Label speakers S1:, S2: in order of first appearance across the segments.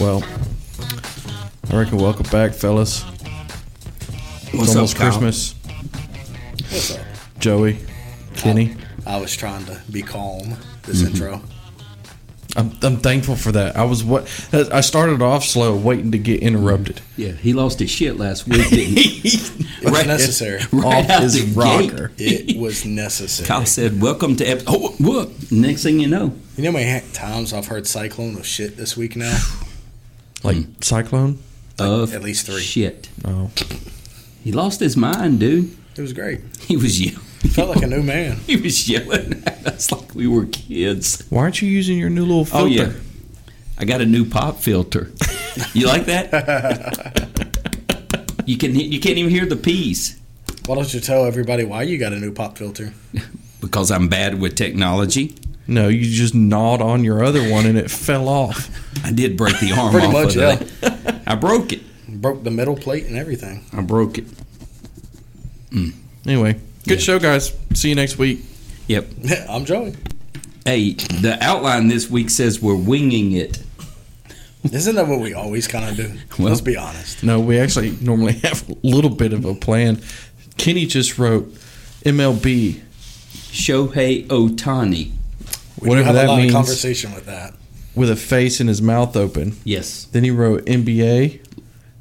S1: Well, I reckon welcome back, fellas.
S2: What's
S1: it's
S2: up,
S1: almost
S2: Kyle?
S1: Christmas.
S3: What's up?
S1: Joey, Kenny,
S3: I was trying to be calm this intro.
S1: I'm, I'm thankful for that. I was what I started off slow, waiting to get interrupted.
S2: Yeah, he lost his shit last week. Didn't he?
S3: It was necessary.
S2: Right
S1: Off
S2: out
S1: his
S2: the gate.
S1: rocker.
S3: It was necessary.
S2: Kyle said, "Welcome to episode." Oh, look! Next thing you know,
S3: You know how many times I've heard cyclone of shit this week now?
S1: Like
S2: Mm.
S1: cyclone.
S2: of
S3: at least three.
S2: uh, shit.
S1: Oh,
S2: He lost his mind, dude.
S3: It was great.
S2: He was yelling.
S3: Felt like a new man.
S2: He was yelling at us like we were kids.
S1: why aren't you using your new little filter?
S2: Oh yeah, I got a new pop filter. You like that? you can you can't even hear the peas
S3: Why don't you tell everybody why you got a new pop filter?
S2: because I'm bad with technology.
S1: No, you just gnawed on your other one and it fell off.
S2: I did break the arm
S3: Pretty
S2: off
S3: much,
S2: of
S3: yeah.
S2: it. I broke it.
S3: Broke the metal plate and everything.
S2: I broke it.
S1: Anyway, good show, guys. See you next week.
S2: Yep.
S3: I'm Joey.
S2: Hey, the outline this week says we're winging it.
S3: Isn't that what we always kind of do?
S2: Well-
S3: Let's be honest.
S1: No, we actually normally have a little bit of a plan. Kenny just wrote MLB,
S2: Shohei Otani.
S3: We
S1: Whatever
S3: do have
S1: that
S3: a lot
S1: means.
S3: of conversation with that.
S1: with a face and his mouth open.
S2: Yes.
S1: Then he wrote NBA,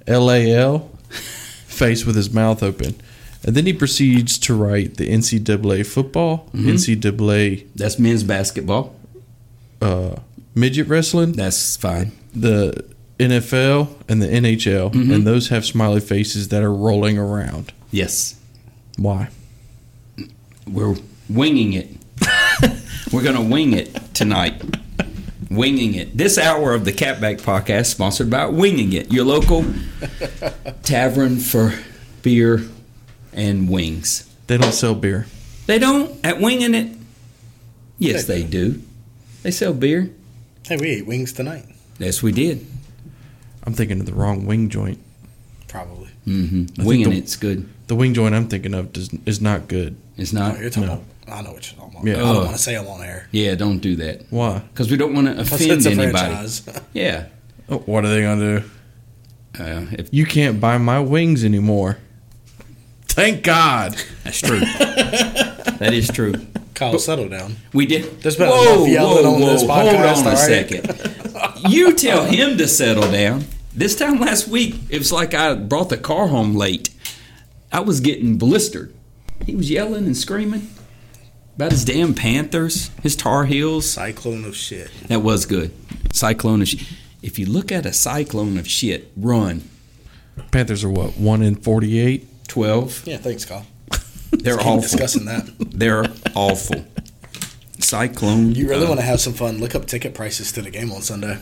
S1: LAL, face with his mouth open. And then he proceeds to write the NCAA football, NCAA
S2: That's men's basketball.
S1: uh, midget wrestling,
S2: That's fine.
S1: the NFL, and the NHL. And those have smiley faces that are rolling around.
S2: Yes.
S1: Why?
S2: We're winging it. We're going to wing it tonight. Winging it. This hour of the Catback podcast sponsored by Winging It, your local tavern for beer and wings.
S1: They don't sell beer.
S2: They don't at Winging It. Yes, they do. They sell beer.
S3: Hey, we ate wings tonight.
S2: Yes, we did.
S1: I'm thinking of the wrong wing joint.
S3: Probably.
S2: Mm-hmm. Winging
S1: the-
S2: It's good.
S1: The wing joint I'm thinking of does, is not good.
S2: It's not.
S3: Oh, you're talking about, I know what you're talking about.
S1: Yeah.
S3: I don't
S2: Oh.
S3: want to say I'm on air.
S2: Yeah, don't do that
S1: Why?
S2: because we don't want to
S3: Plus,
S2: offend
S3: it's a
S2: anybody.
S3: franchise.
S2: Yeah.
S1: Oh, what are they going to do?
S2: Uh, if,
S1: You can't buy my wings anymore. Thank God.
S2: that's true. that is true.
S3: Kyle, settle down.
S2: We did.
S3: There's been enough yelling on this podcast,
S2: Hold on a
S3: all right?
S2: second. you tell him to settle down. This time last week, it was like I brought the car home late. I was getting blistered. He was yelling and screaming about his damn Panthers, his Tar Heels.
S3: Cyclone of shit.
S2: That was good. Cyclone of shit. If you look at a cyclone of shit, run.
S1: Panthers are what, 1 in 48?
S2: 12.
S3: Yeah, thanks, Kyle.
S2: They're
S3: Keep
S2: awful.
S3: discussing that.
S2: They're awful. Cyclone. uh,
S3: You really want to have some fun? Look up ticket prices to the game on Sunday.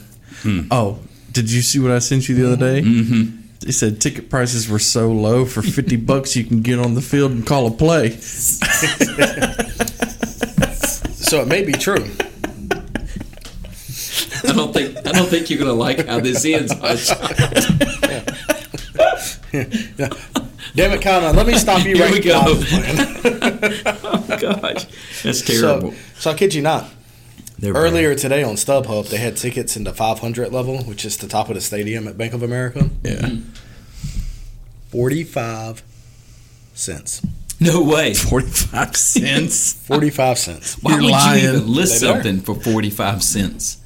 S1: Oh, did you see what I sent you the other day? Mm-hmm. They said ticket prices were so low for 50 bucks you can get on the field and call a play.
S3: So it may be true.
S2: I don't think I don't think you're gonna like how this ends. Hush.
S3: Damn it, Connor. Let me stop you
S2: Here
S3: right
S2: we go.
S3: now. I'm just playing.
S2: Gosh, that's
S3: so,
S2: terrible.
S3: so I kid you not.
S2: They're bad.
S3: Earlier today on StubHub, they had tickets in the 500 level, which is the top of the stadium at Bank of America.
S1: Yeah.
S3: 45 cents.
S2: no way.
S1: 45 cents.
S3: 45 cents.
S2: Why
S1: You're
S2: would
S1: lying.
S2: you even list
S3: They are.
S2: something for forty five cents?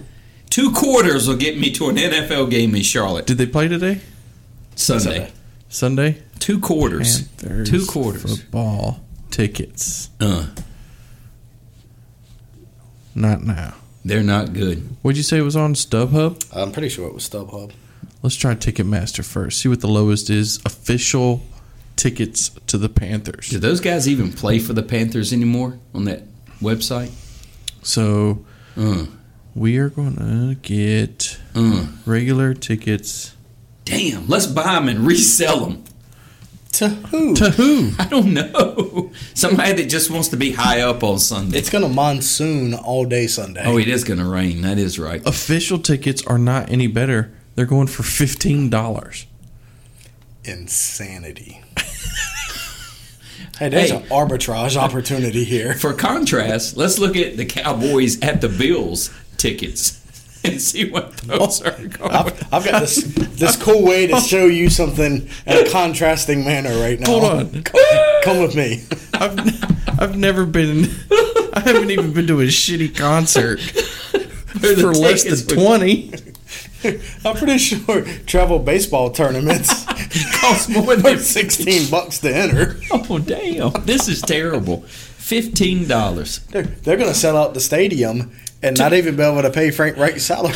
S2: Two quarters will get me to an NFL game in Charlotte
S1: Did they play today?
S2: Sunday.
S3: Sunday.
S1: Sunday?
S2: Two quarters.
S1: Panthers
S2: Two quarters.
S1: Football tickets.
S2: Uh,
S1: Not now.
S2: they're not good.
S1: What'd you say it was on StubHub?
S3: I'm pretty sure it was StubHub.
S1: Let's try Ticketmaster first. See what the lowest is. Official tickets to the Panthers.
S2: Do those guys even play for the Panthers anymore on that website?
S1: So
S2: Uh,
S1: we are going to get
S2: uh.
S1: regular tickets
S2: Damn, let's buy them and resell them.
S3: To who?
S1: to who?
S2: I don't know. Somebody that just wants to be high up on Sunday.
S3: It's going to monsoon all day Sunday.
S2: Oh, it is going to rain. That is right.
S1: Official tickets are not any better. They're going for fifteen dollars.
S3: Insanity. hey, there's
S2: Hey.
S3: an arbitrage opportunity here.
S2: For contrast, let's look at the Cowboys at the Bills tickets. and see what those are going.
S3: I've, I've got this this cool way to show you something in a contrasting manner right now.
S1: Hold on.
S3: Come, come with me.
S1: I've, I've never been. I haven't even been to a shitty concert
S2: the
S1: for less
S2: tickets
S1: than
S2: would-
S1: twenty.
S3: I'm pretty sure travel baseball tournaments
S2: cost more
S3: are
S2: than
S3: 16 bucks to enter.
S2: Oh damn! This is terrible. Fifteen dollars.
S3: They're, they're going to sell out the stadium and not even be able to pay Frank Wright's salary.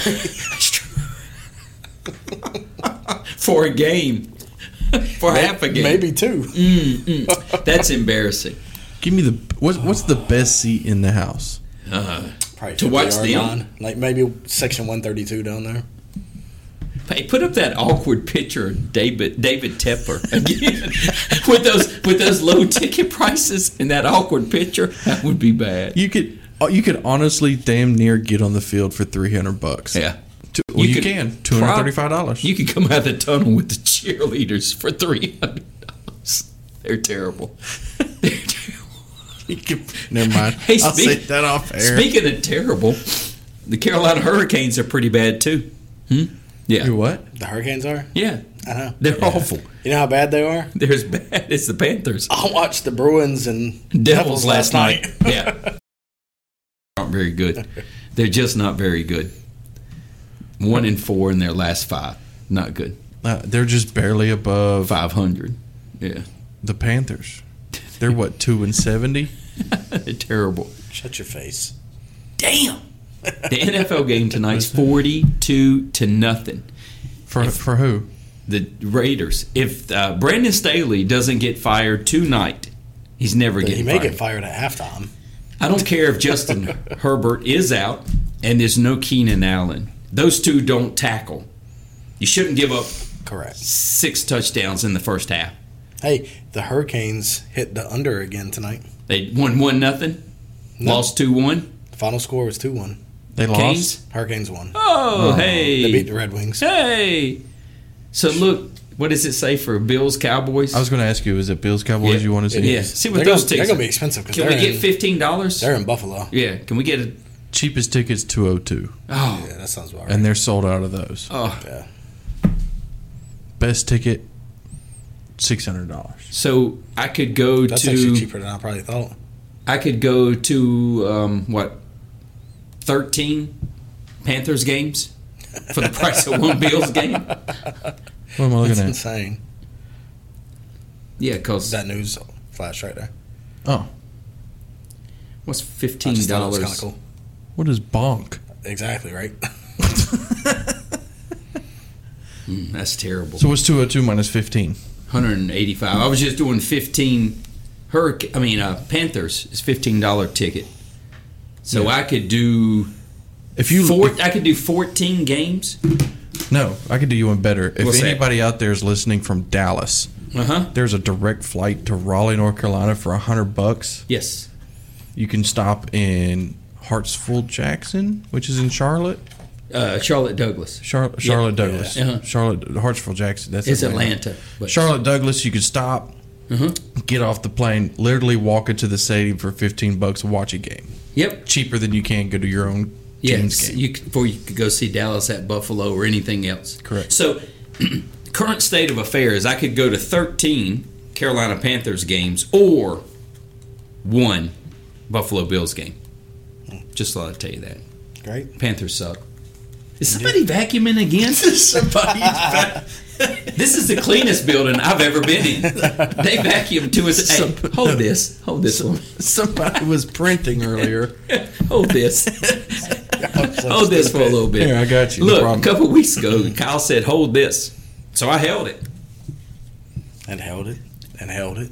S2: for a game, for half a game. Mm.
S3: Maybe two.
S2: That's embarrassing.
S1: Give me the what's what's the best seat in the house?
S3: Probably
S2: To watch
S3: 50 yard
S2: them?
S3: line. Like maybe section 132 down there.
S2: Hey, put up that awkward picture of David David Tepper again with those with those low ticket prices and that awkward picture. That would be bad.
S1: You could uh, you could honestly damn near get on the field for three hundred bucks.
S2: Yeah.
S1: Two- well, you,
S2: could
S1: can two hundred thirty five dollars.
S2: You could come out of the tunnel with the cheerleaders for three hundred dollars. They're terrible. They're terrible.
S1: Never mind.
S2: Hey,
S1: I'll
S2: speak-
S1: set that off air.
S2: Speaking of terrible, the Carolina Hurricanes are pretty bad too. Hmm? Yeah.
S1: You what?
S3: The Hurricanes are?
S2: Yeah.
S3: I know.
S2: They're awful.
S3: You know how bad they are?
S2: They're as bad as the Panthers.
S3: I watched the Bruins and
S2: Devils last night. yeah. Not very good. They're just not very good. One and four in their last five. Not good.
S1: Uh, they're just barely above
S2: 500. Yeah.
S1: the Panthers. They're what two and seventy.
S2: They're terrible.
S3: Shut your face.
S2: Damn. The NFL game tonight's 42 to nothing.
S1: For for who?
S2: The Raiders. If uh, Brandon Staley doesn't get fired tonight, he's never
S3: He
S2: getting
S3: may
S2: fired.
S3: get fired at halftime.
S2: I don't care if Justin Herbert is out and there's no Keenan Allen. Those two don't tackle. You shouldn't give up
S3: Correct.
S2: six touchdowns in the first half.
S3: Hey, the Hurricanes hit the under again tonight.
S2: They won one nothing, lost two one.
S3: The final score was 2 1.
S1: They lost.
S2: Canes.
S3: Hurricanes won.
S2: Oh,
S3: They beat
S2: hey,
S3: the Red Wings.
S2: hey. So look, what does it say for Bills Cowboys?
S1: I was going to ask you, is it Bills Cowboys
S2: Yeah.
S1: you want to see?
S2: yeah, see what
S3: They're
S2: those
S3: gonna- they're
S2: tickets.
S3: gonna be expensive 'cause
S2: Can we
S3: they're
S2: get
S3: in-
S2: fifteen dollars?
S3: They're in Buffalo.
S2: Yeah. Can we get a?
S1: Cheapest tickets two oh two,
S2: Oh,
S3: Yeah, that sounds about right.
S1: and they're sold out of those.
S2: oh.
S3: yeah.
S1: Best ticket, six hundred dollars.
S2: So I could go
S3: That's
S2: to.
S3: actually cheaper than I probably thought.
S2: I could go to um, what thirteen Panthers games for the price of one Bills game.
S1: What am I
S3: That's
S1: looking at?
S3: insane.
S2: Yeah, cause
S3: That news flash right there.
S1: Oh,
S2: what's
S3: I
S2: fifteen
S3: just thought it was
S2: dollars?
S3: kind of cool.
S1: what is bonk?
S3: Exactly right.
S2: Mm, That's terrible.
S1: So what's two oh two minus fifteen?
S2: One hundred and eighty-five. I was just doing fifteen. Hurricane. I mean, uh, Panthers is fifteen dollar ticket. So I could do
S1: If you
S2: four. I could do fourteen games.
S1: no, I could do you one better. If
S2: What's that?
S1: anybody out there is listening from Dallas,
S2: Uh huh.
S1: there's a direct flight to Raleigh, North Carolina for hundred bucks.
S2: Yes.
S1: You can stop in Hartsfield Jackson, which is in Charlotte.
S2: Uh, Charlotte Douglas.
S1: Char- Charlotte Douglas.
S2: Yeah. Uh-huh.
S1: Charlotte Hartsfield Jackson. That's
S2: It's
S1: Atlanta.
S2: Atlanta. but- Mm-hmm.
S1: Charlotte Douglas, you could stop, get off the plane, literally walk into the stadium for 15 bucks, watch a game.
S2: Yep.
S1: Cheaper than you can go to your own team's
S2: Yes,
S1: game.
S2: you could, before you could go see Dallas at Buffalo or anything else.
S1: Correct.
S2: So, current state of affairs, I could go to 13 Carolina Panthers games or one Buffalo Bills game. Just thought I'd tell you that.
S3: Great.
S2: Panthers suck. Is somebody vacuuming again? somebody this is the cleanest building I've ever been in. They vacuum to us. Hey, hold this. Hold this one.
S1: Somebody was printing earlier.
S2: Hold this. hold this for a little bit.
S1: Here, I got you. No
S2: Look,
S1: problem.
S2: a couple weeks ago, Kyle said, "Hold this," so I held it,
S3: And held it. And held it.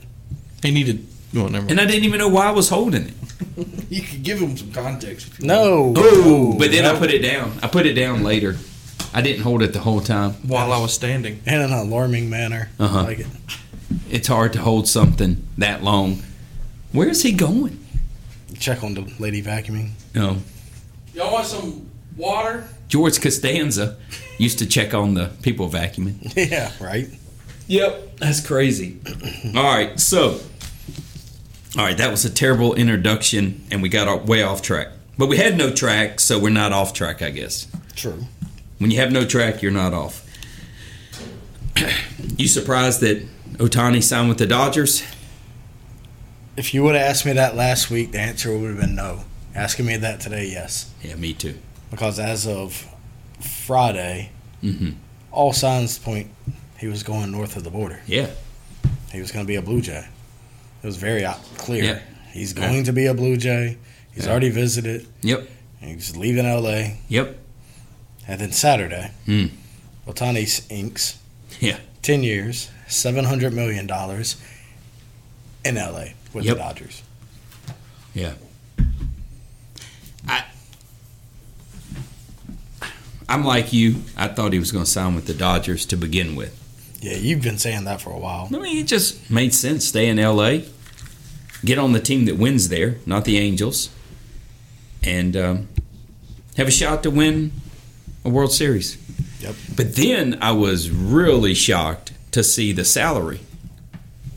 S1: He needed. Well, never mind.
S2: and I didn't even know why I was holding it.
S1: You could give him some context. If you
S3: No.
S1: Oh,
S2: but then I put it down. I put it down later. I didn't hold it the whole time.
S1: While I was standing.
S3: In an alarming manner.
S2: Uh-huh.
S3: I like it.
S2: It's hard to hold something that long. Where is he going?
S3: Check on the lady vacuuming.
S2: No,
S1: Y'all want some water?
S2: George Costanza used to check on the people vacuuming.
S3: yeah. Right.
S2: Yep, that's crazy. all right, so all right, that was a terrible introduction, and we got off- way off track. But we had no track, so we're not off track, I guess.
S3: True.
S2: When you have no track, you're not off. you surprised that Otani signed with the Dodgers?
S3: If you would have asked me that last week, the answer would have been no. Asking me that today, yes.
S2: Yeah, me too.
S3: Because as of Friday,
S2: hmm
S3: all signs point he was going north of the border.
S2: Yeah,
S3: He was going to be a Blue Jay. It was very o- clear.
S2: Yeah.
S3: He's going to be a Blue Jay. He's
S2: Yeah.
S3: already visited.
S2: Yep.
S3: He's leaving LA.
S2: Yep.
S3: And then Saturday,
S2: Hmm.
S3: Otani s- inks.
S2: Yeah.
S3: 10 years, $700 million in LA with
S2: Yep.
S3: the Dodgers.
S2: I'm like you. I thought he was going to sign with the Dodgers to begin with.
S3: Yeah, you've been saying that for a while.
S2: I mean, it just made sense. Stay in L.A., get on the team that wins there, not the Angels, and um, have a shot to win a World Series.
S3: Yep.
S2: But then I was really shocked to see the salary: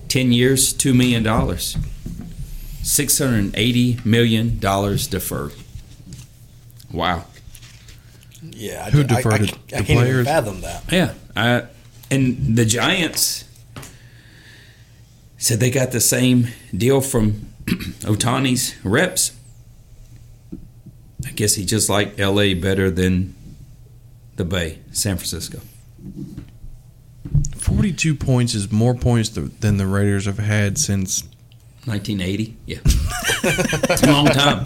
S2: ten years, two million dollars, six hundred eighty million dollars deferred. Wow.
S3: Yeah, I,
S1: Who
S3: I- I-
S1: deferred it?
S3: I, I
S1: The
S3: can't even
S1: players?
S3: fathom that.
S2: Yeah. I, and the Giants said they got the same deal from Otani's reps. I guess he just liked LA better than the Bay, San Francisco.
S1: 42 points is more points th- than the Raiders have had since.
S2: 1980. Yeah. it's a long time.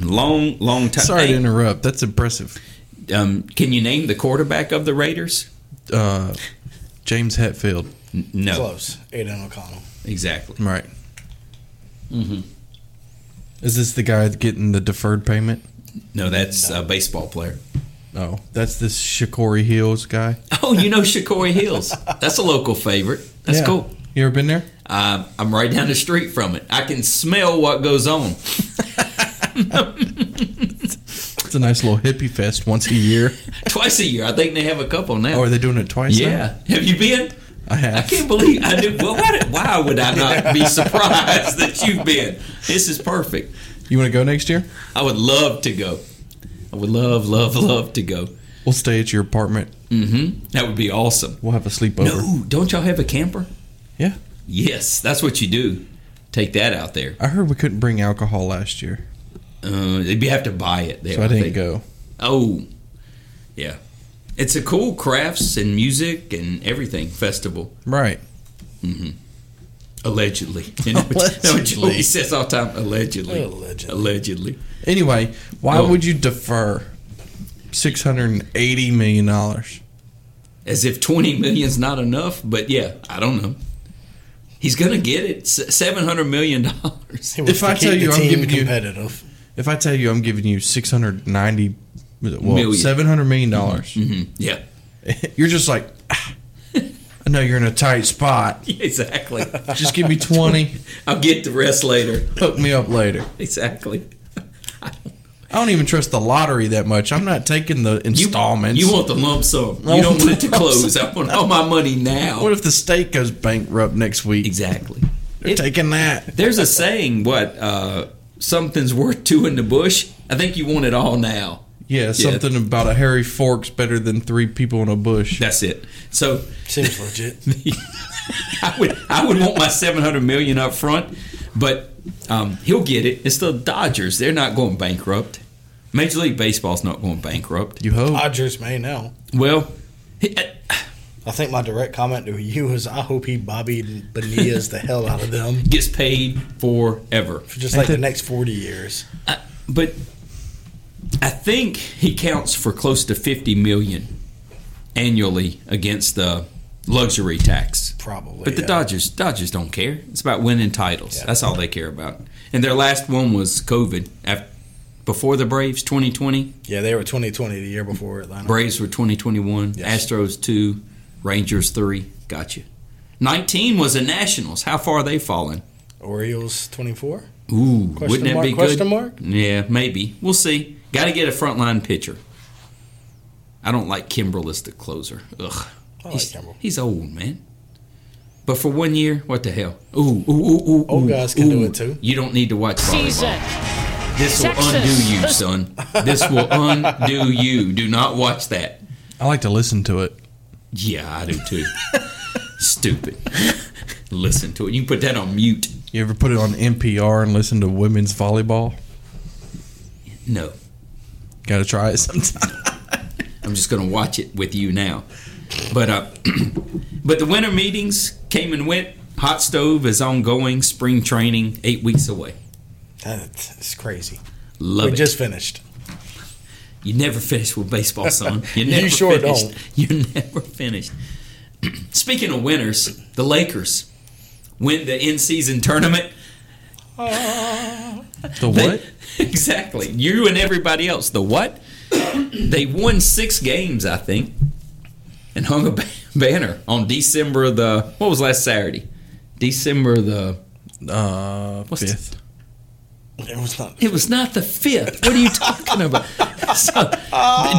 S2: long, long time.
S1: Sorry to
S2: Hey,
S1: interrupt. That's impressive.
S2: um, can you name the quarterback of the Raiders?
S1: Uh, James Hetfield.
S2: N- no.
S3: Close. Aiden O'Connell.
S2: Exactly.
S1: Right.
S2: Mhm.
S1: Is this the guy getting the deferred payment?
S2: No, that's a baseball player.
S1: Oh, that's this Shakori Hills guy.
S2: Oh, you know Shakori Hills. That's a local favorite. That's
S1: Yeah.
S2: cool.
S1: You ever been there?
S2: Uh, I'm right down the street from it. I can smell what goes on.
S1: It's a nice little hippie fest once a year.
S2: Twice a year, I think they have a couple now.
S1: Oh, are they doing it twice? now?
S2: yeah. Have you been?
S1: I
S2: I
S1: have.
S2: can't believe I do. Well, why, why would I not be surprised that you've been? This is perfect.
S1: You want to go next year?
S2: I would love to go. I would love, love, love to go.
S1: We'll stay at your apartment.
S2: Mm-hmm. That would be awesome.
S1: We'll have a sleepover.
S2: No, don't y'all have a camper?
S1: Yeah.
S2: Yes, that's what you do. Take that out there.
S1: I heard we couldn't bring alcohol last year,
S2: Uh, you have to buy it there.
S1: so I didn't
S2: think.
S1: go.
S2: Oh, yeah. It's a cool crafts and music and everything festival,
S1: Right.
S2: allegedly. You know, what- know what
S1: Allegedly. Oh.
S2: He says all the time, allegedly.
S3: Allegedly.
S2: Allegedly.
S1: Anyway, why
S2: Oh.
S1: would you defer six hundred and eighty million dollars?
S2: As if 20 million's not enough, but yeah, I don't know. He's going to get it. S- $700 million.
S3: He wants
S1: I
S3: to
S1: tell
S3: keep
S1: you
S3: the
S1: I'm
S3: team
S1: giving you-
S3: competitive.
S1: If I tell you I'm giving you six hundred ninety, well,
S2: Million.
S1: seven hundred million dollars,
S2: Mhm, Yeah,
S1: you're just like, "Ah, I know you're in a tight spot.
S2: exactly.
S1: Just give me twenty.
S2: I'll get the rest later.
S1: Hook me up later.
S2: Exactly.
S1: I don't even trust the lottery that much. I'm not taking the
S2: You,
S1: installments.
S2: you want the lump sum.
S1: I
S2: You don't
S1: want
S2: want it to
S1: the lump
S2: close. I want all my money now.
S1: what if the state goes bankrupt next week?
S2: Exactly.
S1: They're
S2: It-
S1: taking that.
S2: There's a saying, what, uh, something's worth two in the bush. I think you want it all now.
S1: Yeah, something about a hairy fork's better than three people in a bush.
S2: That's it. So
S3: Seems legit.
S2: I would I would want my seven hundred million up front, but um, he'll get it. It's the Dodgers. They're not going bankrupt. Major League Baseball's not going bankrupt.
S1: You hope.
S3: Dodgers may now.
S2: Well, he- uh,
S3: I think my direct comment to you is I hope he Bobby Bonilla's the hell out of them
S2: gets paid forever.
S3: for just like the next 40 years.
S2: But I think he counts for close to fifty million annually against the luxury tax.
S3: Probably.
S2: But the
S3: yeah.
S2: Dodgers, Dodgers don't care. It's about winning titles.
S3: Yeah.
S2: That's all they care about. And their last one was COVID. After, before the Braves, 2020.
S3: Yeah, they were 2020 the year before Atlanta.
S2: Braves were 2021.
S3: Yes.
S2: Astros two, Rangers three. Gotcha. 19 was the Nationals. How far are they falling?
S3: Orioles 24?
S2: Ooh,
S3: Question
S2: wouldn't that
S3: mark,
S2: be good?
S3: question mark?
S2: Yeah, maybe. We'll see. Got to get a frontline pitcher. I don't like Kimbrel as the closer. Ugh.
S3: I like
S2: he's,
S3: Kimbrel.
S2: he's old, man. But for one year, what the hell? Ooh, ooh, ooh, ooh.
S3: Old
S2: ooh,
S3: guys can do
S2: ooh.
S3: it too.
S2: You don't need to watch volleyball.
S4: season.
S2: This will
S4: Texas.
S2: undo you, son. This will undo you. Do not watch that.
S1: I like to listen to it.
S2: Yeah, I do too. Stupid. Listen to it. You can put that on mute.
S1: You ever put it on NPR and listen to women's volleyball?
S2: No,
S1: Got to try it sometime.
S2: I'm just going to watch it with you now. But uh, but the winter meetings came and went. Hot stove is ongoing. Spring training eight weeks away.
S3: That's crazy.
S2: Love
S3: we
S2: it.
S3: just finished.
S2: You never finish with baseball, son. You
S3: You
S2: never
S3: sure
S2: finished.
S3: don't.
S2: You're never finished. Speaking of winners, the Lakers win the in-season tournament.
S1: The what?
S2: exactly. You and everybody else. The what? they won six games, I think, and hung a ba- banner on December the what was last Saturday? December the
S1: Uh,
S2: What's
S1: fifth.
S3: It was not.
S2: it was not the fifth. What are you talking about? so,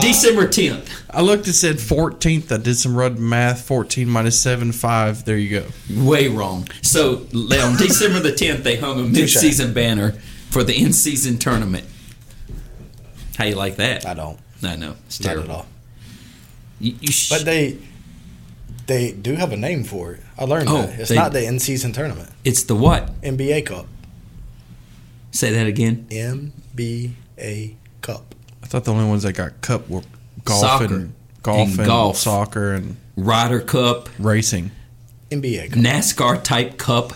S2: December tenth.
S1: I looked. It said 14th. I did some rough math. 14 minus 7, 5. There you go.
S2: Way wrong. So on December the 10th, they hung a mid-season banner for the in-season tournament. How you like that?
S3: I don't.
S2: I know. It's
S3: Not
S2: terrible.
S3: at all.
S2: You, you sh-
S3: But they they do have a name for it. I learned
S2: Oh,
S3: that. It's
S2: they-
S3: not the in season tournament.
S2: it's the what?
S3: NBA Cup.
S2: Say that again.
S3: NBA Cup.
S1: I thought the only ones that got cup were golf
S2: Soccer.
S1: and golf
S2: And
S1: and,
S2: golf.
S1: soccer and
S2: Ryder Cup,
S1: racing.
S3: NBA Cup.
S2: NASCAR type cup,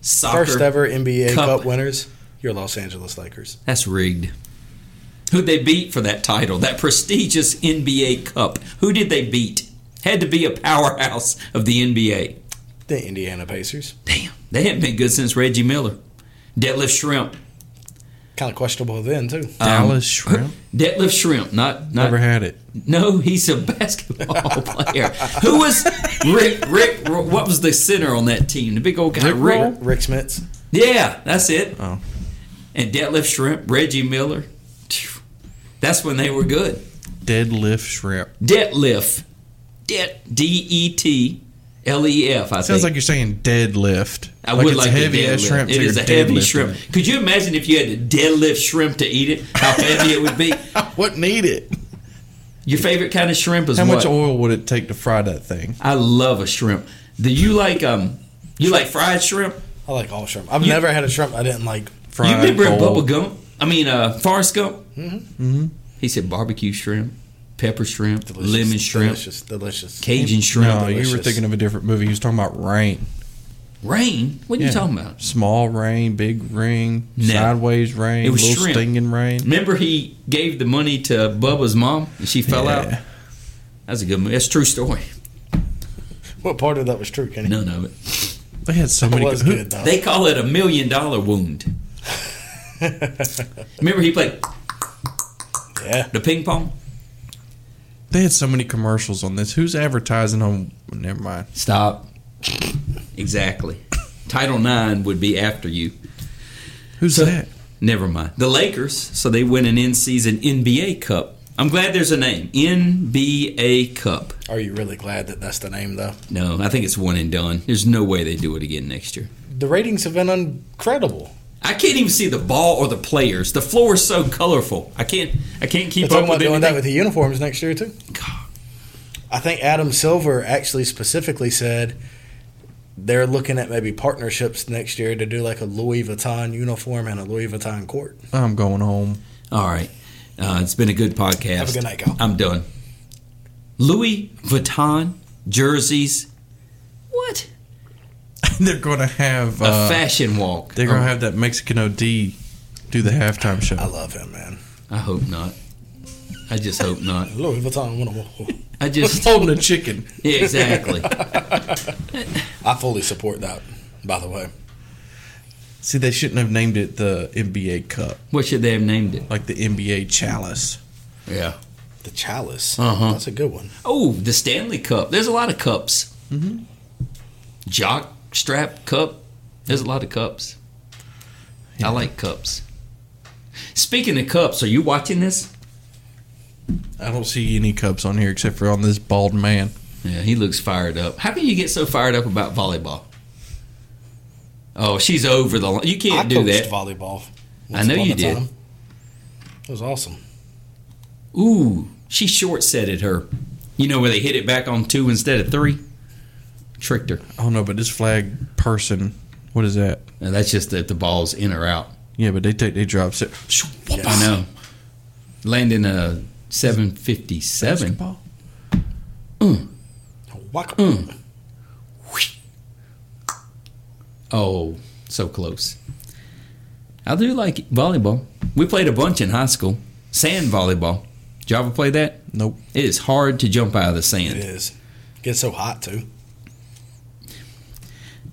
S2: soccer.
S3: First ever NBA
S2: Cup.
S3: Cup. winners. Your Los Angeles Lakers.
S2: That's rigged. Who'd they beat for that title? That prestigious NBA Cup. Who did they beat? Had to be a powerhouse of the NBA.
S3: The Indiana Pacers.
S2: Damn, they haven't been good since Reggie Miller. Detlef Shrimp. Um,
S3: Kind of questionable then too.
S2: Uh,
S1: Dallas Shrimp.
S2: Detlef Shrimp, not not
S1: Never had it.
S2: no, he's a basketball player. Who was Rick? Rick, what was the center on that team? The big old guy,
S1: Rick
S2: Rick.
S1: Roll?
S3: Rick Smits.
S2: Yeah, that's it.
S1: Oh.
S2: And Detlef Shrimp, Reggie Miller. Phew. That's when they were good.
S1: Deadlift Shrimp.
S2: Detlef, Det D E T L E F. I
S1: Sounds like
S2: think.
S1: you're saying deadlift.
S2: I would
S1: it's
S2: like, to
S1: a heavy ass
S2: deadlift.
S1: shrimp. so
S2: It is a
S1: you're
S2: heavy
S1: deadlifting
S2: shrimp.
S1: it.
S2: Could you imagine if you had to deadlift shrimp to eat it? How heavy it would be.
S1: What need it?
S2: Your favorite kind of shrimp is
S1: How
S2: what?
S1: much oil would it take to fry that thing?
S2: I love a shrimp. Do you like um? You like fried shrimp?
S3: I like all shrimp. I've never had a shrimp I didn't like.
S1: Fried,
S2: you remember in Bubble
S1: boiled.
S2: Gump? I mean, uh, Forrest Gump. Mm-hmm. He said barbecue shrimp, pepper shrimp,
S3: Delicious,
S2: lemon shrimp,
S3: Delicious. Delicious.
S2: Cajun shrimp.
S1: No, you were
S3: Delicious.
S1: thinking of a different movie. You was talking about rain.
S2: Rain? What are
S1: Yeah.
S2: you talking about?
S1: Small rain, big rain,
S2: No.
S1: sideways rain,
S2: It was
S1: little
S2: shrimp. Mm,
S1: stinging rain.
S2: Remember he gave the money to Bubba's mom and she fell
S1: Yeah.
S2: out? That's a good movie. That's a true story.
S3: What part of that was true, Kenny?
S2: None of it.
S1: They had so
S3: It
S1: many.
S3: was
S1: who-
S3: good though.
S2: They call it a million dollar wound. Remember he played
S3: yeah.
S2: the ping pong?
S1: They had so many commercials on this. Who's advertising on? Never mind.
S2: Stop. Exactly. Title IX would be after you.
S1: Who's
S2: So-
S1: that?
S2: Never mind. The Lakers, so they win an in-season NBA Cup. I'm glad there's a name, NBA Cup.
S3: Are you really glad that that's the name though?
S2: No, I think it's one and done. There's no way they do it again next year.
S3: The ratings have been incredible.
S2: I can't even see the ball or the players. The floor is so colorful. I can't. I can't
S3: They're
S2: keep
S3: talking
S2: up
S3: about
S2: with
S3: doing
S2: anything.
S3: that with the uniforms next year too.
S2: God.
S3: I think Adam Silver actually specifically said they're looking at maybe partnerships next year to do like a Louis Vuitton uniform and a Louis Vuitton court.
S1: I'm going home.
S2: All right, uh, it's been a good podcast.
S3: Have a good night, Kyle.
S2: I'm done. Louis Vuitton jerseys. What
S1: they're going to have.
S2: a
S1: Uh,
S2: fashion walk.
S1: they're going
S2: Oh,
S1: to have that Mexican OD do the halftime show.
S3: I love him, man.
S2: I hope not. I just hope not.
S3: Louis Vuitton. what a-
S2: I just
S1: holding a chicken.
S2: yeah, exactly.
S3: I fully support that. By the way,
S1: See, they shouldn't have named it the NBA Cup,
S2: What should they have named it?
S1: like the NBA Chalice.
S2: Yeah.
S3: the chalice.
S2: Uh-huh.
S3: That's a good one.
S2: Oh, the Stanley Cup. There's a lot of cups. Mm-hmm. Jock strap cup. There's a lot of cups. I like cups. Speaking of cups, are you watching this?
S1: I don't see any cups on here except for on this bald man.
S2: Yeah, he looks fired up. How can you get so fired up about volleyball? Oh, she's over the line. You
S3: I
S2: can't do
S3: coached
S2: that.
S3: volleyball
S2: I know
S3: upon
S2: you
S3: a
S2: did.
S3: time. It was awesome.
S2: Ooh, she short sighted her. You know where they hit it back on two instead of three? Tricked her.
S1: I don't know, but this flag person, what is that?
S2: Now, that's just that the ball's in or out.
S1: Yeah, but they take they drop set.
S2: I know. Landing a 757.
S1: Basketball?
S3: Waka-
S2: Hmm. Oh, so close. I do like volleyball. We played a bunch in high school. Sand volleyball. Did y'all ever play that?
S1: Nope.
S2: It is hard to jump out of the
S3: It
S2: sand.
S3: is. Gets so hot too.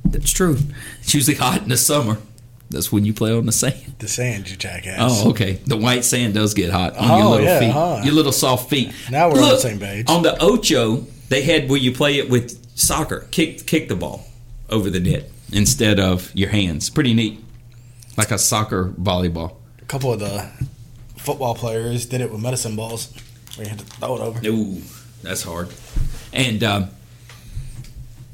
S2: That's true. It's usually hot in the summer. That's when you play on the sand.
S3: The sand, you jackass.
S2: Oh, okay. The white sand does get hot on your
S3: Oh,
S2: little
S3: yeah,
S2: feet.
S3: huh.
S2: Your little soft feet.
S3: Now we're on the same page.
S2: On the Ocho, they had where you play it with soccer, kick kick the ball over the net instead of your hands. Pretty neat. Like a soccer volleyball.
S3: A couple of the football players did it with medicine balls. We had to throw it over.
S2: Ooh, that's hard. And um,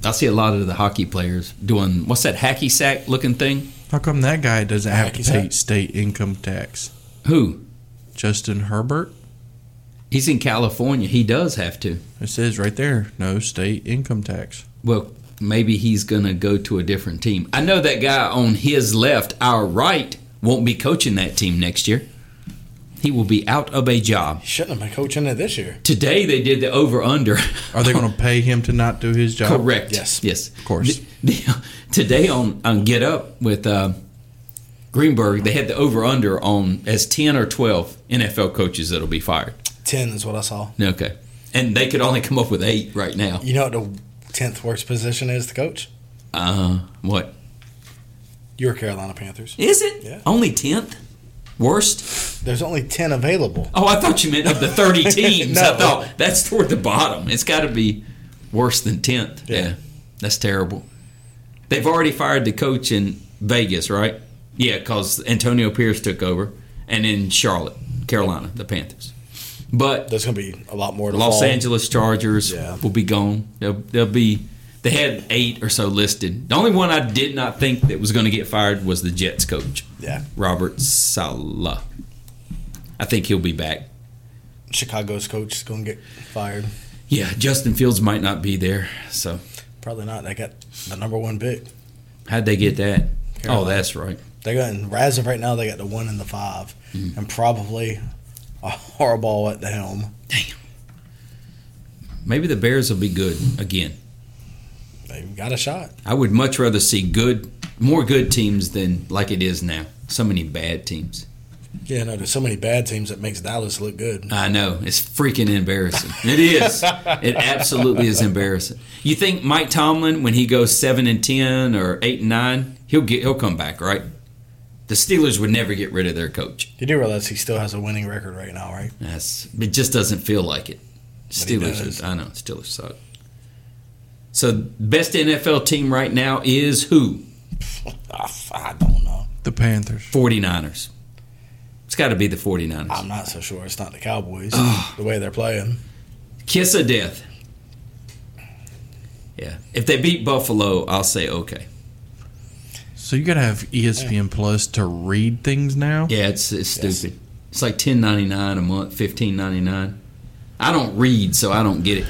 S2: I see a lot of the hockey players doing what's that hacky sack looking thing?
S1: How come that guy doesn't have to
S3: Hacky sack.
S1: pay state income tax?
S2: Who?
S1: Justin Herbert?
S2: He's in California. He does have to.
S1: It says right there, no state income tax.
S2: Well, maybe he's going to go to a different team. I know that guy on his left, our right, won't be coaching that team next year. He will be out of a job.
S3: Shouldn't have been coaching it this year.
S2: Today they did the over under.
S1: Are they going to pay him to not do his job?
S2: Correct.
S3: Yes.
S2: Yes.
S1: Of course.
S2: The- the- today on, on Get Up with uh, Greenberg, they had the over under on as 10 or 12 NFL coaches that'll be fired.
S3: Ten is what I saw.
S2: Okay. And they could only come up with eight right now.
S3: You know what the tenth worst position is to coach?
S2: Uh, what?
S3: Your Carolina Panthers.
S2: Is it?
S3: Yeah.
S2: Only 10th? Worst?
S3: There's only ten available.
S2: Oh, I thought you meant of the 30 teams. I
S3: No.
S2: thought that's toward the bottom. It's got to be worse than 10th. Yeah.
S3: Yeah.
S2: That's terrible. They've already fired the coach in Vegas, right? Yeah, because Antonio Pierce took over, and in Charlotte, Carolina, the Panthers. But
S3: There's gonna be a lot more to
S2: Los
S3: fall.
S2: Angeles Chargers
S3: Yeah.
S2: will be gone. They'll, they'll be. They had eight or so listed. The only one I did not think that was going to get fired was the Jets coach,
S3: Yeah.
S2: Robert Sala. I think he'll be back.
S3: Chicago's coach is gonna get fired.
S2: Yeah, Justin Fields might not be there. So
S3: Probably not. They got the number one pick.
S2: how'd they get that? Oh,
S3: Carolina.
S2: that's right.
S3: They got in as of right now. They got the one and the 5
S2: Mm-hmm.
S3: and probably a horrible at the helm.
S2: Maybe the Bears will be good again.
S3: They've got a shot.
S2: I would much rather see good, more good teams than like it is now. So many bad teams.
S3: Yeah, no. There's so many bad teams that makes Dallas look good.
S2: I know it's freaking embarrassing. It is. it absolutely is embarrassing. You think Mike Tomlin, when he goes seven and ten or eight and nine, he'll get he'll come back, right? The Steelers would never get rid of their coach.
S3: You do realize he still has a winning record right now, right?
S2: That's it. Just doesn't feel like it.
S3: But he
S2: Steelers,
S3: does.
S2: I know Steelers suck. So best NFL team right now is who?
S3: I, f- I don't know.
S1: The Panthers.
S2: 49ers. It's got to be the 49ers.
S3: I'm not so sure. It's not the Cowboys the way they're playing.
S2: Kiss of death. Yeah. If they beat Buffalo, I'll say okay.
S1: So you got to have E ESPN Plus to read things now?
S2: Yeah, it's it's stupid. It's like 10.99 a month, 15.99. I don't read, so I don't get it.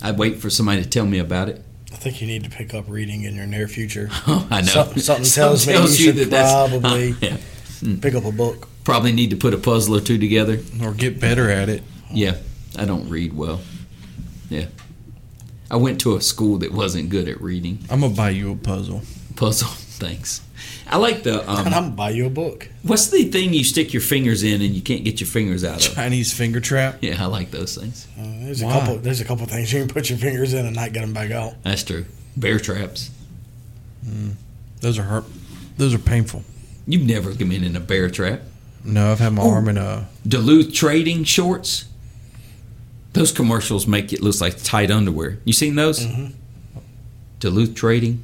S2: I wait for somebody to tell me about it.
S3: I think you need to pick up reading in your near future.
S2: I know.
S3: Something- something tells me you should
S2: that's-
S3: probably-
S2: yeah.
S3: pick up a book.
S2: probably need to put a puzzle or two together.
S1: Or get better at it.
S2: Yeah, I don't read well. Yeah. I went to a school that wasn't good at reading.
S1: I'm going to buy you a puzzle.
S2: Puzzle, thanks. I like the
S3: And
S2: um,
S3: I'm gonna buy you a book.
S2: what's the thing you stick your fingers in and you can't get your fingers out of?
S1: Chinese finger trap?
S2: Yeah, I like those things.
S3: Uh, there's
S1: Why?
S3: a couple. There's a couple things you can put your fingers in and not get them back out.
S2: That's true. Bear traps.
S1: Those are hurt. Those are painful.
S2: You've never come in in a bear trap.
S1: No, I've had my
S2: Oh.
S1: arm in uh, a.
S2: Duluth trading shorts. Those commercials make it look like tight underwear. You seen those?
S3: Mm-hmm.
S2: Duluth trading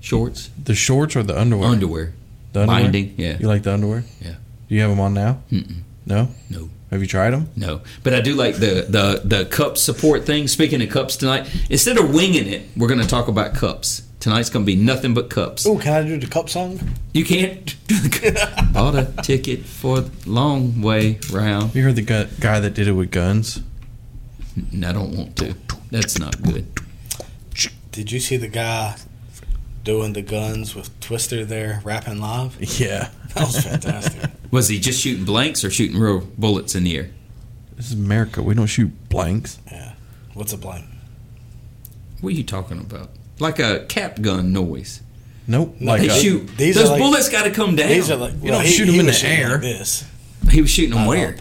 S2: shorts,
S1: The shorts or the underwear?
S2: underwear.
S1: the underwear?
S2: binding, yeah.
S1: You like the underwear?
S2: Yeah.
S1: Do you have them on now? Mm-mm. No?
S2: No.
S1: Have you tried them?
S2: No, but I do like the the the cup support thing. Speaking of cups tonight, instead of winging it, we're going to talk about cups. Tonight's going to be nothing but cups.
S3: Ooh, can I do the cup song?
S2: You can't. Bought a ticket for the long way round.
S1: You heard the guy, guy that did it with guns?
S2: And I don't want to. That's not good.
S3: Did you see the guy doing the guns with Twister there rapping live?
S1: Yeah.
S3: That was fantastic.
S2: Was he just shooting blanks or shooting real bullets in the air?
S1: This is America. We don't shoot blanks.
S3: What's a blank?
S2: What are you talking about? Like a cap gun noise.
S1: Nope.
S3: No,
S1: like uh,
S2: They
S1: a-
S2: shoot.
S3: these
S2: those
S3: are like-
S2: bullets got to come down.
S3: These are like
S1: You don't shoot 'em in
S3: was
S1: the
S3: shooting
S1: air.
S3: Like this
S2: he was shooting them
S3: Not
S2: where?
S3: up.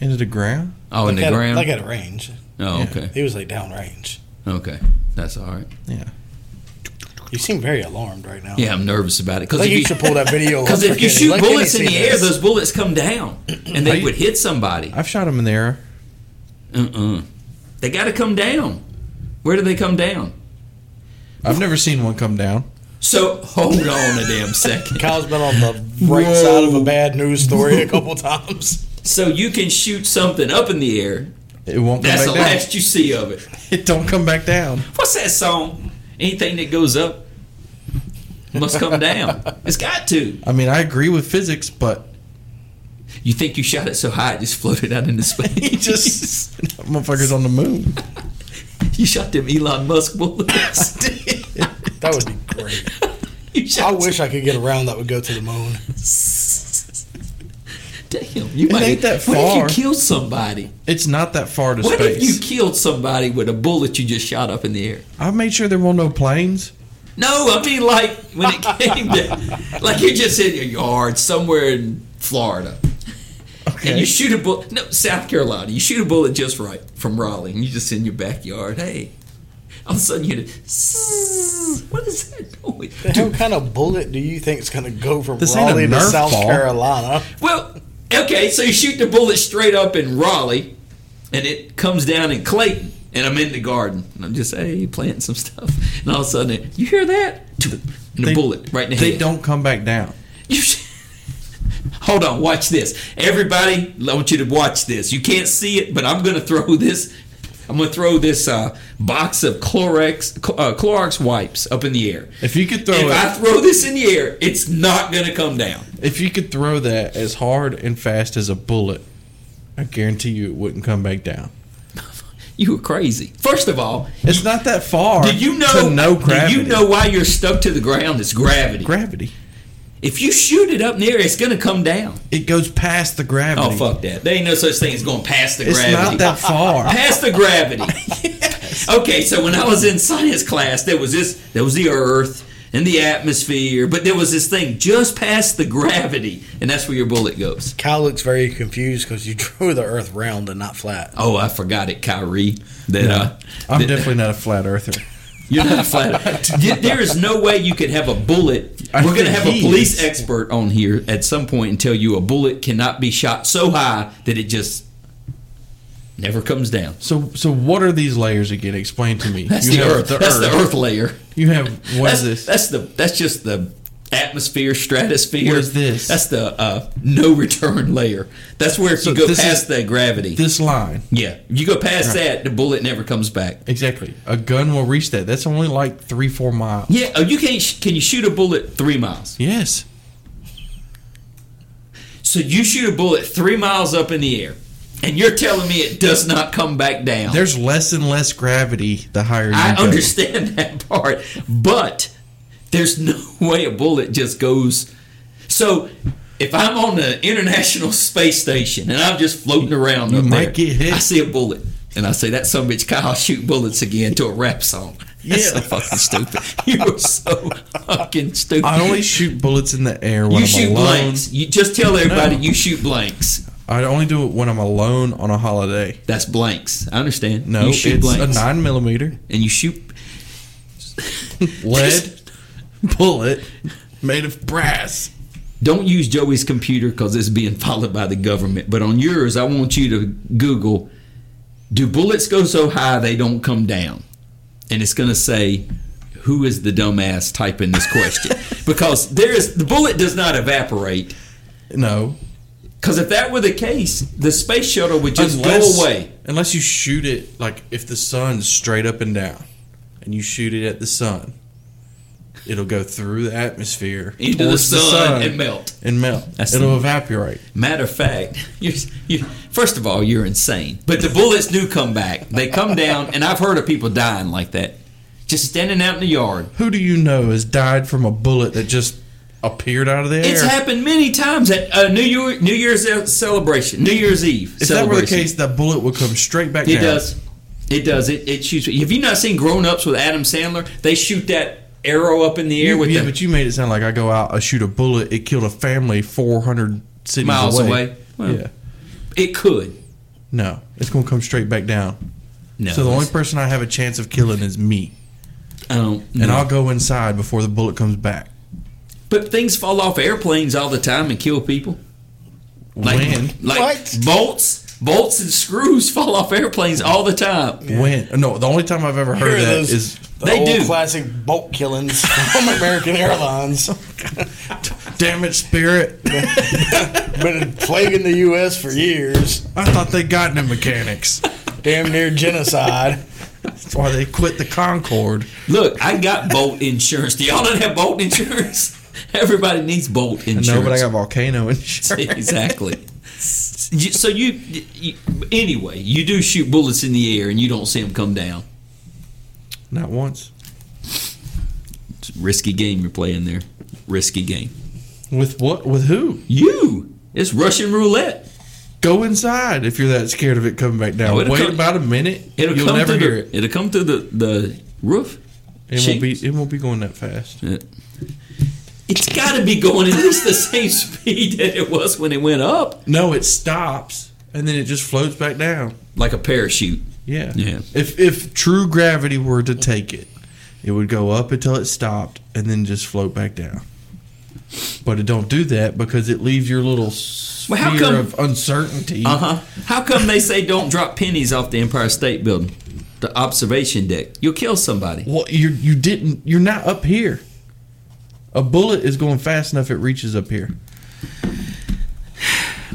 S1: into the ground.
S2: Oh, in
S3: like
S2: the
S3: at,
S2: ground.
S3: like at a range.
S2: oh,
S1: Yeah.
S2: okay,
S3: He was like downrange.
S2: okay, that's all right.
S1: Yeah.
S3: You seem very alarmed right now.
S2: Yeah, I'm nervous about it
S3: I
S2: because
S3: think
S2: if
S3: you
S2: you
S3: should pull that video.
S2: because
S3: up
S2: if
S3: for
S2: you
S3: Kenny.
S2: shoot
S3: Let Kenny
S2: bullets in
S3: see
S2: the air,
S3: this.
S2: those bullets come down and they would hit somebody.
S1: I've shot him in the air.
S2: Uh-uh. They got to come down. Where do they come down?
S1: I've never seen one come down.
S2: So hold on a damn second.
S3: Kyle's been on the right
S1: Whoa.
S3: side of a bad news story a couple times.
S2: So you can shoot something up in the air.
S1: It won't come
S2: That's the
S1: back down.
S2: last you see of it.
S1: It don't come back down.
S2: What's that song? Anything that goes up must come down. It's got to.
S1: I mean, I agree with physics, but
S2: You think you shot it so high it just floated out
S1: he
S2: into space?
S1: just motherfuckers on the moon.
S2: you shot them Elon Musk bullets.
S3: That would be great.
S2: you shot
S3: I wish I could get around that would go to the moon.
S2: Damn, you might
S1: ain't that
S2: What
S1: far.
S2: if you killed somebody?
S1: It's not that far to
S2: What if
S1: space.
S2: you killed somebody with a bullet you just shot up in the air?
S1: I made sure there were no planes.
S2: No, I mean like when it came to like you're just in your yard somewhere in Florida. And
S1: Okay.
S2: you shoot a bullet. No, South Carolina. You shoot a bullet just right from Raleigh, and you just in your backyard. Hey, all of a sudden you hear the "Szzz." What is that noise?
S3: What kind of bullet do you think is going to go from
S1: This ain't a
S3: Raleigh to
S1: Nerf
S3: South
S1: ball.
S3: Carolina?
S2: Well, okay, so you shoot the bullet straight up in Raleigh, and it comes down in Clayton, and I'm in the garden, and I'm just hey planting some stuff, and all of a sudden you hear that, and a
S1: They-
S2: bullet right in the
S1: They
S2: head.
S1: don't come back down.
S2: You sh- Hold on, watch this. Everybody, I want you to watch this. You can't see it, but I'm going to throw this. I'm going to throw this uh, box of Clorox uh, Clorox wipes up in the air.
S1: If you could throw
S2: if
S1: it,
S2: I throw this in the air, it's not going to come down.
S1: if you could throw that as hard and fast as a bullet, I guarantee you it wouldn't come back down.
S2: You were crazy. First of all,
S1: It's not that far.
S2: do you know?
S1: to no gravity?
S2: Do you know why you're stuck to the ground? It's gravity.
S1: gravity?
S2: if you shoot it up in the air, it's going to come down.
S1: It goes past the gravity.
S2: Oh fuck that! There ain't no such thing as going past the
S1: It's
S2: gravity.
S1: not that far.
S2: past the gravity. Okay, so when I was in science class, there was this, there was the Earth and the atmosphere, but there was this thing just past the gravity, and that's where your bullet goes.
S3: Kyle looks very confused because you drew the Earth round and not flat.
S2: Oh, I forgot it, Kyrie. That uh,
S1: I'm
S2: that-
S1: definitely not a flat earther.
S2: you're not flat. You- there is no way you could have a bullet.
S1: I
S2: We're gonna
S1: think
S2: have a
S1: he
S2: police
S1: is.
S2: expert on here at some point and tell you a bullet cannot be shot so high that it just never comes down.
S1: So, so what are these layers again? Explain to me.
S2: That's
S1: you
S2: the
S1: have
S2: earth. That's the earth layer.
S1: You have what
S2: that's,
S1: is this?
S2: That's the that's just the atmosphere, stratosphere.
S1: What is this?
S2: That's the uh, no return layer. That's where if
S1: So
S2: you go
S1: this
S2: past
S1: is-
S2: that gravity.
S1: This line.
S2: yeah, you go past that, the bullet never comes back.
S1: Exactly. A gun will reach that. That's only like three, four miles.
S2: Yeah, oh, you can't. sh- Can you shoot a bullet three miles?
S1: Yes.
S2: So you shoot a bullet three miles up in the air, and you're telling me it does not come back down.
S1: There's less and less gravity the higher you
S2: I
S1: go.
S2: understand that part, but there's no way a bullet just goes. So if I'm on the International Space Station and I'm just floating around up
S1: might
S2: there,
S1: get hit.
S2: I see a bullet and I say, "That some bitch Kyle shoot bullets again to a rap song." That's
S1: Yeah.
S2: so fucking stupid. You are so fucking stupid.
S1: I only shoot bullets in the air when
S2: you
S1: I'm
S2: shoot
S1: alone.
S2: blanks. You just tell everybody you shoot blanks.
S1: I only do it when I'm alone on a holiday.
S2: That's blanks. I understand.
S1: No,
S2: you shoot
S1: it's
S2: blanks,
S1: a nine millimeter
S2: and you shoot
S1: lead bullet made of brass.
S2: don't use Joey's computer because it's being followed by the government. But on yours, I want you to Google do bullets go so high they don't come down? And it's going to say, who is the dumbass typing this question? because there is the bullet does not evaporate.
S1: No,
S2: Because if that were the case, the space shuttle would just go away.
S1: Unless you shoot it like if the sun's straight up and down, and you shoot it at the sun, It'll go through the atmosphere
S2: Into the
S1: towards
S2: sun, and melt.
S1: and melt.
S2: That's
S1: It'll
S2: the-
S1: evaporate.
S2: Matter of fact, you you first of all, you're insane. But the bullets do come back. They come down, and I've heard of people dying like that, just standing out in the yard.
S1: Who do you know has died from a bullet that just appeared out of the
S2: It's
S1: air?
S2: happened many times at uh, New Year New Year's uh, celebration, New Year's Eve.
S1: if that were the
S2: celebration.
S1: case, that bullet would come straight back
S2: It
S1: down.
S2: does. It does. It, it shoots. Have you not seen Grown Ups with Adam Sandler? They shoot that arrow up in the air
S1: You-
S2: with
S1: yeah,
S2: the
S1: but you made it sound like I go out, I shoot a bullet, it killed a family 400 cities
S2: miles away.
S1: away.
S2: Well,
S1: yeah.
S2: It could.
S1: No, it's going to come straight back down.
S2: No.
S1: so the only
S2: it's-
S1: person I have a chance of killing is me.
S2: I don't.
S1: And
S2: no.
S1: I'll go inside before the bullet comes back.
S2: But things fall off airplanes all the time and kill people. Like,
S1: when?
S2: Like
S3: What?
S2: bolts, bolts and screws fall off airplanes all the time.
S1: When? No, the only time I've ever
S3: Here
S1: heard
S3: are
S1: that
S3: those-
S1: is
S3: The
S2: They
S3: old
S2: do.
S3: classic bolt killings from American Airlines.
S1: damn it, Spirit.
S3: Been plaguing the U.S. for years.
S1: I thought they got into mechanics.
S3: Damn near genocide.
S1: Or they quit the Concorde.
S2: Look, I got bolt insurance. Do y'all not have bolt insurance? Everybody needs bolt insurance.
S1: No, but I got volcano insurance.
S2: exactly. You- So you, you, anyway, you do shoot bullets in the air and you don't see them come down.
S1: Not once.
S2: It's a risky game you're playing there. Risky game.
S1: With what? With who?
S2: You, it's Russian roulette.
S1: Go inside if you're that scared of it coming back down.
S2: No, it'll
S1: Wait
S2: come-
S1: about a minute.
S2: It'll
S1: You'll
S2: come
S1: never
S2: through
S1: hear
S2: the,
S1: it.
S2: It'll come through the the roof.
S1: It
S2: Shit.
S1: won't be. It won't be going that fast.
S2: It's got to be going at least the same speed that it was when it went up,
S1: No, it stops and then it just floats back down.
S2: like a parachute.
S1: Yeah.
S2: Yeah.
S1: If if true gravity were to take it, it would go up until it stopped and then just float back down. But it don't do that because it leaves your little sphere
S2: Well, how come-
S1: of uncertainty.
S2: Uh huh. How come they say don't drop pennies off the Empire State Building, the observation deck? You'll kill somebody.
S1: Well, you you didn't. You're not up here. A bullet is going fast enough; it reaches up here.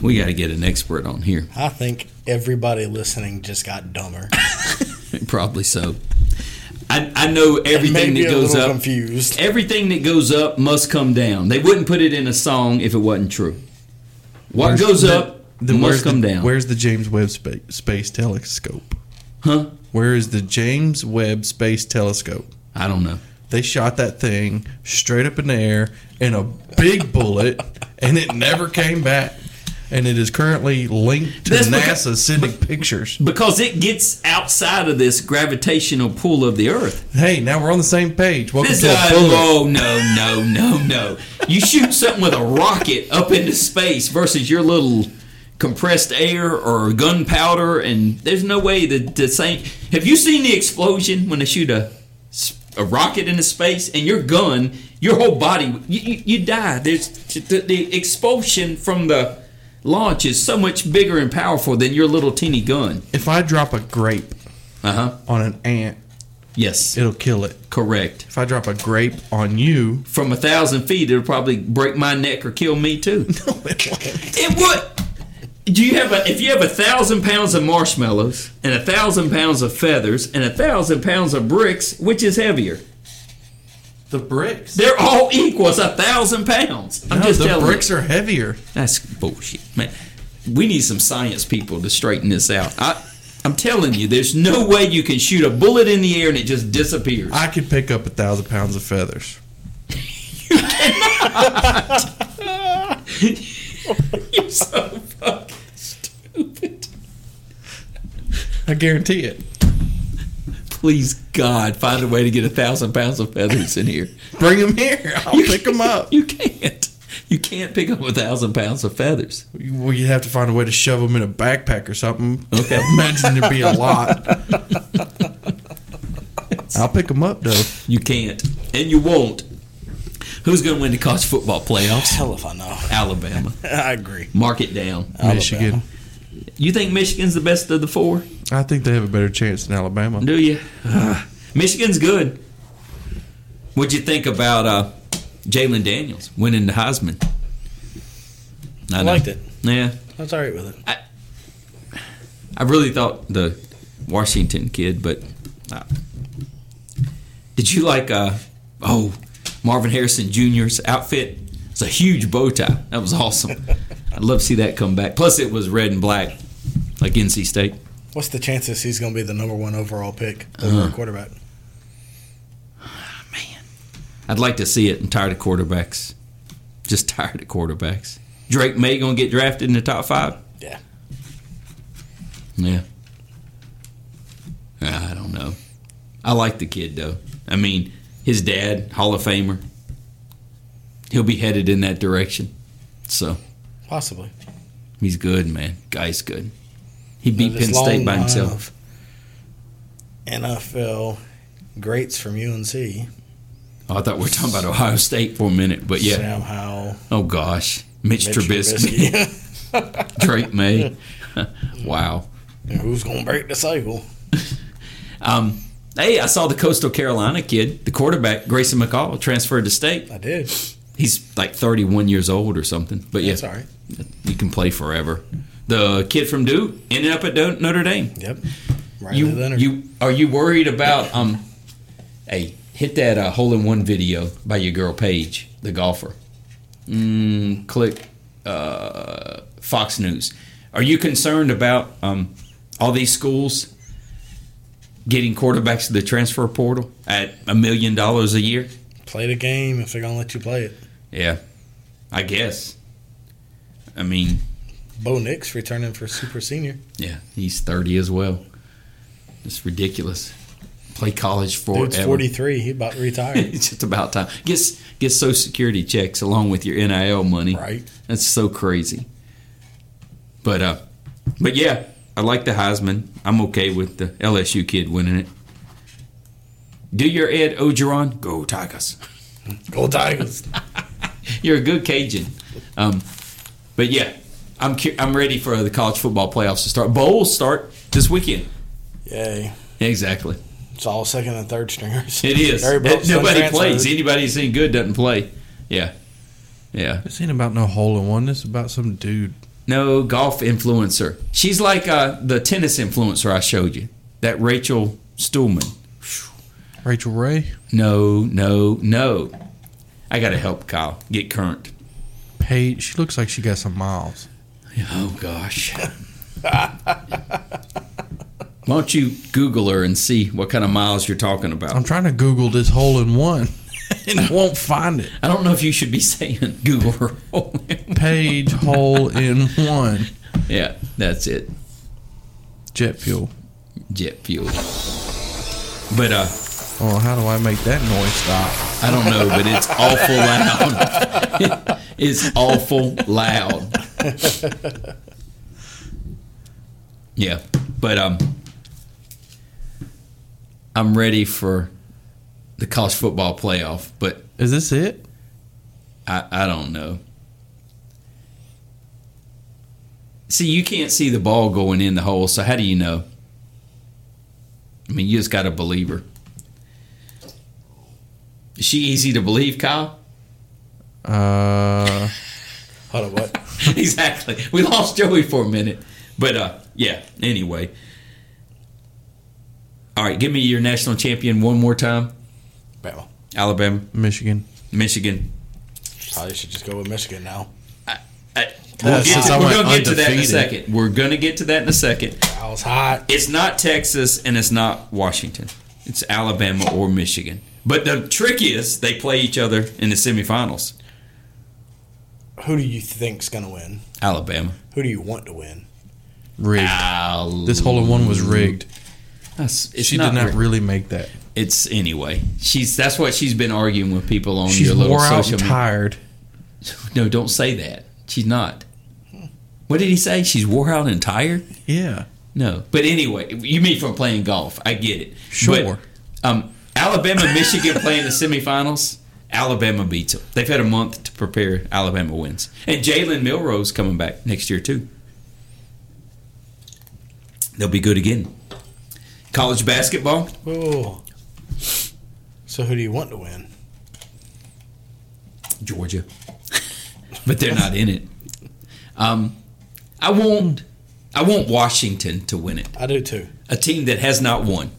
S2: We got to get an expert on here.
S3: I think everybody listening just got dumber.
S2: Probably so. I, I know everything
S3: Maybe
S2: that
S3: a
S2: goes
S3: little
S2: up.
S3: confused.
S2: Everything that goes up must come down. They wouldn't put it in a song if it wasn't true. What
S1: Where's
S2: goes
S1: the-
S2: up
S1: the-
S2: must
S1: where's the-
S2: come down.
S1: Where's the James Webb Space, Space Telescope?
S2: Huh?
S1: Where is the James Webb Space Telescope?
S2: I don't know.
S1: They shot that thing straight up in the air in a big bullet, and it never came back. And it is currently linked to
S2: That's
S1: NASA
S2: because-
S1: sending pictures.
S2: Because it gets outside of this gravitational pull of the Earth.
S1: Hey, now we're on the same page. Welcome
S2: This
S1: to a
S2: uh,
S1: bullet.
S2: oh no no no no! You shoot something with a rocket up into space versus your little compressed air or gunpowder, and there's no way the the same. Have you seen the explosion when they shoot a s- a rocket into space and your gun, your whole body, you, you, you die. There's the, the expulsion from the launch is so much bigger and powerful than your little teeny gun.
S1: If I drop a grape
S2: Uh huh.
S1: on an ant,
S2: Yes.
S1: it'll kill it.
S2: Correct.
S1: If I drop a grape on you,
S2: From a thousand feet, it'll probably break my neck or kill me too. it would. Do you have a? If you have a thousand pounds of marshmallows and a thousand pounds of feathers and a thousand pounds of bricks, which is heavier?
S1: the bricks.
S2: They're all equal. It's a thousand pounds. I'm
S1: No,
S2: just
S1: the
S2: telling
S1: bricks
S2: you.
S1: are heavier.
S2: That's bullshit, man. We need some science people to straighten this out. I, I'm telling you, there's no way you can shoot a bullet in the air and it just disappears.
S1: I could pick up a thousand pounds of feathers.
S2: You're so fucking stupid.
S1: I guarantee it.
S2: Please, God, find a way to get a thousand pounds of feathers in here.
S1: Bring them here. I'll pick them up.
S2: You can't. You can't pick up a thousand pounds of feathers.
S1: You- Well, you'd have to find a way to shove them in a backpack or something.
S2: Okay.
S1: Imagine there'd be a lot. I'll pick them up, though.
S2: You can't, and you won't. Who's going to win the college football playoffs?
S3: Hell if I know.
S2: Alabama.
S3: I agree.
S2: Mark it down.
S1: Michigan.
S2: You think Michigan's the best of the four?
S1: I think they have a better chance than Alabama.
S2: Do you? Ah, Michigan's good. What'd you think about uh, Jalen Daniels winning the Heisman?
S3: I
S2: know.
S3: liked it.
S2: Yeah,
S3: I was all right with it.
S2: I really thought the Washington kid, but uh, did you like? Uh, oh, Marvin Harrison Jr.'s outfit. It's a huge bow tie. That was awesome. I'd love to see that come back. Plus, it was red and black, like NC State.
S3: What's the chances he's going to be the number one overall pick over
S2: Uh-huh.
S3: a quarterback?
S2: I'd like to see it. I'm tired of quarterbacks. Just tired of quarterbacks. Drake May gonna get drafted in the top five?
S3: Yeah.
S2: Yeah. I don't know. I like the kid though. I mean, his dad, Hall of Famer. He'll be headed in that direction. So
S3: Possibly.
S2: he's good, man. Guy's good. He beat
S3: Now, this
S2: Penn State
S3: long
S2: by
S3: line
S2: himself.
S3: of NFL greats from UNC.
S2: Oh, I thought we were talking about Ohio State for a minute, but yeah.
S3: Sam Howell.
S2: Oh gosh, Mitch,
S3: Mitch
S2: Trubisky, Drake May. wow.
S3: Yeah, Who's going to break the cycle?
S2: Um, hey, I saw the Coastal Carolina kid, the quarterback Grayson McCall, transferred to state.
S3: I did.
S2: He's like 31 years old or something. But yeah,
S3: That's all right.
S2: you can play forever. The kid from Duke ended up at Do- Notre Dame.
S3: Yep. Right
S2: You,
S3: Leonard.
S2: you are you worried about um? Hey, hit that uh, hole in one video by your girl Paige, the golfer. Mm, click uh, Fox News. Are you concerned about um, all these schools getting quarterbacks to the transfer portal at a million dollars a year?
S3: play the game if they're going to let you play it.
S2: Yeah, I guess. I mean,
S3: Bo Nix returning for super senior.
S2: yeah, he's thirty as well. It's ridiculous. Play college forever.
S3: Dude's 43. He about to retire.
S2: it's just about time. Get get Social Security checks along with your NIL money.
S3: Right.
S2: That's so crazy. But uh, but yeah, I like the Heisman. I'm okay with the LSU kid winning it. Do your Ed Ogeron. Go Tigers.
S3: Go Tigers.
S2: You're a good Cajun. Um, but yeah, I'm cu- I'm ready for the college football playoffs to start. Bowls start this weekend.
S3: Yay.
S2: Exactly.
S3: It's all second and third stringers.
S2: It is.
S3: Everybody's
S2: Nobody
S3: untransferred.
S2: plays. Anybody that's any good doesn't play. Yeah. Yeah.
S1: This ain't about no hole in one. This is about some dude.
S2: No golf influencer. She's like uh, the tennis influencer I showed you. That Rachel Stuhlman.
S1: Rachel Ray,
S2: No, no, no. I gotta help Kyle get current.
S1: Paige. She looks like she got some miles.
S2: Oh gosh. Why don't you Google her and see what kind of miles you're talking
S1: I'm
S2: about?
S1: trying to Google this hole in one and I won't find it.
S2: I don't know if you should be saying Google her.
S1: Paige hole in one.
S2: yeah, that's it.
S1: Jet fuel.
S2: Jet fuel. But uh,
S1: Oh, how do I make that noise stop?
S2: I don't know, but it's awful loud. it's awful loud. Yeah, but um, I'm ready for the college football playoff, but
S1: Is this it?
S2: I, I don't know. See, you can't see the ball going in the hole, so how do you know? I mean, you just got to believe her. Is she easy to believe, Kyle?
S1: Uh,
S3: Hold on, what?
S2: exactly. We lost Joey for a minute. But uh yeah, anyway. All right, give me your national champion one more time.
S3: Bama.
S2: Alabama,
S1: Michigan.
S2: Michigan.
S3: Probably should just go with Michigan now.
S2: Uh, we'll
S1: Yes,
S2: get
S1: since
S2: to-
S1: I
S2: we're
S1: went
S2: going to get to that in a
S1: undefeated.
S2: second. We're going to get to that in a second.
S3: I was hot.
S2: It's not Texas and it's not Washington. It's Alabama or Michigan. But the trick is they play each other in the semifinals.
S3: Who do you think's going to win?
S2: Alabama.
S3: Who do you want to win?
S1: Rigged.
S2: Al-
S1: This hole in one was rigged.
S2: That's- it's
S1: she did not
S2: re-
S1: really make that.
S2: it's anyway. She's that's what she's been arguing with people on
S1: She's
S2: your little
S1: wore out
S2: social.
S1: and
S2: media.
S1: tired.
S2: No, don't say that. She's not. What did he say? She's wore out and tired.
S1: Yeah.
S2: No, but anyway, you mean from playing golf? I get it.
S1: Sure.
S2: But, um, Alabama, Michigan playing the semifinals. Alabama beats them. They've had a month to prepare. Alabama wins, and Jalen Milroe's coming back next year too. They'll be good again. College basketball.
S3: Whoa, whoa, whoa. So who do you want to win?
S2: Georgia, but they're not in it. Um, I want I want Washington to win it.
S3: I do too.
S2: A team that has not won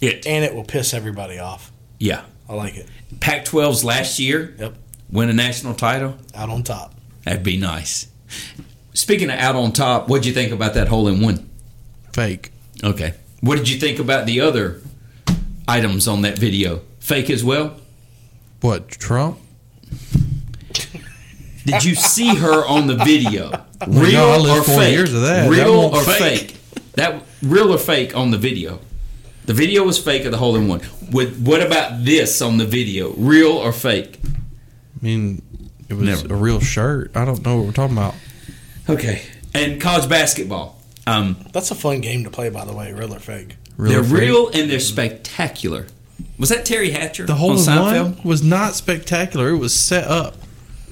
S2: it.
S3: And it will piss everybody off.
S2: Yeah,
S3: I like it.
S2: Pac 12's last year
S3: Yep.
S2: win a national title.
S3: Out on top.
S2: That'd be nice. Speaking of out on top, what'd you think about that hole in one?
S1: Fake.
S2: Okay. What did you think about the other items on that video? Fake as well?
S1: What, Trump?
S2: Did you see her on the video?
S1: no,
S2: Real
S1: I lived
S2: or
S1: four
S2: fake?
S1: years of that. That
S2: Real
S1: wasn't
S2: or
S1: fake.
S2: fake. That real or fake on the video? The video was fake of the hole in one. With what about this on the video? Real or fake?
S1: I mean, it was
S2: Never.
S1: a real shirt. I don't know what we're talking about.
S2: Okay. And college basketball. Um,
S3: That's a fun game to play, by the way, real or fake.
S1: Real
S2: they're
S1: or fake?
S2: real and they're spectacular. Was that Terry Hatcher
S1: The whole
S2: on Seinfeld?
S1: one was not spectacular. It was set up.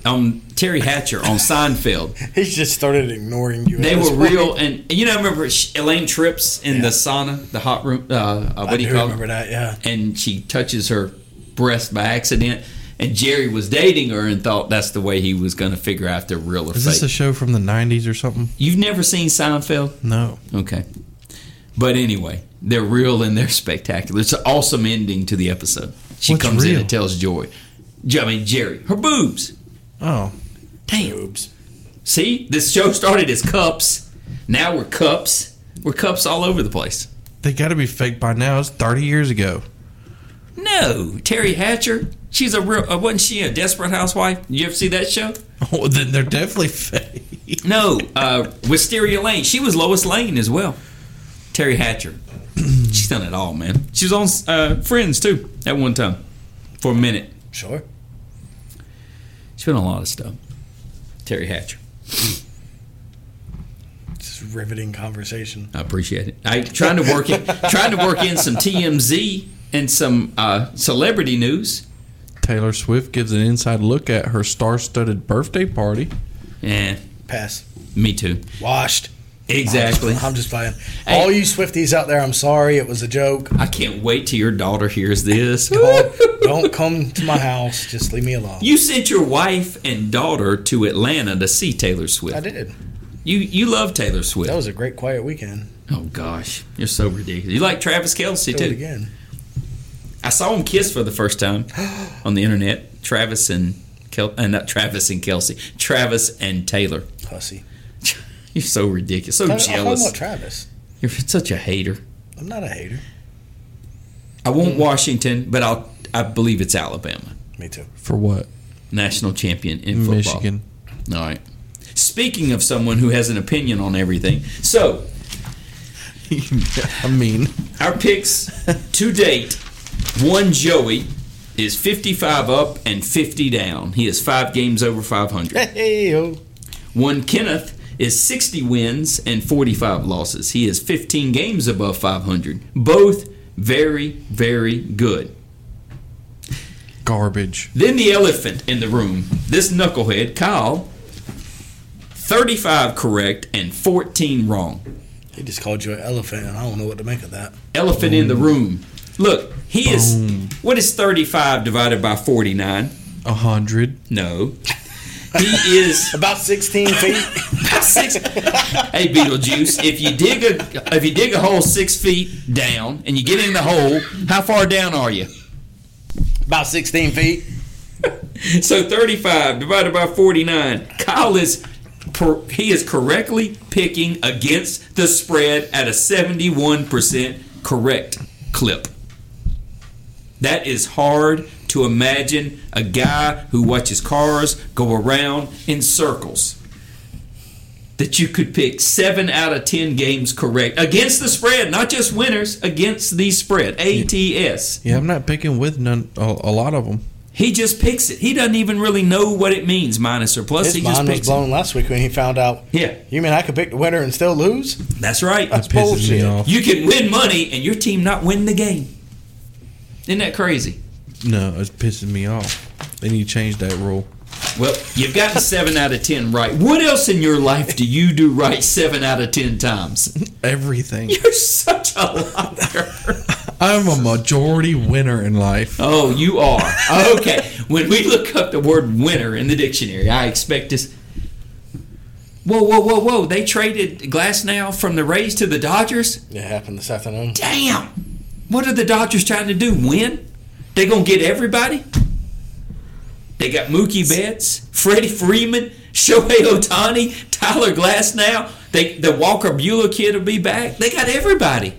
S2: On Um, Terry Hatcher on Seinfeld.
S3: He just started ignoring you. at
S2: They
S3: this
S2: were
S3: point.
S2: real, and and you know, I remember sh- Elaine Trips in the sauna, the hot room. Uh, uh, what
S3: I
S2: do you
S3: do
S2: call
S3: remember
S2: it?
S3: that, yeah.
S2: And she touches her breast by accident, and Jerry was dating her and thought that's the way he was going to figure out the real or
S1: Is
S2: fake.
S1: this a show from the 90s or something?
S2: You've never seen Seinfeld?
S1: No.
S2: Okay, but anyway, they're real and they're spectacular. It's an awesome ending to the episode. She
S1: What's
S2: comes in
S1: real?
S2: and tells Joy, I mean Jerry, her boobs.
S1: Oh.
S2: Damn. See, this show started as cups. Now we're cups. We're cups all over the place.
S1: They got to be fake by now. It's 30 years ago.
S2: No, Terry Hatcher. She's a real. Uh, wasn't she a desperate housewife? You ever see that show?
S1: Oh, then they're definitely fake.
S2: No, uh, Wisteria Lane. She was Lois Lane as well. Terry Hatcher. She's done it all, man. She was on uh, Friends too at one time for a minute.
S3: Sure.
S2: She's been on a lot of stuff. Terry Hatcher.
S3: Just riveting conversation.
S2: I appreciate it. I trying to work in, trying to work in some TMZ and some uh, celebrity news.
S1: Taylor Swift gives an inside look at her star-studded birthday party.
S2: Yeah,
S3: Pass.
S2: Eh, me too.
S3: Washed.
S2: Exactly.
S3: I'm just playing.
S2: Hey.
S3: All you Swifties out there, I'm sorry. It was a joke.
S2: I can't wait till your daughter hears this. Oh,
S3: Don't, don't come to my house. Just leave me alone.
S2: You sent your wife and daughter to Atlanta to see Taylor
S3: I
S2: Swift.
S3: did.
S2: You you love Taylor Swift.
S3: That was a great quiet weekend.
S2: oh gosh, you're so ridiculous. You like Travis Kelsey
S3: Do it
S2: too.
S3: again.
S2: I saw him kiss for the first time on the internet. Travis and Kel- uh, not Travis and Kelsey. Travis and Taylor.
S3: Hussy.
S2: You're so ridiculous. So
S3: I'm talking
S2: jealous.
S3: about Travis.
S2: You're such a hater.
S3: I'm not a hater.
S2: I want
S3: Mm-hmm.
S2: Washington, but I'll I believe it's Alabama
S3: Me too.
S1: For what?
S2: national champion in football.
S1: Michigan.
S2: All right. Speaking of someone who has an opinion on everything, so
S1: I mean,
S2: our picks to date one Joey is 55 up and 50 down. He is five games over 500.
S3: Hey, yo.
S2: One Kenneth is 60 wins and 45 losses. He is 15 games above 500. Both very, very good.
S1: garbage.
S2: Then the elephant in the room, this knucklehead, Kyle, 35 correct and 14 wrong.
S3: He just called you an elephant, and I don't know what to make of that.
S2: elephant in the room. Look, he is. What is 35 divided by 49?
S1: A hundred.
S2: No. He is
S3: About 16 feet.
S2: six. Hey, Beetlejuice, if you dig a if you dig a hole six feet down and you get in the hole, how far down are you?
S3: About 16 feet.
S2: So 35 divided by 49. Kyle is per, he is correctly picking against the spread at a 71% correct clip. That is hard to imagine a guy who watches cars go around in circles. That you could pick seven out of ten games correct against the spread, not just winners, against the spread. ATS.
S1: Yeah, I'm not picking with none. A, a lot of them.
S2: He just picks it. He doesn't even really know what it means, minus or plus.
S3: His
S2: he Oh, just
S3: mind was
S2: picks it.
S3: blown last week when he found out.
S2: Yeah.
S3: You mean I could pick the winner and still lose?
S2: That's right.
S3: That's bullshit.
S2: You can win money and your team not win the game. Isn't that crazy?
S1: No, it's pissing me off. They need to change that rule.
S2: Well, you've gotten seven out of ten right. What else in your life do you do right seven out of ten times?
S1: Everything.
S2: You're such a liar.
S1: I'm a majority winner in life.
S2: Oh, you are. Okay. when we look up the word winner in the dictionary, I expect us. Whoa, whoa, whoa, whoa. They traded Glass now from the Rays to the Dodgers?
S3: It happened this afternoon.
S2: damn, what are the Dodgers trying to do? Win? They gonna get everybody. They got Mookie Betts, Freddie Freeman, Shohei Otani, Tyler Glass. Now they the Walker Bueller kid will be back. They got everybody.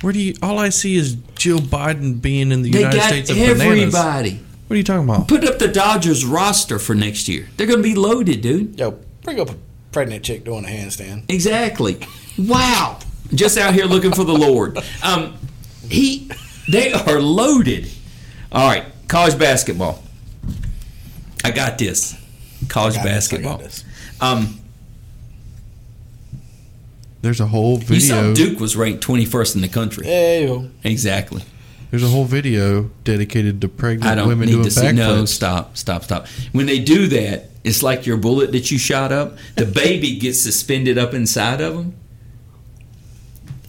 S1: Where do you? All I see is Jill Biden being in the
S2: They
S1: United
S2: got
S1: States of
S2: everybody.
S1: bananas. What are you talking about?
S2: Put up the Dodgers roster for next year. They're gonna be loaded, dude.
S3: Yo, bring up a pregnant chick doing a handstand.
S2: Exactly. Wow. Just out here looking for the Lord. Um, he, they are loaded. All right, college basketball. I got this. College
S3: Got this, I got
S2: basketball.
S3: this.
S2: Um,
S1: There's a whole
S2: you
S1: video.
S2: saw Duke was ranked 21st in the country.
S3: Hey, yo.
S2: Exactly.
S1: There's a whole video dedicated to pregnant
S2: I don't
S1: women
S2: need
S1: doing
S2: to see. No,
S1: backflips.
S2: stop, stop, stop. When they do that, it's like your bullet that you shot up. The baby gets suspended up inside of them.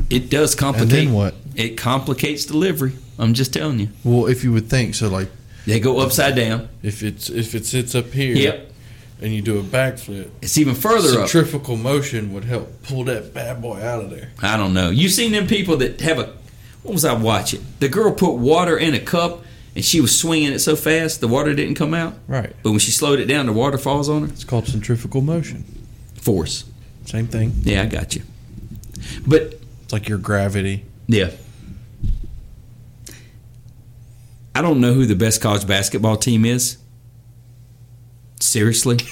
S2: It does
S1: and
S2: complicate.
S1: then what?
S2: It complicates delivery. I'm just telling you.
S1: Well, if you would think so, like
S2: They go upside down.
S1: if it's if it sits up here,
S2: Yep.
S1: and you do a backflip,
S2: It's even further up.
S1: centrifugal motion would help pull that bad boy out of there.
S2: I don't know. You seen them people that have a what was I watching? The girl put water in a cup and she was swinging it so fast the water didn't come out.
S1: Right.
S2: But when she slowed it down, the water falls on her.
S1: It's called centrifugal motion.
S2: Force.
S1: Same thing.
S2: Yeah, I got you. But
S1: It's like your gravity.
S2: yeah, I don't know who the best college basketball team is. Seriously,
S1: Is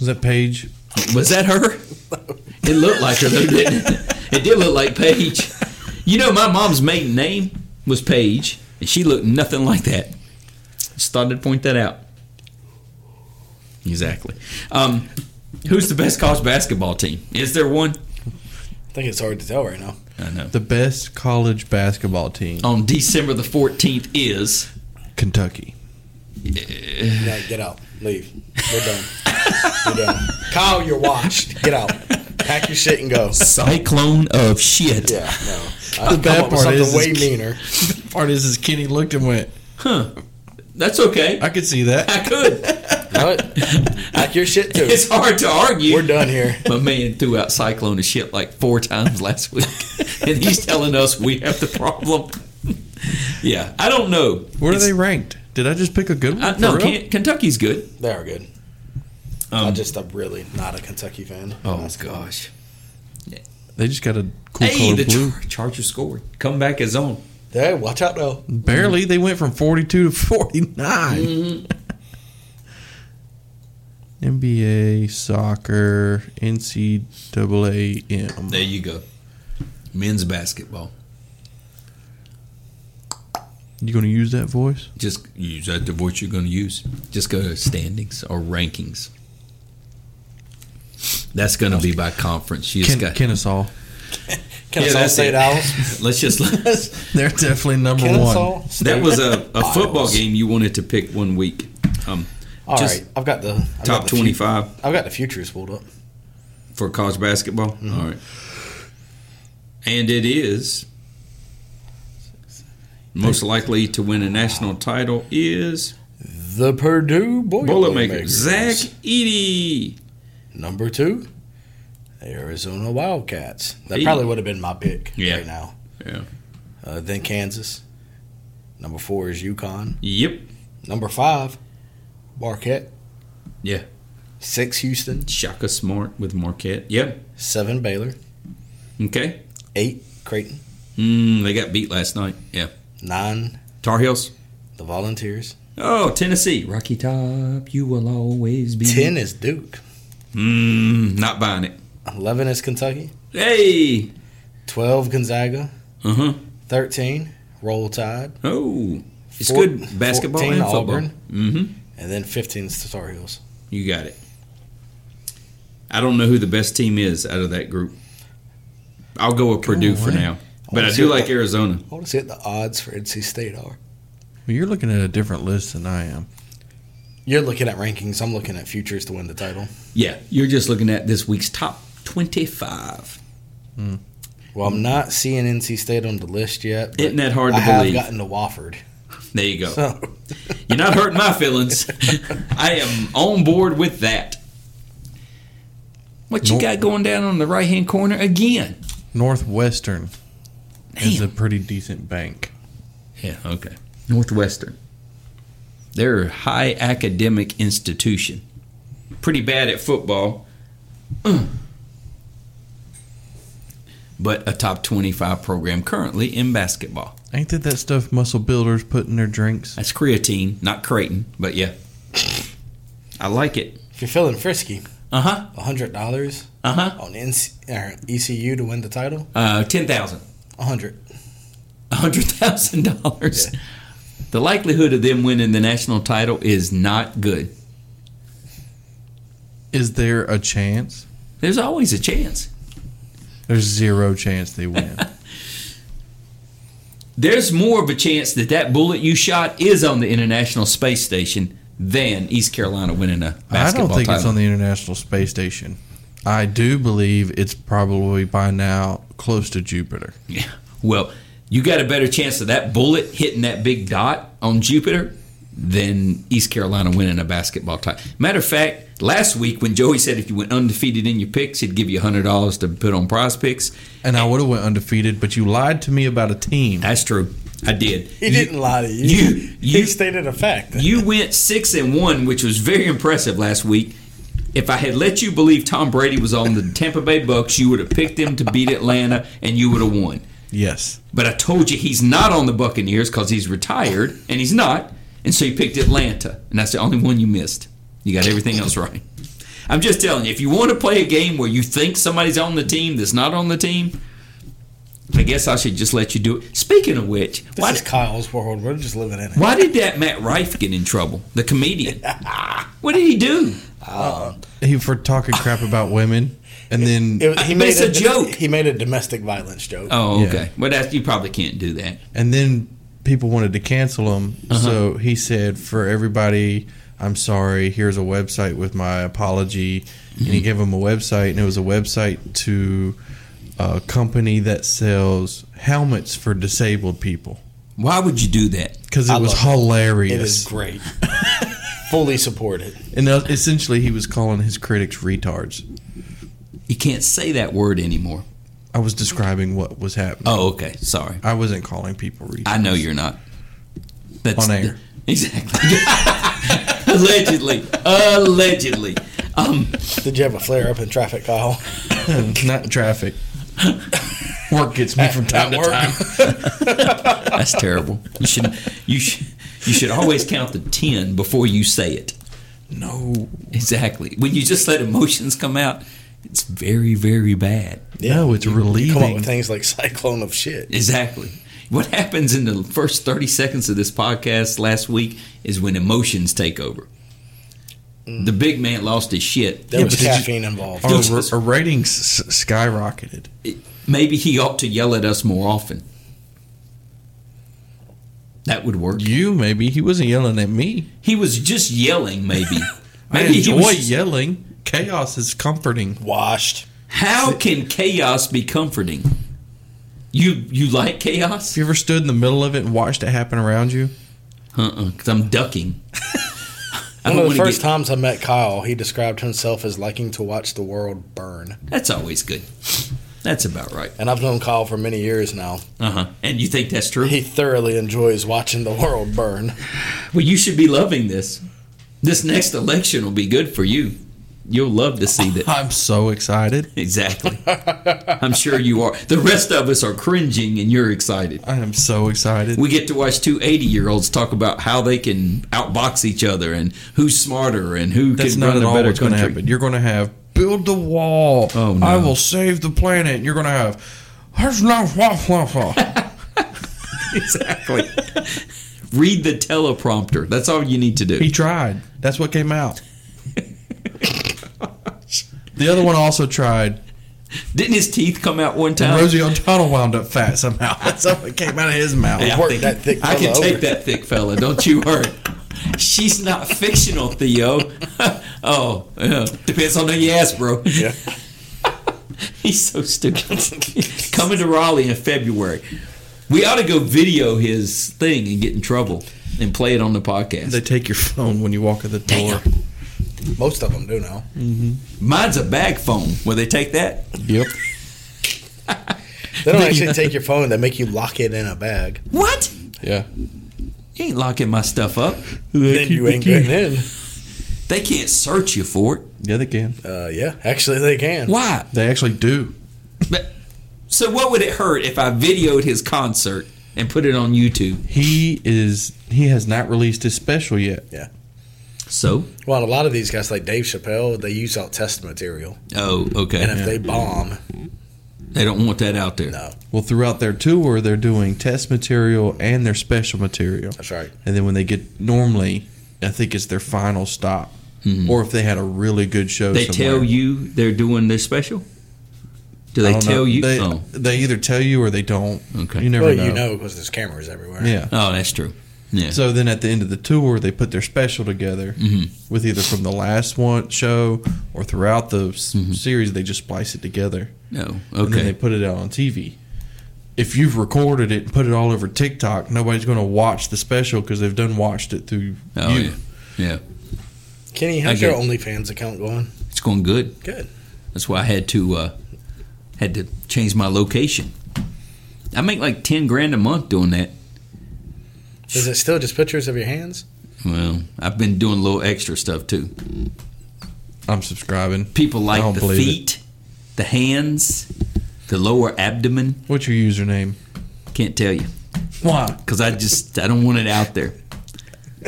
S1: that Paige?
S2: was that her? It looked like her, though, didn't it? It did look like Paige. You know, my mom's maiden name was Paige, and she looked nothing like that. Just thought I'd point that out. Exactly. Um, who's the best college basketball team? Is there one?
S3: I think it's hard to tell right now.
S2: I know.
S1: The best college basketball team,
S2: On December the 14th is.
S1: Kentucky.
S3: No, get out. Leave. We're done. We're done. Kyle, you're washed. Get out. Pack your shit and go.
S2: Cyclone of shit.
S3: Yeah, no. I
S1: bad
S3: come up
S1: part
S3: with something
S1: is-
S3: way meaner.
S1: Part is, is Kenny looked and went,
S2: That's okay.
S1: I could see that.
S2: I could.
S3: What? Pack your shit too.
S2: It's hard to argue.
S3: We're done here.
S2: My man threw out cyclone of shit like four times last week, and he's telling us we have the problem. yeah, I don't know.
S1: Where are
S2: It's-
S1: they ranked? Did I just pick a good one?
S2: I,
S1: For
S2: no,
S1: real?
S2: Ken, Kentucky's good.
S3: They are good.
S2: Um,
S3: I just, I'm really not a Kentucky fan.
S2: Oh gosh.
S1: They just got a cool
S2: hey,
S1: color
S2: the
S1: blue.
S2: char- Chargers scored. Comeback is on.
S3: Hey, watch out though.
S1: Barely. They went from 42 to 49.
S2: Mm-hmm.
S1: NBA, soccer, NCAA, M.
S2: There you go. Men's basketball.
S1: You going to use that voice?
S2: Just use that the voice you're going to use. Just go to standings or rankings. That's going to be by conference. You just
S1: Ken,
S2: got,
S1: Kennesaw.
S3: Can
S2: Yeah,
S3: us all
S2: that's
S3: say
S2: it.
S3: it out?
S2: let's just let
S1: They're definitely number
S3: Can us
S1: one.
S3: all?
S2: That was a, a
S3: Miles.
S2: football game you wanted to pick one week. Um,
S3: All
S2: just
S3: right, I've got the I've
S2: top
S3: got the
S2: 25
S3: fut- I've got the futures pulled up.
S2: for college basketball.
S3: Mm-hmm.
S2: All right. And it is most likely to win a national title is
S3: The Purdue
S2: Boilermaker
S3: Boilermakers.
S2: Zach Eady.
S3: Number two, the Arizona Wildcats. That
S2: Hey.
S3: probably would have been my pick
S2: Yeah.
S3: right now.
S2: Yeah.
S3: Uh, then Kansas. Number four is UConn.
S2: Yep.
S3: Number five, Marquette.
S2: Yeah.
S3: Six, Houston.
S2: Shaka Smart with Marquette. Yep.
S3: Seven, Baylor.
S2: Okay.
S3: Eight, Creighton.
S2: Mm, they got beat last night. Yeah.
S3: Nine,
S2: Tar Heels.
S3: the Volunteers.
S2: Oh, Tennessee. Rocky Top, you will always be.
S3: Ten is Duke.
S2: Mm, not buying it.
S3: Eleven is Kentucky.
S2: Hey.
S3: Twelve, Gonzaga.
S2: Uh huh.
S3: Thirteen, Roll Tide.
S2: Oh, it's
S3: Four-
S2: good basketball
S3: 14
S2: and football.
S3: Auburn.
S2: hmm
S3: And then fifteen is the Tar Heels.
S2: You got it. I don't know who the best team is out of that group. I'll go with Purdue for
S1: away.
S2: now, but I
S3: see
S2: do
S3: what
S2: like
S3: the-
S2: Arizona.
S3: I want to see what the odds for NC State are.
S1: Well, you're looking at a different list than I am.
S3: You're looking at rankings. I'm looking at futures to win the title.
S2: Yeah, you're just looking at this week's top twenty-five.
S3: Well, I'm not seeing NC State on the list yet. but
S2: Isn't that hard to
S3: I have
S2: believe?
S3: gotten to Wofford.
S2: There you go.
S3: So
S2: You're not hurting my feelings. I am on board with that. What you
S1: Nope.
S2: got going down on the right-hand corner again?
S1: Northwestern is a
S2: Damn.
S1: pretty decent bank.
S2: Yeah, okay. Northwestern. They're a high academic institution. Pretty bad at football, but a top 25 program currently in basketball.
S1: Ain't that that stuff muscle builders put in their drinks?
S2: That's creatine, not Creighton, but yeah. I like it.
S3: If you're feeling frisky,
S2: Uh huh.
S3: hundred dollars
S2: Uh huh.
S3: on NC, or ECU to win the title.
S2: Uh, 10000
S3: hundred.
S2: $100,000. The likelihood of them winning the national title is not good.
S1: Is there a chance?
S2: There's always a chance.
S1: There's zero chance they win.
S2: There's more of a chance that that bullet you shot is on the International Space Station than East Carolina winning a
S1: I
S2: basketball
S1: don't think it's
S2: title.
S1: on the International Space Station. I do believe it's probably by now close to Jupiter.
S2: Yeah. Well, you got a better chance of that bullet hitting that big dot on Jupiter than East Carolina winning a basketball title. Matter of fact, last week when Joey said if you went undefeated in your picks, he'd give you hundred dollars to put on Prize Picks.
S1: And I would have went undefeated, but you lied to me about a team.
S2: That's true. I did.
S3: He didn't lie to you.
S2: you- you-
S3: he stated a fact.
S2: You went six and one, which was very impressive last week. If I had let you believe Tom Brady was on the Tampa Bay Bucks, you would have picked them to beat Atlanta, and you would have won.
S1: Yes.
S2: But I told you he's not on the Buccaneers because he's retired, and he's not. And so you picked Atlanta, and that's the only one you missed. You got everything else right. I'm just telling you, if you want to play a game where you think somebody's on the team that's not on the team, I guess I should just let you do it. Speaking of which,
S3: This is Kyle's world. We're just living in it.
S2: why did that Matt Rife get in trouble? The comedian. What did he do?
S1: He for talking crap about women, and then
S3: It-
S2: But it's a
S3: do-
S2: joke.
S3: He made a domestic violence joke.
S2: Oh,
S1: Yeah.
S2: okay. Well, that, you probably can't do that.
S1: and then people wanted to cancel him,
S3: Uh-huh.
S1: so he said, "For everybody, I'm sorry. Here's a website with my apology." And
S3: Mm-hmm.
S1: he gave him a website, and it was a website to a company that sells helmets for disabled people
S2: Why would you do that?
S1: because it
S3: I
S1: was
S3: love it.
S1: hilarious.
S3: It is great. Fully supported.
S1: And uh, essentially, he was calling his critics retards.
S2: You can't say that word anymore.
S1: I was describing what was happening.
S2: Oh, okay. Sorry.
S1: I wasn't calling people retards.
S2: I know you're not. That's
S1: On air.
S2: exactly. Allegedly. Allegedly. Um,
S3: Did you have a flare up in traffic, Kyle?
S1: not traffic. Work gets me from time to
S3: At work?
S1: time.
S2: that's terrible. You should you should you should always count the 10 before you say it.
S1: No,
S2: Exactly. When you just let emotions come out, it's very very bad.
S1: no, it's
S3: Come up with
S1: relieving.
S3: things like cyclone of shit.
S2: Exactly. What happens in the first 30 seconds of this podcast last week is when emotions take over. The big man lost his shit.
S3: There
S1: Yeah,
S3: Mm. was
S1: but did you-
S3: caffeine involved.
S1: Our,
S2: Jesus.
S1: our ratings s- skyrocketed.
S2: Maybe he ought to yell at us more often. That would work.
S1: You maybe he wasn't yelling at me.
S2: He was just yelling, maybe.
S1: I
S2: Maybe he
S1: enjoy
S2: was.
S1: yelling. Chaos is comforting.
S3: Washed.
S2: How can chaos be comforting? You you like chaos?
S1: Have you ever stood in the middle of it and watched it happen around you?
S2: Uh-uh, because I'm ducking. I
S3: One
S2: don't
S3: of the
S2: want to
S3: first
S2: get.
S3: times I met Kyle, he described himself as liking to watch the world burn.
S2: That's always good. That's about right.
S3: And I've known Kyle for many years now.
S2: Uh huh. And you think that's true?
S3: He thoroughly enjoys watching the world burn.
S2: Well, you should be loving this. This next election will be good for you. You'll love to see that.
S1: I'm so excited.
S2: Exactly. I'm sure you are. The rest of us are cringing and you're excited.
S1: I am so excited.
S2: We get to watch two 80 year olds talk about how they can outbox each other and who's smarter and who
S1: That's
S2: can
S1: not
S2: run
S1: at
S2: a
S1: all
S2: better
S1: what's going to
S2: country.
S1: happen. You're going to have build the wall.
S2: Oh, no.
S1: I will save the planet. And You're going to have there's no wah, wah, wah.
S2: Exactly. Read the teleprompter. That's all you need to do.
S1: He tried. That's what came out. the other one also tried.
S2: Didn't his teeth come out one
S1: And
S2: time?
S1: Rosie O'Donnell wound up fat somehow. That's what came out of his mouth.
S2: Yeah, I
S3: Work
S2: think-
S3: that thick
S2: I can
S3: fella
S2: take
S3: over.
S2: that thick fella. Don't you worry. She's not fictional, Theo. oh, yeah. depends on who you ask, bro.
S3: Yeah.
S2: He's so stupid. Coming to Raleigh in February. We ought to go video his thing and get in trouble and play it on the podcast.
S1: They take your phone when you walk in the door.
S3: Most of them do now.
S2: Mine's a bag phone. Will they take that?
S1: Yep.
S3: They don't actually take your phone, they make you lock it in a bag.
S2: What?
S1: Yeah.
S2: You ain't locking my stuff up.
S3: Then you ain't getting in.
S2: They can't search you for it.
S1: Yeah, they can.
S3: Uh, yeah, actually they can.
S2: Why?
S1: They actually do.
S2: But, so what would it hurt if I videoed his concert and put it on YouTube?
S1: He is. He has not released his special yet.
S3: Yeah.
S2: So?
S3: Well, a lot of these guys, like Dave Chappelle, they use all test material,
S2: Oh, okay.
S3: and if they bomb,
S2: They don't want that out there.
S3: no,
S1: Well, throughout their tour, they're doing test material and their special material,
S3: that's right.
S1: and then when they get normally, I think it's their final stop, or if they had a really good show.
S2: Mm-hmm. They
S1: somewhere.
S2: tell you they're doing this special? Do
S1: I
S2: they
S1: don't
S2: tell
S1: know.
S2: you?
S1: They,
S2: oh,
S1: they either tell you or they don't.
S2: Okay.
S1: You never
S3: Well,
S1: know.
S3: you know because there's cameras everywhere.
S1: Yeah.
S2: oh, that's true. Yeah.
S1: So then at the end of the tour, they put their special together
S2: Mm-hmm.
S1: with either from the last one show or throughout the s series, they just splice it together
S2: no.
S1: and then they
S2: Mm-hmm. Okay.
S1: put it out on TV. If you've recorded it and put it all over TikTok, nobody's going to watch the special because they've done watched it through
S2: Oh,
S1: you.
S2: yeah. Yeah.
S3: Kenny,
S2: I
S3: how's
S2: get
S3: your OnlyFans account going?
S2: It's going good.
S3: Good.
S2: That's why I had to uh, had to change my location. I make like ten grand a month doing that.
S3: Is it still just pictures of your hands?
S2: Well, I've been doing a little extra stuff too.
S1: I'm subscribing.
S2: People
S1: I
S2: like
S1: don't
S2: the
S1: believe it.
S2: feet, the hands, the lower abdomen.
S1: What's your username?
S2: Can't tell you
S1: Why?
S2: because I just I don't want it out there.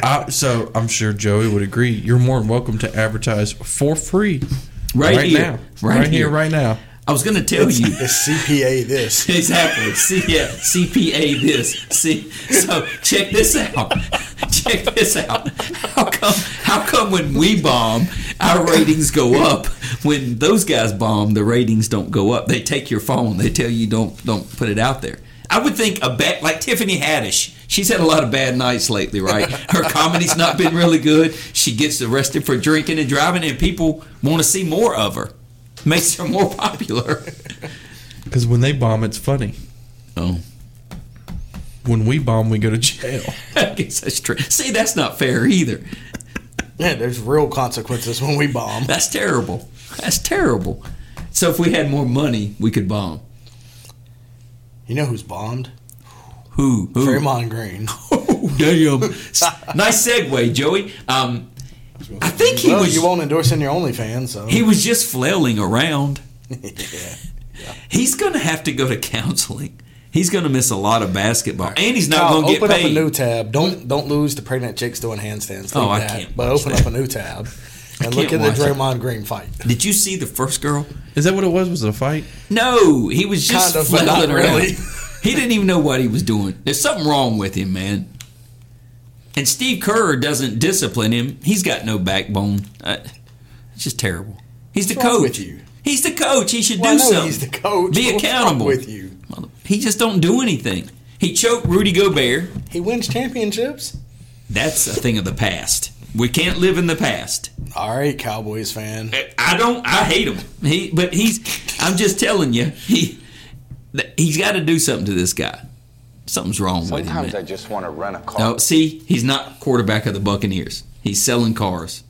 S1: I, so I'm sure Joey would agree. You're more than welcome to advertise for free
S2: Right, here,
S1: now,
S2: right, here.
S1: right now.
S2: I was gonna tell Oh, you.
S3: It's CPA this.
S2: Exactly. C- yeah, CPA this. C- so check this out. Check this out. How come? How come when we bomb, our ratings go up? When those guys bomb, the ratings don't go up. They take your phone. They tell you don't don't put it out there. I would think a bad like Tiffany Haddish. She's had a lot of bad nights lately, right? Her comedy's not been really good. She gets arrested for drinking and driving, and people want to see more of her. Makes her more popular.
S1: Because when they bomb, it's funny.
S2: Oh.
S1: When we bomb, we go to jail.
S2: I guess that's true. See, that's not fair either.
S3: Yeah, there's real consequences when we bomb.
S2: That's terrible. That's terrible. So if we had more money, we could bomb.
S3: You know who's bombed?
S2: Who? Who?
S3: Draymond Green.
S2: Oh, damn. S- nice segue, Joey. Um, I think he
S3: well,
S2: was
S3: you won't endorse in your OnlyFans, so
S2: he was just flailing around.
S3: yeah.
S2: He's gonna have to go to counseling. He's gonna miss a lot of basketball, and he's not
S3: Kyle,
S2: gonna get
S3: open up a
S2: paid.
S3: new tab. Don't don't lose the pregnant chicks doing handstands.
S2: Oh,
S3: Leave
S2: I
S3: that.
S2: can't
S3: But
S2: watch
S3: open
S2: that.
S3: up a new tab and look at
S2: can't
S3: the
S2: watch that.
S3: Draymond Green fight.
S2: Did you see the first girl?
S1: Is that what it was? Was it a fight?
S2: No, he was just
S3: Kind of, but
S2: flailing
S3: not
S2: around.
S3: really.
S2: he didn't even know what he was doing. There's something wrong with him, man. And Steve Kerr doesn't discipline him. He's got no backbone. Uh, it's just terrible. He's the
S3: What's wrong
S2: coach.
S3: with you?
S2: He's the coach. He should
S3: Well, I
S2: do
S3: know
S2: something.
S3: he's the coach.
S2: Be
S3: What's wrong
S2: accountable.
S3: with you?
S2: Mother- He just don't do anything. He choked Rudy Gobert.
S3: He wins championships.
S2: That's a thing of the past. We can't live in the past.
S3: All right, Cowboys fan.
S2: Eh, I don't. I hate him. He, but he's. I'm just telling you. He, that- he's got to do something to this guy. Something's wrong with him.
S4: Sometimes I
S2: man.
S4: just want to rent a car.
S2: No, see, he's not quarterback of the Buccaneers. He's selling cars,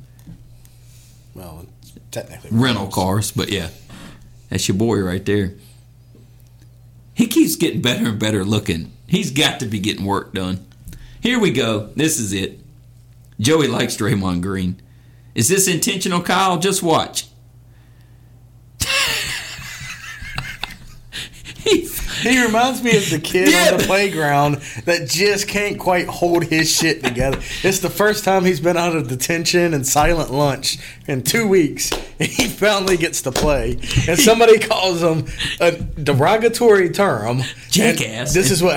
S3: Well, technically
S2: rental cars. But yeah, that's your boy right there. He keeps getting better and better looking. He's got to be getting work done. Here we go. This is it. Joey likes Draymond Green. Is this intentional, Kyle? Just watch. He-
S3: He reminds me of the kid
S2: Yeah.
S3: on the playground that just can't quite hold his shit together. It's the first time he's been out of detention and silent lunch in two weeks. And he finally gets to play. And somebody calls him a derogatory term. and
S2: Jackass.
S3: This is what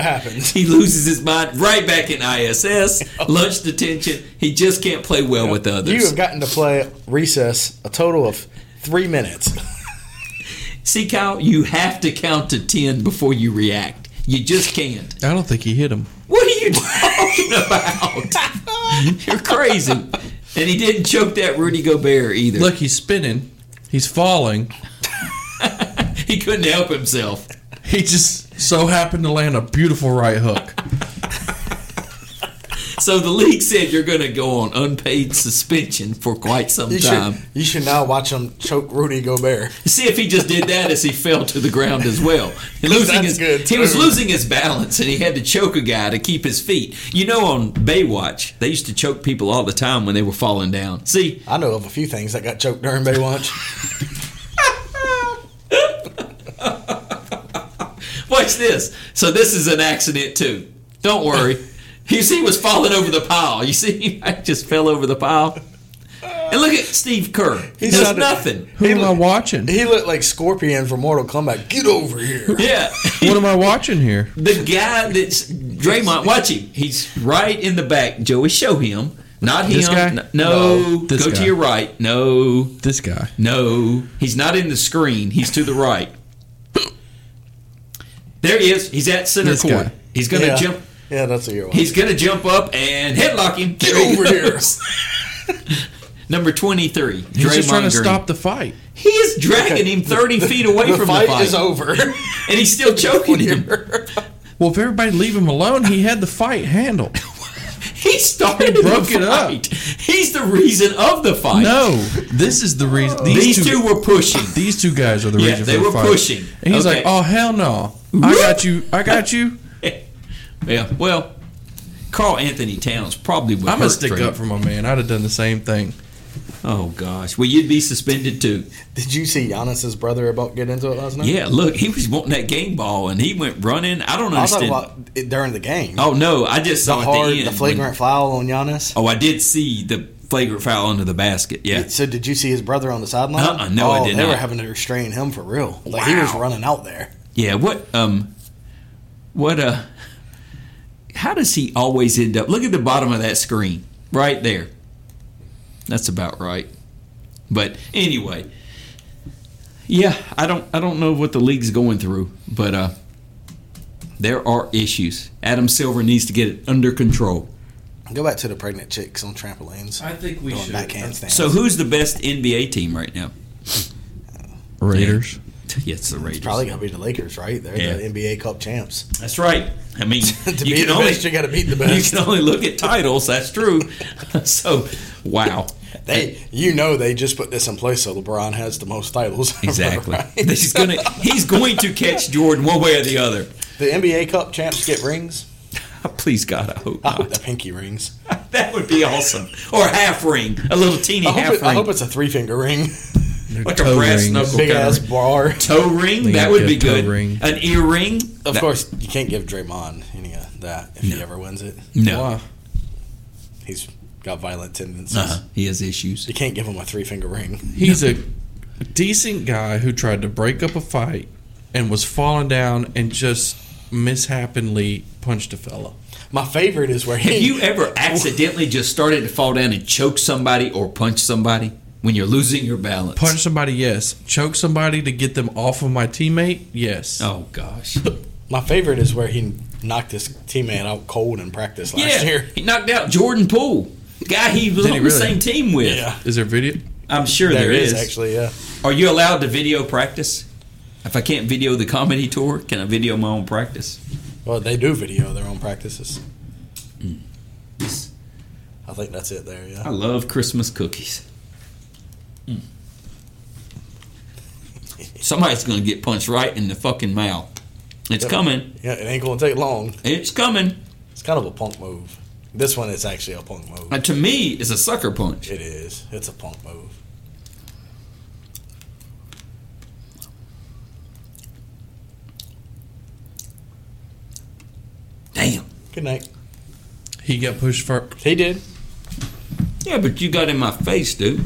S3: happens.
S2: he loses his mind right back in ISS, lunch detention. He just can't play well with
S3: You
S2: others.
S3: have gotten to play recess a total of three minutes.
S2: See, Kyle, you have to count to 10 before you react. You just can't.
S1: I don't think he hit him.
S2: What are you talking about? You're crazy. And he didn't choke that Rudy Gobert either.
S1: Look, he's spinning. He's falling.
S2: He couldn't help himself.
S1: He just so happened to land a beautiful right hook.
S2: So the league said you're going to go on unpaid suspension for quite some
S3: You
S2: time.
S3: should, you should now watch him choke Rudy Gobert.
S2: See if he just did that as he fell to the ground as well. And losing
S3: That's
S2: his,
S3: good,
S2: He was
S3: too.
S2: losing his balance and he had to choke a guy to keep his feet. You know, on Baywatch, they used to choke people all the time when they were falling down. See,
S3: I know of a few things that got choked during Baywatch.
S2: watch this. So this is an accident too. Don't worry. You see, he was falling over the pile. You see, I just fell over the pile. And look at Steve Kerr. He does
S3: sounded-
S2: nothing.
S1: Who am I watching?
S3: he looked like Scorpion from Mortal Kombat. Get over here.
S2: Yeah.
S1: What am I watching here?
S2: The guy that's Draymond, watch him. He's right in the back. Joey, show him. Not him.
S1: This guy?
S2: No. no.
S1: No, this
S2: Go to
S1: guy.
S2: your right. No.
S1: This guy.
S2: No. He's not in the screen. He's to the right. There he is. He's at center
S1: This
S2: court.
S1: guy.
S2: He's gonna
S3: yeah.
S2: jump.
S3: Yeah, that's what you're watching.
S2: He's gonna jump up and headlock him. Get
S3: over here.
S2: Number twenty-three.
S1: He's
S2: Draymond
S1: just trying to
S2: Green.
S1: stop the fight.
S2: He is dragging him thirty feet away
S3: the
S2: from
S3: fight
S2: the fight,
S3: is over.
S2: and he's still choking him.
S1: Well, if everybody leave him alone, he had the fight handled.
S2: He started
S1: He broke
S2: the
S1: it up.
S2: fight. He's the reason of the fight.
S1: No, this is the reason.
S2: these, two, were pushing.
S1: These two guys are the
S2: Yeah,
S1: reason
S2: they
S1: for the
S2: were
S1: fight.
S2: pushing.
S1: And he's
S2: Okay.
S1: like, "Oh hell no! I got you! I got you!
S2: yeah. Well, Carl Anthony Towns probably would.
S1: I'm
S2: hurt
S1: gonna stick
S2: for him.
S1: up for my man. I'd have done the same thing.
S2: Oh gosh. Well, you'd be suspended too.
S3: Did you see Giannis's brother about get into it last night?
S2: Yeah. Look, he was wanting that game ball, and he went running. I don't
S3: I was
S2: understand.
S3: talking about it during the game.
S2: oh no, I just
S3: the
S2: saw at
S3: hard,
S2: the end.
S3: the flagrant foul on Giannis.
S2: when- oh, I did see the flagrant foul under the basket. Oh, Yeah.
S3: So did you see his brother on the sideline?
S2: Uh-uh, no, I
S3: Oh,
S2: did
S3: They were
S2: not.
S3: having to restrain him for real. Like he was
S2: Wow.
S3: running out there.
S2: Yeah. What? Um. What? Uh. How does he always end up? Look at the bottom of that screen, right there. That's about right. But anyway, yeah, I don't, I don't know what the league's going through, but uh, there are issues. Adam Silver needs to get it under control.
S3: Go back to the pregnant chicks on trampolines.
S1: I think we
S3: Doing backhand stands.
S2: So, who's the best NBA team right now?
S1: Raiders.
S2: Yeah, it's the Raiders.
S3: probably gonna be the Lakers, right? They're
S2: Yeah.
S3: the NBA Cup champs.
S2: That's right. I mean,
S3: to
S2: you
S3: be
S2: can
S3: the
S2: only
S3: best, you gotta beat the
S2: you
S3: best.
S2: can only look at titles. That's true. so, wow.
S3: They, you know, they just put this in place so LeBron has the most titles. ever,
S2: Exactly.
S3: right?
S2: He's gonna he's going to catch Jordan one way or the other. Oh,
S3: The NBA Cup champs get rings.
S2: Please God, I hope
S3: I hope
S2: not.
S3: the pinky rings.
S2: That would be awesome. Or a half ring, a little teeny
S3: I
S2: half
S3: hope, it,
S2: ring,
S3: I hope it's a three finger ring,
S2: like a brass knuckle
S3: big
S2: kind
S3: ass
S2: of ring.
S3: bar.
S2: toe ring.
S1: Think
S2: That
S1: I'd
S2: would
S1: get
S2: be
S1: a toe
S2: good.
S1: ring.
S2: An earring.
S3: Of
S2: That-
S3: course, you can't give Draymond any of that if he ever wins it.
S2: No,
S1: Why?
S3: He's got violent tendencies.
S2: Uh-huh. he has issues.
S3: You can't give him a three finger ring.
S1: He's a decent guy who tried to break up a fight and was falling down and just mishappenly punched a fella.
S3: My favorite is where
S2: Have
S3: he.
S2: you ever accidentally just started to fall down and choke somebody or punch somebody when you're losing your balance?
S1: Punch somebody, yes. Choke somebody to get them off of my teammate, yes.
S2: Oh gosh.
S3: my favorite is where he knocked his teammate out cold in practice last
S2: yeah,
S3: year.
S2: he knocked out Jordan Poole, the guy he was
S1: Did
S2: on
S1: he
S2: the
S1: really?
S2: same team with.
S3: Yeah,
S1: Is there video?
S2: I'm sure
S3: there is
S2: is
S3: actually. Yeah,
S2: Are you allowed to video practice? If I can't video the comedy tour, can I video my own practice?
S3: well, they do video their own practices. I think that's it there.
S2: I
S3: Yeah,
S2: love Christmas cookies. Mm. Somebody's gonna get punched right in the fucking mouth. It's coming.
S3: yeah, it ain't gonna take long.
S2: It's coming.
S3: It's kind of a punk move. This one is actually a punk move.
S2: Uh, to me, it's a sucker punch.
S3: It is. It's a punk move.
S2: Damn.
S3: Good night.
S1: He got pushed for.
S3: He did.
S2: Yeah, but you got in my face, dude.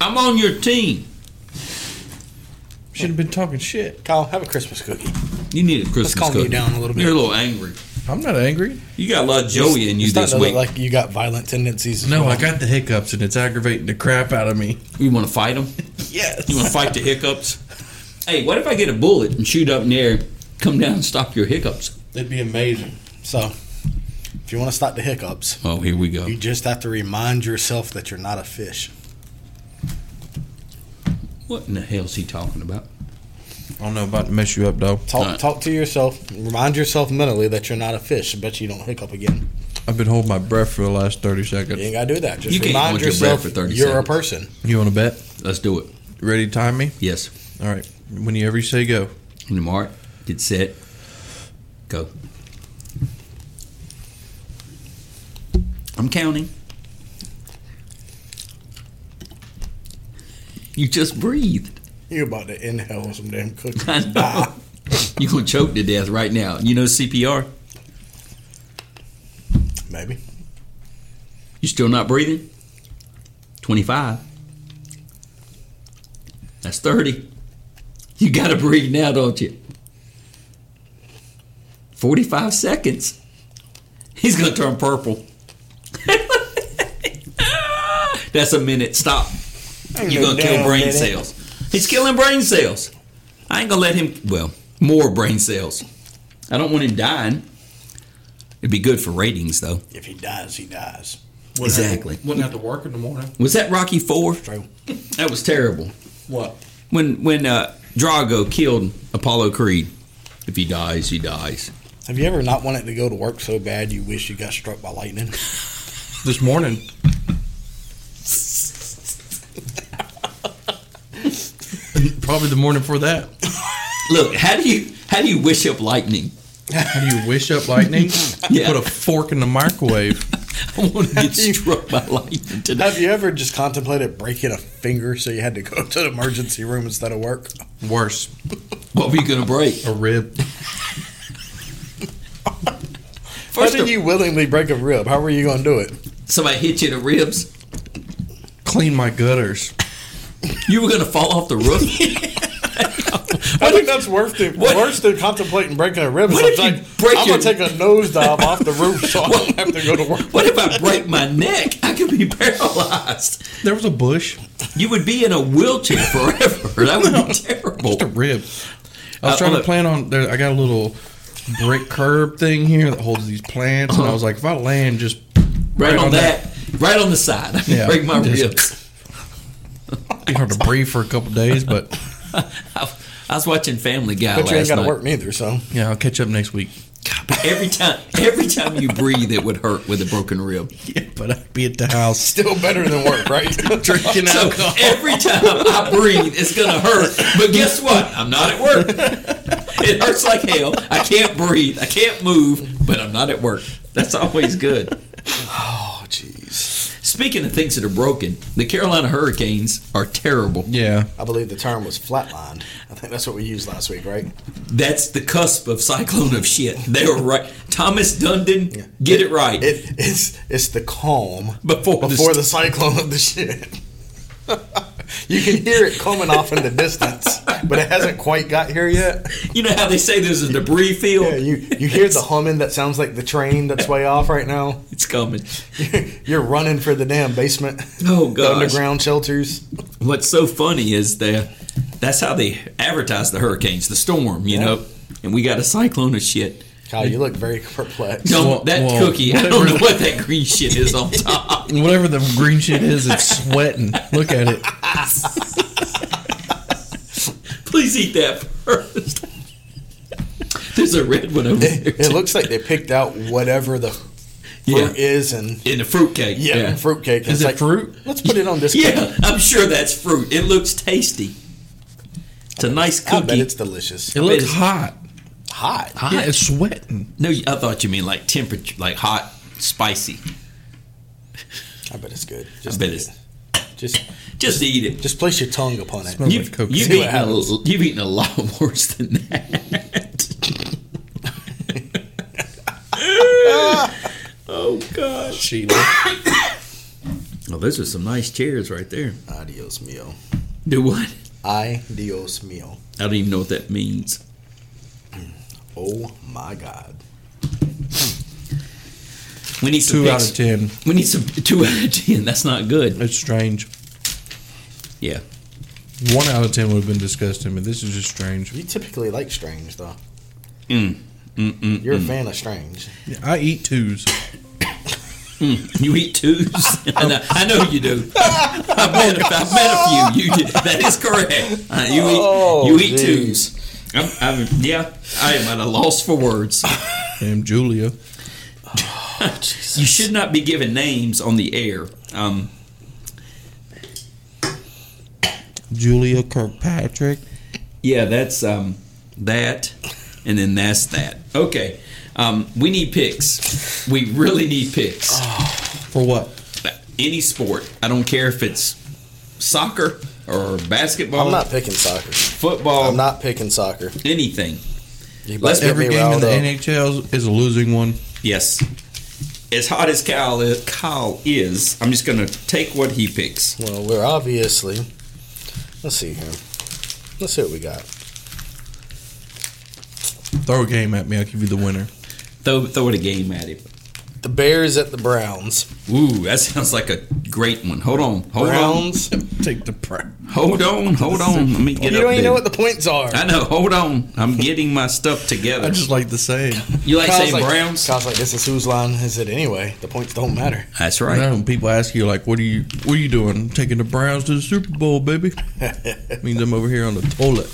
S2: I'm on your team.
S1: Should have been talking shit.
S3: Kyle, have a Christmas cookie.
S2: You need a Christmas
S3: calm you
S2: cookie.
S3: down a little bit.
S2: You're a little angry.
S1: I'm not angry.
S2: You got a lot of Joey in you
S3: It's
S2: this
S3: not
S2: week.
S3: like you got violent tendencies. as
S1: No,
S3: well.
S1: I got the hiccups and it's aggravating the crap out of me.
S2: you want to fight him?
S1: Yes.
S2: You want to fight the hiccups? Hey, what if I get a bullet and shoot up in the air, come down and stop your hiccups?
S1: That'd be amazing.
S3: So, if you want to stop the hiccups,
S2: Oh, here we go.
S3: you just have to remind yourself that you're not a fish.
S2: What in the hell's he talking about?
S1: I don't know about to mess you up though.
S3: Talk,
S2: Alright.
S3: talk to yourself. Remind yourself mentally that you're not a fish. I bet you don't hiccup again.
S1: I've been holding my breath for the last 30
S3: You ain't
S1: seconds.
S3: got to do that. Just
S2: You can't
S3: remind
S2: hold your breath
S3: yourself
S2: for 30
S3: you're
S2: seconds.
S3: a person.
S1: You want to bet?
S2: Let's do it.
S1: Ready to time me?
S2: Yes.
S1: All right. Whenever you say go.
S2: On your mark, get set, go. I'm counting. You just breathed.
S3: You're about to inhale some damn cookies.
S2: I know.
S3: Ah.
S2: You're gonna choke to death right now. You know CPR.
S3: Maybe.
S2: You still not breathing? 25. That's 30. You got to breathe now, don't you? 45 seconds. He's going to turn purple. That's a minute. Stop. You're going to kill
S3: Damn,
S2: brain
S3: man.
S2: cells. He's killing brain cells. I ain't going to let him, well, more brain cells. I don't want him dying. It'd be good for ratings, though.
S3: If he dies, he dies.
S5: Wouldn't have-
S2: Exactly.
S5: wouldn't have to work in the morning.
S2: Was that Rocky Four?
S3: True.
S2: That was terrible.
S5: What?
S2: When when uh, Drago killed Apollo Creed, if he dies, he dies.
S3: Have you ever not wanted to go to work so bad you wish you got struck by lightning?
S1: This morning. Probably the morning before that.
S2: Look, how do you how do you wish up lightning?
S1: How do you wish up lightning? You
S2: Yeah.
S1: Put a fork in the microwave.
S2: I want to get struck by lightning today.
S3: Have you ever just contemplated breaking a finger so you had to go to the emergency room instead of work?
S1: Worse,
S2: What were you gonna break?
S1: a rib.
S3: How
S2: First,
S3: did
S2: of,
S3: you willingly break a rib? How were you going to do it?
S2: somebody hit you in the ribs.
S1: Clean my gutters.
S2: You were gonna fall off the roof.
S3: I think that's worth the
S2: What-
S3: worse than contemplating breaking a rib.
S2: What
S3: It's
S2: if you
S3: like,
S2: break
S3: I'm
S2: your-
S3: gonna take a nosedive off the roof so I don't have to go to work.
S2: what if I break my neck? I could be paralyzed.
S1: There was a bush.
S2: You would be in a wheelchair forever. That would be terrible.
S1: Just a rib. I was
S2: Uh,
S1: trying
S2: look.
S1: to plan on. There, I got a little brick curb thing here that holds these plants, and I was like, if I land just
S2: Right, on,
S1: on
S2: that, right on the side. I
S1: Yeah.
S2: break my
S1: Just-
S2: ribs.
S1: be hard to breathe for a couple days, but
S2: I, I was watching Family Guy
S3: But
S2: last
S3: you ain't got to
S2: night.
S3: work neither, so
S1: yeah, I'll catch up next week.
S2: Every time, every time you breathe, it would hurt with a broken rib.
S1: Yeah, but I'd be at the house
S3: still better than work, right?
S1: drinking
S3: Oh,
S2: So
S1: alcohol.
S2: every time I breathe, it's gonna hurt. But guess what? I'm not at work. It hurts like hell. I can't breathe. I can't move. But I'm not at work. That's always good.
S3: oh, jeez.
S2: Speaking of things that are broken, the Carolina Hurricanes are terrible.
S1: Yeah,
S3: I believe the term was flatlined. I think that's what we used last week, right?
S2: That's the cusp of cyclone of shit. They were right. Thomas Dundon, get it right.
S3: It, it's it's the calm
S2: Before the
S3: before the cyclone of the shit. you can hear it coming off in the distance, but it hasn't quite got here yet.
S2: You know how they say there's a debris field?
S3: Yeah, you you hear the humming that sounds like the train that's way off right now.
S2: It's coming.
S3: You're running for the damn basement.
S2: Oh
S3: The
S2: gosh.
S3: underground shelters.
S2: What's so funny is that that's how they advertise the hurricanes, the storm, you
S3: Yeah.
S2: know. And we got a cyclone of shit.
S3: Kyle, you look very perplexed.
S2: Don't
S1: Well,
S2: that
S1: well,
S2: cookie. I don't
S1: whatever.
S2: know what that green shit is on top.
S1: whatever the green shit is, it's sweating. Look at it.
S2: Please eat that first. There's a red one over there
S3: It looks like they picked out whatever the fruit
S2: yeah.
S3: is and
S2: in the fruitcake.
S3: yeah, fruitcake.
S1: Is
S3: It's
S1: it
S3: like,
S1: fruit?
S3: Let's put it on this.
S2: Yeah, I'm sure that's fruit. It looks tasty. It's a nice
S3: I bet
S2: cookie.
S3: it's delicious.
S1: It looks hot.
S3: Hot.
S1: Yeah, it's sweating.
S2: No, I thought you mean like temperature, like hot, spicy.
S3: I bet it's good.
S2: I
S3: Just
S2: bet it's
S3: just
S2: just eat it.
S3: just place your tongue upon it.
S1: Smells
S2: You,
S1: like coke.
S2: you've,
S3: See what
S2: eaten a,
S3: happens.
S2: you've eaten a lot worse than that. oh, gosh.
S1: Sheila.
S2: Well, Oh, those are some nice chairs right there.
S3: Adios mio.
S2: Do what?
S3: Adios mio.
S2: I don't even know what that means.
S3: Oh my God.
S2: We need some
S1: Two out
S2: pics-
S1: of ten.
S2: We need some two out of ten. That's not good.
S1: It's strange.
S2: Yeah.
S1: One out of ten would have been disgusting, but this is just strange.
S3: You typically like strange though.
S2: Mm,
S3: You're a fan of strange.
S1: I eat twos.
S2: You eat twos. I, know, I know you do. I've met, a- I've met a few. You do. That is correct. Uh, you eat,
S3: Oh,
S2: you eat
S3: geez.
S2: twos. I'm, I'm, yeah, I am at a loss for words.
S1: And Julia.
S3: Oh,
S2: you should not be giving names on the air. Um,
S1: Julia Kirkpatrick.
S2: yeah, that's um, that, and then that's that. Okay, um, we need picks. We really need picks.
S3: Oh.
S1: For what?
S2: Any sport. I don't care if it's soccer or basketball,
S3: I'm not picking soccer.
S2: football,
S3: I'm not picking soccer.
S2: anything.
S3: You
S2: Let's
S3: must get
S1: Every
S3: me
S1: game in
S3: riled
S1: the
S3: up.
S1: NHL is a losing one.
S2: Yes. As hot as Kyle is, Kyle is, I'm just going to take what he picks.
S3: Well, we're obviously. Let's see here. Let's see what we got.
S1: Throw a game at me, I'll give you the winner.
S2: Throw, throw it a game at him.
S3: The Bears at the Browns.
S2: Ooh, that sounds like a great one. Hold on. Hold
S3: Browns.
S1: Take the prize.
S2: on. Hold on. Hold on. Let me
S3: You
S2: get up
S3: don't even
S2: there.
S3: know what the points are.
S2: I know. Hold on. I'm getting my stuff together.
S1: I just like the saying.
S2: you like
S3: Kyle's
S2: saying Browns?
S3: Kyle's like, this is whose line is it anyway? The points don't matter.
S2: That's
S1: I
S2: right.
S1: know when people ask you like, "What are you? What are you doing? Taking the Browns to the Super Bowl, baby?" means I'm over here on the toilet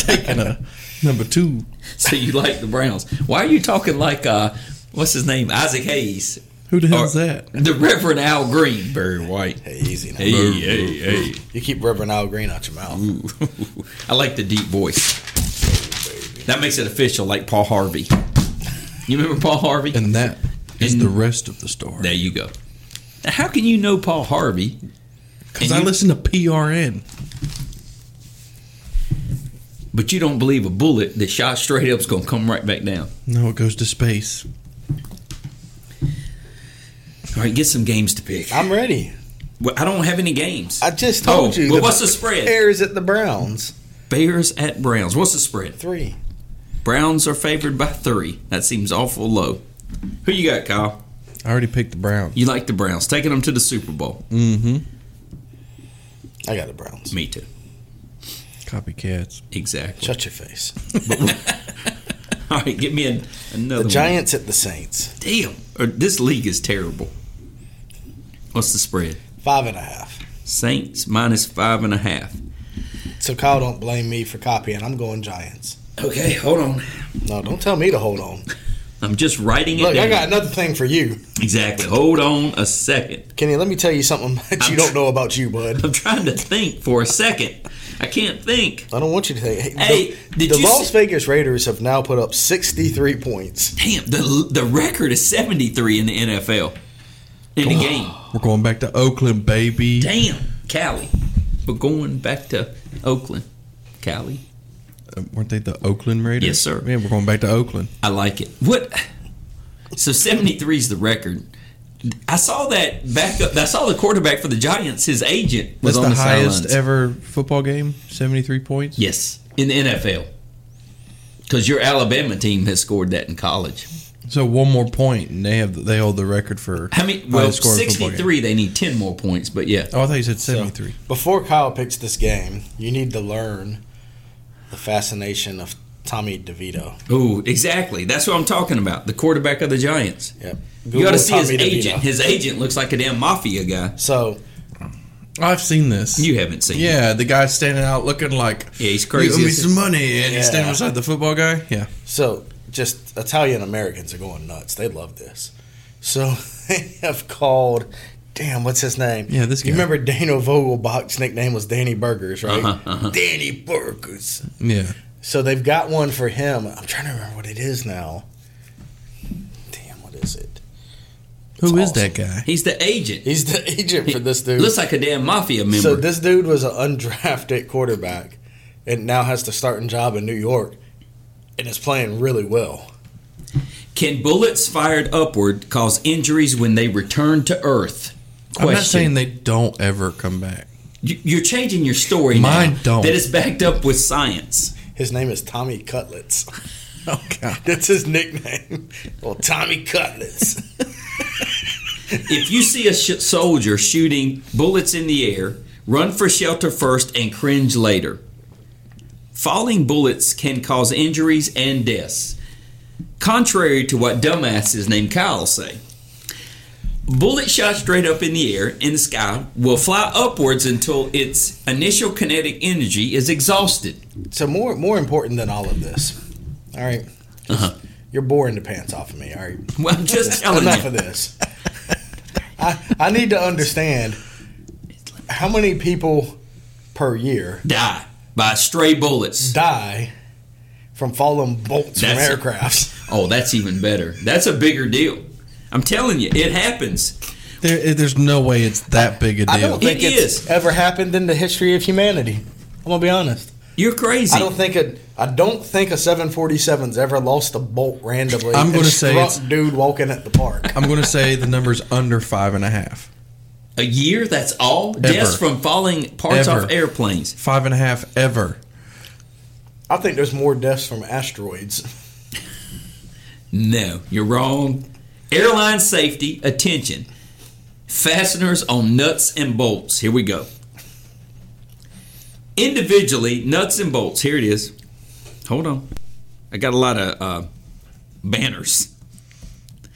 S1: taking a number two.
S2: so you like the Browns. Why are you talking like, uh, what's his name? Isaac Hayes.
S1: Who the hell's
S2: Or-
S1: that?
S2: The Reverend Al Green. Barry White.
S3: Hey, easy. Now.
S2: Hey, hey, hey.
S3: You keep Reverend Al Green out your mouth.
S2: Ooh, I like the deep voice. That makes it official, like Paul Harvey. You remember Paul Harvey?
S1: And that is
S2: And-
S1: the rest of the story.
S2: There you go. Now, how can you know Paul Harvey?
S1: Because
S2: And
S1: I
S2: you-
S1: listen to PRN.
S2: but you don't believe a bullet that shot straight up is going to come right back down.
S1: No, it goes to space.
S2: All right, get some games to pick.
S3: I'm ready.
S2: Well, I don't have any games.
S3: I just told
S2: Oh,
S3: you.
S2: well, what's the spread?
S3: Bears at the Browns.
S2: Bears at Browns. What's the spread?
S3: Three.
S2: Browns are favored by three. That seems awful low. Who you got, Kyle?
S1: I already picked the Browns.
S2: You like the Browns, taking them to the Super Bowl.
S1: Mm-hmm.
S3: I got the Browns.
S2: Me too.
S1: Copycats.
S2: Exactly.
S3: Shut your face.
S2: All right, give me an, another
S3: The
S2: one.
S3: Giants at the Saints.
S2: Damn, or this league is terrible. What's the spread?
S3: Five and a half.
S2: Saints minus five and a half.
S3: So Kyle don't blame me for copying. I'm going Giants.
S2: Okay, hold on.
S3: No, don't tell me to hold on.
S2: I'm just writing it
S3: Look,
S2: down.
S3: I got another thing for you.
S2: exactly. Hold on a second.
S3: Kenny, let me tell you something that you don't know about you, bud.
S2: I'm trying to think for a second. I can't think.
S3: I don't want you to think. Hey,
S2: Hey,
S3: the,
S2: did
S3: the
S2: you
S3: Las
S2: see-
S3: Vegas Raiders have now put up 63 points.
S2: Damn, the the record is 73 in the NFL in a game.
S1: We're going back to Oakland, baby.
S2: Damn, Cali. We're going back to Oakland, Cali.
S1: Uh, Weren't they the Oakland Raiders?
S2: Yes, sir.
S1: Man, we're going back to Oakland.
S2: I like it. What? So seventy three is the record. I saw that back up. I saw the quarterback for the Giants. His agent was
S1: That's
S2: on
S1: the
S2: the,
S1: highest
S2: sidelines.
S1: ever football game. Seventy-three points.
S2: Yes, in the NFL. Because your Alabama team has scored that in college.
S1: So one more point, and they have they hold the record for
S2: How many?
S1: highest
S2: Well,
S1: scoring football
S2: sixty
S1: game.
S2: three. They need ten more points. But yeah,
S1: Oh, I thought you said
S3: So,
S1: seventy-three.
S3: before Kyle picks this game, you need to learn the fascination of Tommy DeVito.
S2: oh, exactly. That's what I'm talking about. The quarterback of the Giants.
S3: Yep.
S2: you got
S3: Google
S2: to see his
S3: Tommy DeVito.
S2: agent. His agent looks like a damn mafia guy.
S3: So
S1: I've seen this.
S2: You haven't seen. him.
S1: yeah, the guy standing out looking like
S2: yeah, he's
S1: you owe
S2: crazy.
S1: me some money, and he's standing
S3: Yeah.
S1: beside the football guy. Yeah,
S3: So, just Italian Americans are going nuts. They love this. So, they have called, damn, what's his name?
S1: Yeah, this
S3: You
S1: guy.
S3: remember Dano Vogelbach's nickname was Danny Burgers, right?
S2: Uh-huh, uh-huh.
S3: Danny Burgers.
S1: yeah.
S3: So, they've got one for him. I'm trying to remember what it is now. Damn, what is it?
S1: Who is
S3: It's
S1: that guy?
S2: He's the agent.
S3: He's the agent for this dude.
S2: Looks like a damn mafia member.
S3: So, this dude was an undrafted quarterback and now has to start a job in New York and is playing really well.
S2: Can bullets fired upward cause injuries when they return to Earth?
S1: I'm not saying they don't ever come back.
S2: You- You're changing your story.
S1: Mine
S2: now
S1: don't.
S2: That is backed up with science.
S3: His name is Tommy Cutlets.
S1: Oh God,
S3: That's his nickname. Well, Tommy Cutlets.
S2: If you see a sh- soldier shooting bullets in the air, run for shelter first and cringe later. Falling bullets can cause injuries and deaths, contrary to what dumbasses named Kyle say. Bullet shot straight up in the air in the sky will fly upwards until its initial kinetic energy is exhausted.
S3: so more more important than all of this. All right.
S2: Uh-huh.
S3: Your You're boring the pants off of me. All right.
S2: Well, I'm just telling
S3: Enough
S2: you.
S3: of this. I, I need to understand how many people per year
S2: Die by stray bullets.
S3: die from falling bolts from
S2: That's it.
S3: aircrafts.
S2: Oh, that's even better. That's a bigger deal. I'm telling you, it happens.
S1: There, there's no way it's that big a
S3: I don't
S1: deal.
S3: think
S2: It
S3: it's
S2: is.
S3: ever happened in the history of humanity. I'm gonna be honest.
S2: You're crazy.
S3: I don't think a I don't think a 747's ever lost a bolt randomly.
S1: I'm gonna
S3: and
S1: say
S3: struck
S1: it's-
S3: dude walking at the park.
S1: I'm going to say the number's under five and a half.
S2: a year, that's all? Deaths from falling parts
S1: Ever.
S2: off airplanes.
S1: Five and a half ever.
S3: I think there's more deaths from asteroids.
S2: No, you're wrong. Airline safety, attention. Fasteners on nuts and bolts. Here we go. Individually, nuts and bolts. Here it is. Hold on. I got a lot of uh, banners.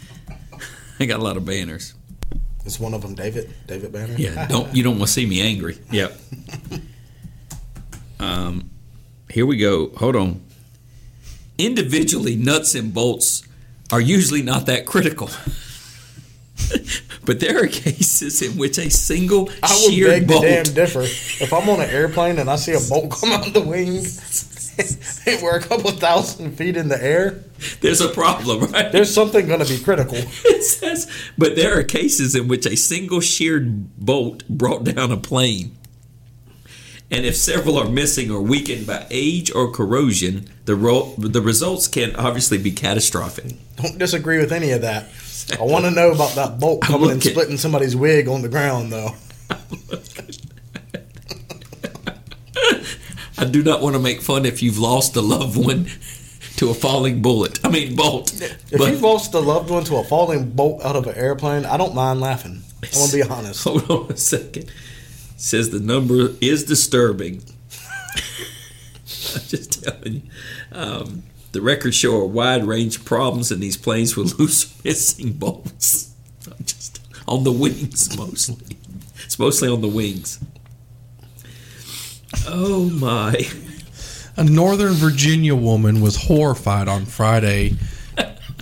S2: I got a lot of banners.
S3: Is one of them David? David Banner?
S2: Yeah, don't you don't want to see me angry. Yep. Um, here we go. Hold on. Individually, nuts and bolts are usually not that critical. But there are cases in which a single
S3: I would
S2: sheer
S3: beg
S2: bolt.
S3: to damn differ. If I'm on an airplane and I see a bolt come out the wing, and we're a couple thousand feet in the air,
S2: There's a problem, right?
S3: there's something going to be critical.
S2: it says, but there are cases in which a single sheared bolt brought down a plane. And if several are missing or weakened by age or corrosion, the ro- the results can obviously be catastrophic.
S3: Don't disagree with any of that. I want to know about that bolt coming and
S2: looking.
S3: splitting somebody's wig on the ground, though.
S2: I do not want to make fun if you've lost a loved one to a falling bullet. I mean bolt.
S3: If
S2: But
S3: you've lost a loved one to a falling bolt out of an airplane, I don't mind laughing. I'm going to be honest.
S2: hold on a second. It says the number is disturbing. I'm just telling you. Um, the records show a wide range of problems in these planes with loose missing bolts. I'm just on the wings mostly. It's mostly on the wings. Oh my.
S1: A Northern Virginia woman was horrified on Friday,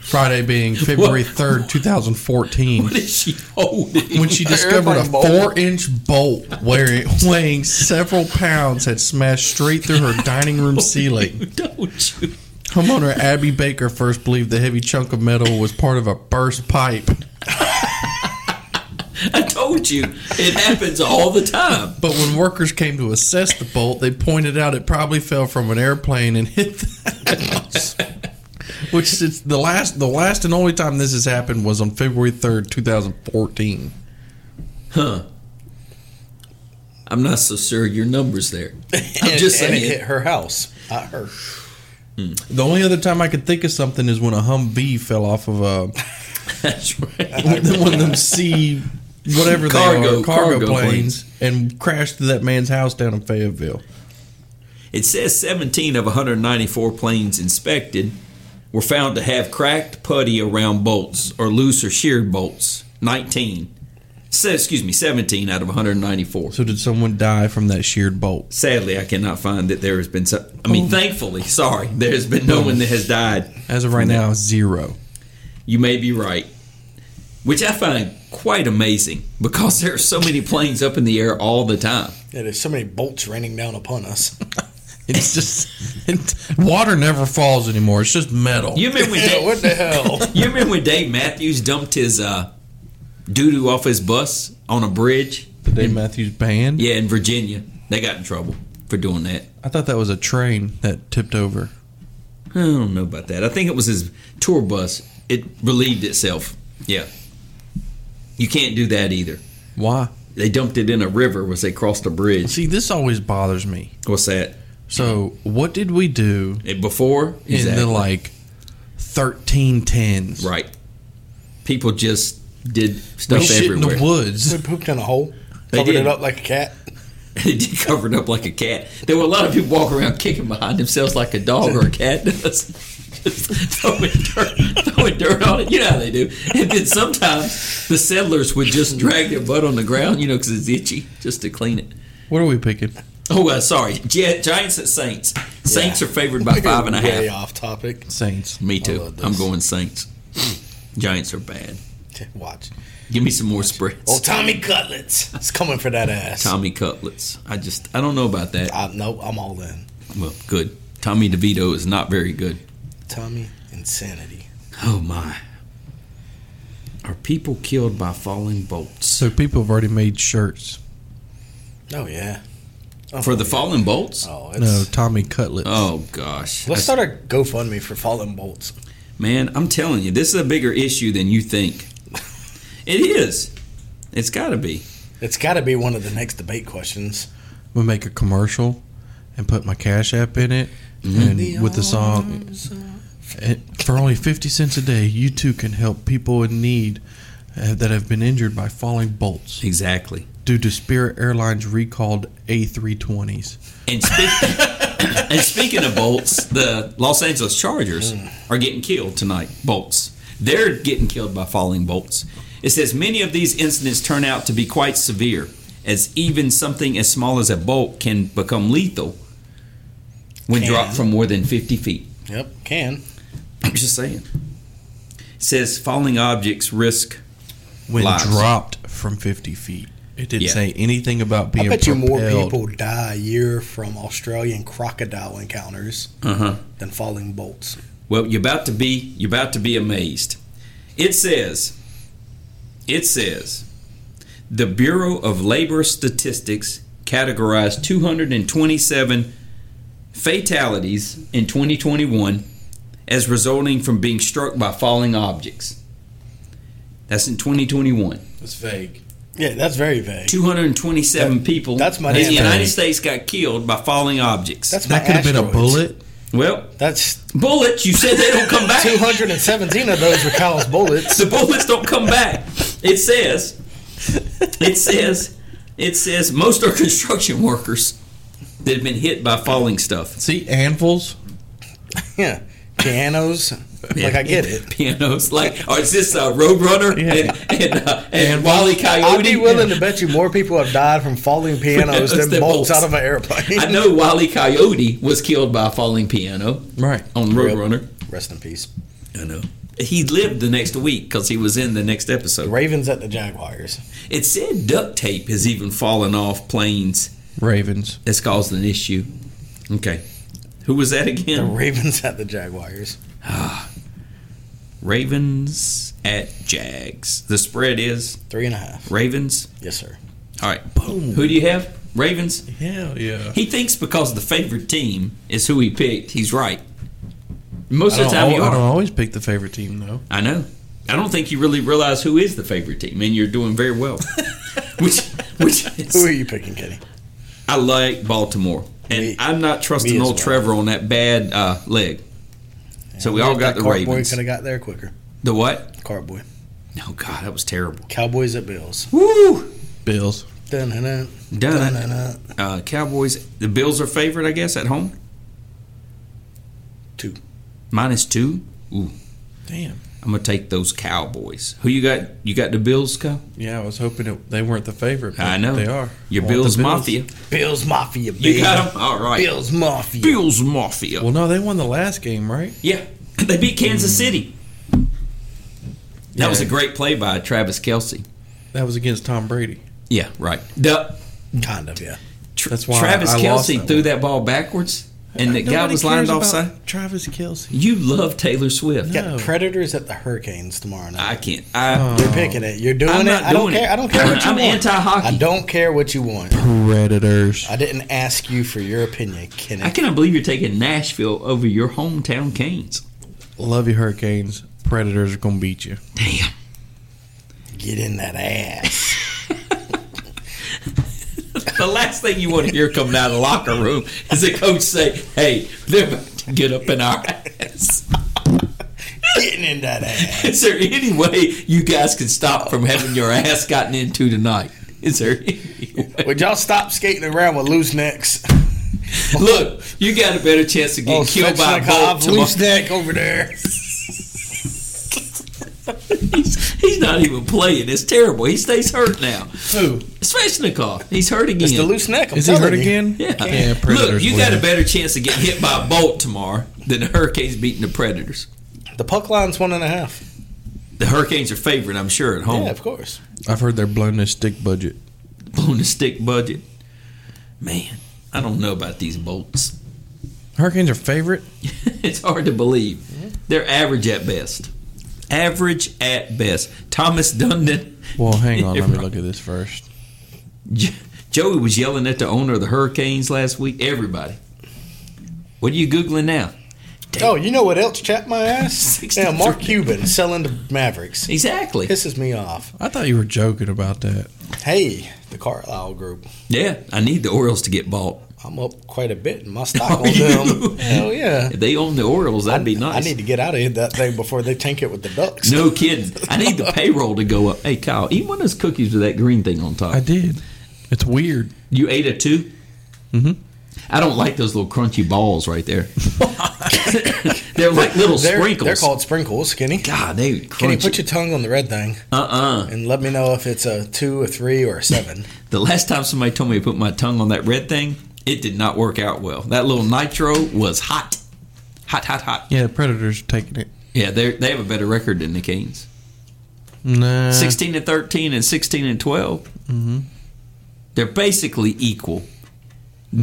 S1: Friday being February 3rd, 2014,
S2: What is she holding?
S1: when she discovered a
S3: Airplane bolt.
S1: four inch bolt wearing, weighing several pounds had smashed straight through her dining room ceiling.
S2: Don't you?
S1: Homeowner Abby Baker first believed the heavy chunk of metal was part of a burst pipe,
S2: I told you. It happens all the time.
S1: but when workers came to assess the bolt, they pointed out it probably fell from an airplane and hit the house. Which is the last, the last and only time this has happened was on February third, two thousand fourteen.
S2: I'm not so sure your number's there. I'm
S3: And-
S2: just
S3: and
S2: saying. Hmm.
S3: it hit her house, not her.
S1: The only other time I could think of something is when a Humvee fell off of a
S2: That's right.
S1: one of them sea whatever they
S2: Cargo-
S1: are cargo,
S2: cargo
S1: planes, and crashed to that man's house down in Fayetteville.
S2: It says 17 of 194 planes inspected were found to have cracked putty around bolts or loose or sheared bolts. 19. So, excuse me, 17 out of 194.
S1: So did someone die from that sheared bolt?
S2: Sadly, I cannot find that there has been. So, I mean, thankfully, sorry, there has been no one that has died.
S1: As of right
S2: Hmm.
S1: now, zero.
S2: You may be right, which I find quite amazing because there are so many planes up in the air all the time.
S3: Yeah, there's so many bolts raining down upon us.
S1: It's just it, water never falls anymore. It's just metal.
S2: You remember when
S3: Yeah,
S2: Dave,
S3: what the hell?
S2: you remember when Dave Matthews dumped his uh, doo doo off his bus on a bridge?
S1: the Dave Matthews Band.
S2: Yeah, in Virginia, they got in trouble for doing that.
S1: I thought that was a train that tipped over.
S2: I don't know about that. I think it was his tour bus. It relieved itself. Yeah, you can't do that either.
S1: Why?
S2: They dumped it in a river as they crossed a bridge.
S1: See, this always bothers me.
S2: What's that?
S1: So, what did we do
S2: It before
S1: in the like thirteen tens?
S2: Right. People just did
S1: We
S2: stuff
S1: shit in
S2: everywhere.
S1: the woods.
S3: We pooped in a hole,
S2: They
S3: covered
S2: did.
S3: it up like a cat.
S2: they did covered up like a cat. There were a lot of people walking around kicking behind themselves like a dog or a cat does. Just throwing dirt, throwing dirt on it. You know how they do. And then sometimes the settlers would just drag their butt on the ground, you know, because it's itchy, just to clean it.
S1: What are we picking?
S2: Oh, uh, sorry. Gi- Giants at Saints. Saints are favored by five and a
S3: Way
S2: half.
S3: off topic.
S1: Saints.
S2: Me
S3: I
S2: too.
S3: love this.
S2: I'm going Saints. Giants are bad.
S3: Watch.
S2: Give me some more spreads.
S3: Oh, Tommy Cutlets. It's coming for that ass.
S2: Tommy Cutlets. I just I don't know about that.
S3: I, no, I'm all in.
S2: Well, good. Tommy DeVito is not very good.
S3: Tommy, insanity.
S2: Oh my. Are people killed by falling bolts?
S1: So people have already made shirts.
S3: Oh yeah.
S2: For the falling bolts?
S3: Oh, it's,
S1: No, Tommy Cutlets.
S2: Oh gosh.
S3: Let's
S2: That's-
S3: start a GoFundMe for Fallen Bolts.
S2: Man, I'm telling you, this is a bigger issue than you think. It is. It's got to be.
S3: It's got to be one of the next debate questions.
S1: I'm gonna make a commercial and put my Cash App in it,
S3: Mm-hmm.
S1: and with the song. And for only fifty cents a day, you too can help people in need uh, that have been injured by falling bolts
S2: Exactly.
S1: due to Spirit Airlines recalled A320s.
S2: And, spe- and speaking of bolts, the Los Angeles Chargers are getting killed tonight. Bolts. They're getting killed by falling bolts. It says many of these incidents turn out to be quite severe, as even something as small as a bolt can become lethal when
S3: Can.
S2: dropped from more than 50 feet.
S3: Yep, can.
S2: I'm just saying. It says falling objects risk
S1: When
S2: Lies.
S1: dropped from fifty feet, it didn't
S2: Yeah.
S1: say anything about being.
S3: I bet you more
S1: propelled.
S3: people die a year from Australian crocodile encounters
S2: Uh-huh.
S3: than falling bolts.
S2: Well, you're about to be you're about to be amazed. It says it says the Bureau of Labor Statistics categorized 227 fatalities in 2021 as resulting from being struck by falling objects. That's in 2021.
S1: It's vague.
S3: Yeah, that's very vague.
S2: 227 people
S3: that's my
S2: in the
S3: damn
S2: United
S3: thing.
S2: States got killed by falling objects.
S3: That's
S1: That
S3: my
S1: could have been a
S3: asteroids.
S1: bullet.
S2: well,
S3: That's
S2: bullets, you said they don't come back.
S3: 217 of those were Kyle's bullets.
S2: the bullets don't come back. It says, it says, it says most are construction workers that have been hit by falling stuff.
S1: See anvils.
S3: Yeah, pianos. Like I get it.
S2: Pianos, like, or is this uh, Roadrunner
S1: Yeah.
S2: and and, uh, and Wally Coyote?
S3: I'd be willing to bet you more people have died from falling pianos than
S2: Than
S3: bolts
S2: bolts.
S3: out of an airplane.
S2: I know Wally Coyote was killed by a falling piano
S1: Right.
S2: on
S3: Rip.
S2: Roadrunner.
S3: Rest in peace.
S2: I know. He lived the next week because he was in the next episode.
S3: Ravens at the Jaguars.
S2: It said duct tape has even fallen off planes.
S1: Ravens.
S2: That's caused an issue. Okay. Who was that again?
S3: The Ravens at the Jaguars.
S2: Ravens at Jags. The spread is
S3: Three and a half.
S2: Ravens.
S3: Yes, sir.
S2: All right. Who do you have? Ravens.
S1: Hell yeah.
S2: He thinks because the favorite team is who he picked, he's right. Most
S1: I
S2: of
S1: don't,
S2: the time, you
S1: al- I don't
S2: are.
S1: always pick the favorite team though.
S2: I know. I don't think you really realize who is the favorite team, and you're doing very well. which, which
S3: Who are
S2: is,
S3: you picking, Kenny?
S2: I like Baltimore, and
S3: Me-
S2: I'm not
S3: me
S2: trusting
S3: as
S2: old
S3: well.
S2: Trevor on that bad uh, leg. So we all got the
S3: Cartboy
S2: Ravens.
S3: could have got there quicker.
S2: The what?
S3: Cartboy.
S2: Oh God, that was terrible.
S3: Cowboys at Bills.
S2: Woo!
S1: Bills.
S3: Dun-dun-dun.
S2: Done it.
S3: Dun-dun-dun.
S2: uh, Cowboys. The Bills are favored, I guess, at home.
S3: Two.
S2: Minus two.
S1: Damn.
S2: I'm gonna take those Cowboys. Who you got? You got the Bills, Kyle?
S1: Yeah, I was hoping it, they weren't the favorite. but
S2: I know
S1: they are.
S2: Your
S1: I want the
S2: Bills, Mafia.
S3: Bills Mafia.
S2: You
S3: baby.
S2: got them. All right.
S3: Bills Mafia.
S2: Bills Mafia.
S1: Well, no, they won the last game, right?
S2: Yeah, they beat Kansas City. That
S1: Yeah.
S2: was a great play by Travis Kelsey.
S1: That was against Tom Brady.
S2: Yeah, right. The
S3: Kind of, yeah.
S2: tr-
S1: That's why
S2: Travis
S1: I lost
S2: Kelsey
S1: that
S2: threw
S1: one.
S2: that ball backwards, and the guy
S1: Nobody
S2: was lined
S1: cares
S2: offside.
S1: about Travis Kelsey.
S2: You love Taylor Swift.
S1: No.
S3: Got Predators at the Hurricanes tomorrow
S2: I
S3: night.
S2: can't. I,
S3: You're picking it. You're Uh, doing
S2: I'm
S3: it.
S2: not
S3: I don't
S2: doing it.
S3: care. I don't care what you
S2: I'm
S3: want.
S2: anti-hockey.
S3: I don't care what you want.
S1: Predators.
S3: I didn't ask you for your opinion, Kenny.
S2: I cannot believe you're taking Nashville over your hometown Canes.
S1: Love you, Hurricanes. Predators are gonna beat you.
S2: Damn.
S3: Get in that ass.
S2: The last thing you want to hear coming out of the locker room is the coach say, "Hey, they're about to get up in our ass."
S3: Getting in that ass.
S2: Is there any way you guys can stop from having your ass gotten into tonight? Is there? Any way?
S3: Would y'all stop skating around with loose necks? Oh,
S2: Look, you got a better chance of getting killed by a
S3: Svechnikov,
S2: bolt tomorrow.
S3: loose neck over there.
S2: He's, He's not even playing. It's terrible. He stays hurt now.
S1: Who?
S2: Sveshnikov, he's hurt again.
S3: It's the loose neck. I'm
S1: Is he
S3: telling
S1: hurt
S3: you.
S1: again?
S2: Yeah.
S1: Yeah,
S2: Look,
S1: Predators
S2: you
S1: win.
S2: got a better chance of getting hit by a bolt tomorrow than the Hurricanes beating the Predators.
S3: The puck line's one and a half.
S2: The Hurricanes are favorite, I'm sure, at home.
S3: Yeah, of course.
S1: I've heard they're blowing their stick budget.
S2: Blown the stick budget. Man, I don't know about these bolts.
S1: Hurricanes are favorite.
S2: it's hard to believe. They're average at best. Average at best. Thomas Dundon.
S1: Well, hang on. Let me look at this first.
S2: J- Joey was yelling at the owner of the Hurricanes last week. Everybody. What are you Googling now?
S3: Oh, you know what else chapped my ass?
S2: 63.
S3: yeah, Mark Cuban selling to Mavericks.
S2: Exactly.
S3: Pisses me off.
S1: I thought you were joking about that.
S3: Hey, the Carlisle Group.
S2: Yeah, I need the Orioles to get bought.
S3: I'm up quite a bit in my stock
S2: Are
S3: on them.
S2: Oh, you?
S3: Hell yeah.
S2: If they own the Orioles, that'd be nice.
S3: I need to get out of here that thing before they tank it with the Ducks.
S2: no kidding. I need the payroll to go up. Hey, Kyle, eat one of those cookies with that green thing on top.
S1: I did. It's weird.
S2: You ate a 2 Mm-hmm. I don't like those little crunchy balls right there. they're like little
S3: They're,
S2: sprinkles.
S3: they're called sprinkles, Skinny.
S2: God, they
S3: Can you
S2: crunchy.
S3: put your tongue on the red thing
S2: uh-uh.
S3: and let me know if it's a two, a three, or a seven?
S2: The last time somebody told me to put my tongue on that red thing, it did not work out well. That little nitro was hot, hot, hot, hot.
S1: Yeah, the Predators are taking it.
S2: Yeah, they they have a better record than the Canes.
S1: Nah.
S2: Sixteen and thirteen and sixteen and 12 Uh-huh. Mm-hmm. They're basically equal.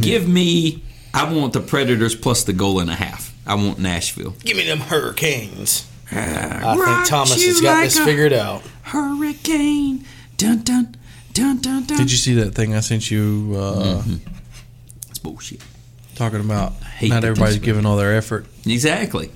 S2: Give me, I want the Predators plus the goal and a half. I want Nashville.
S3: Give me them Hurricanes. Ah, I
S2: rock
S3: think Thomas
S2: you
S3: has got
S2: like
S3: this
S2: a-
S3: figured out.
S2: Hurricane, dun dun dun dun dun.
S1: Did you see that thing I sent you
S2: Mm.
S1: uh,
S2: That's bullshit.
S1: talking about?
S2: hate
S1: Not
S2: the
S1: everybody's
S2: Pittsburgh.
S1: giving all their effort.
S2: Exactly.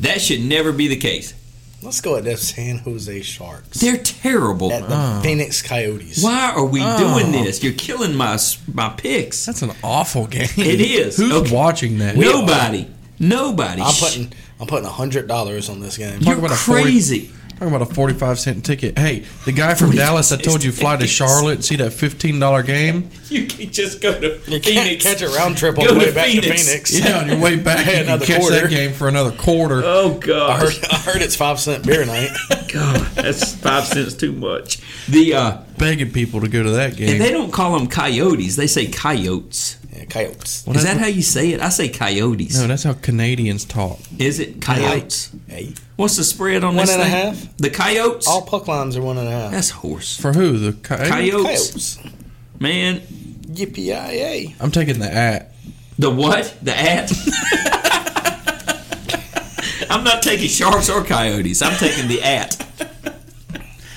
S2: That should never be the case.
S3: Let's go at the San Jose Sharks.
S2: They're terrible.
S3: At the Phoenix Coyotes.
S2: Why are we
S1: Oh.
S2: doing this? You're killing my s- my picks.
S1: That's an awful game.
S2: It is.
S1: Who's
S2: Okay.
S1: watching that?
S3: We-
S2: Nobody, nobody.
S3: I'm
S2: Shh.
S3: putting I'm putting hundred dollars on this game.
S2: You're
S1: Talk about a forty-
S2: crazy.
S1: Talking about a forty-five cent ticket. Hey, the guy from Dallas I told you fly to Charlotte and see that fifteen dollar game.
S2: You can just go to
S3: You can't catch a round trip on
S2: Go
S3: the way
S2: to
S3: back to
S2: Phoenix.
S3: Phoenix.
S1: Yeah, on your way back, you can
S3: Another
S1: catch
S3: quarter.
S1: that game for another quarter.
S2: Oh
S3: I heard,
S2: gosh,
S3: I heard it's five cent beer night.
S2: God, that's five cents too much. The uh,
S1: begging people to go to that
S2: and
S1: game.
S2: they don't call them coyotes; they say coyotes.
S3: Yeah, coyotes.
S1: Well,
S2: Is that
S1: that's
S2: how you say it? I say coyotes.
S1: no, that's how Canadians talk.
S2: Is it coyotes?
S3: Hey,
S2: What's the spread on
S3: One
S2: this
S3: and a
S2: thing?
S3: half.
S2: The coyotes.
S3: all puck lines are one and a half.
S2: That's horse.
S1: For who? The coyote?
S2: Coyote.
S3: Coyotes.
S2: Man,
S3: Yippee
S1: I'm taking the at.
S2: The what? The at? I'm not taking sharks or coyotes. I'm taking the at.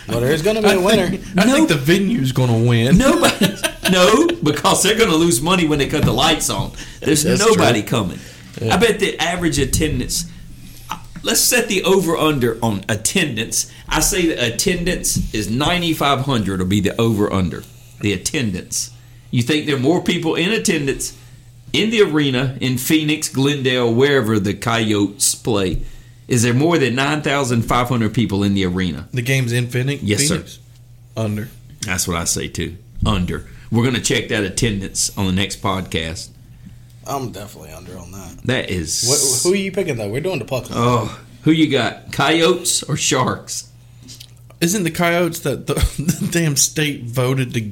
S3: Well, there's gonna be a winner.
S1: I
S2: No.
S1: think the venue's going to win.
S2: Nobody. No, because they're going to lose money when they cut the lights on. There's
S3: That's
S2: nobody coming. I bet the average attendance. Let's set the over under on attendance. I say the attendance is 9,500 will be the over under. The attendance. You think there are more people in attendance in the arena in Phoenix, Glendale, wherever the Coyotes play? Is there more than 9,500 people in the arena?
S1: The game's in Phoenix.
S2: Yes, sir.
S1: Phoenix? Under.
S2: That's what I say too. Under. We're going to check that attendance on the next podcast.
S3: I'm definitely under on that.
S2: That is.
S3: What, who are you picking though? We're doing the puck. line.
S2: Oh, who you got? Coyotes or sharks?
S1: Isn't the Coyotes that the, the damn state voted to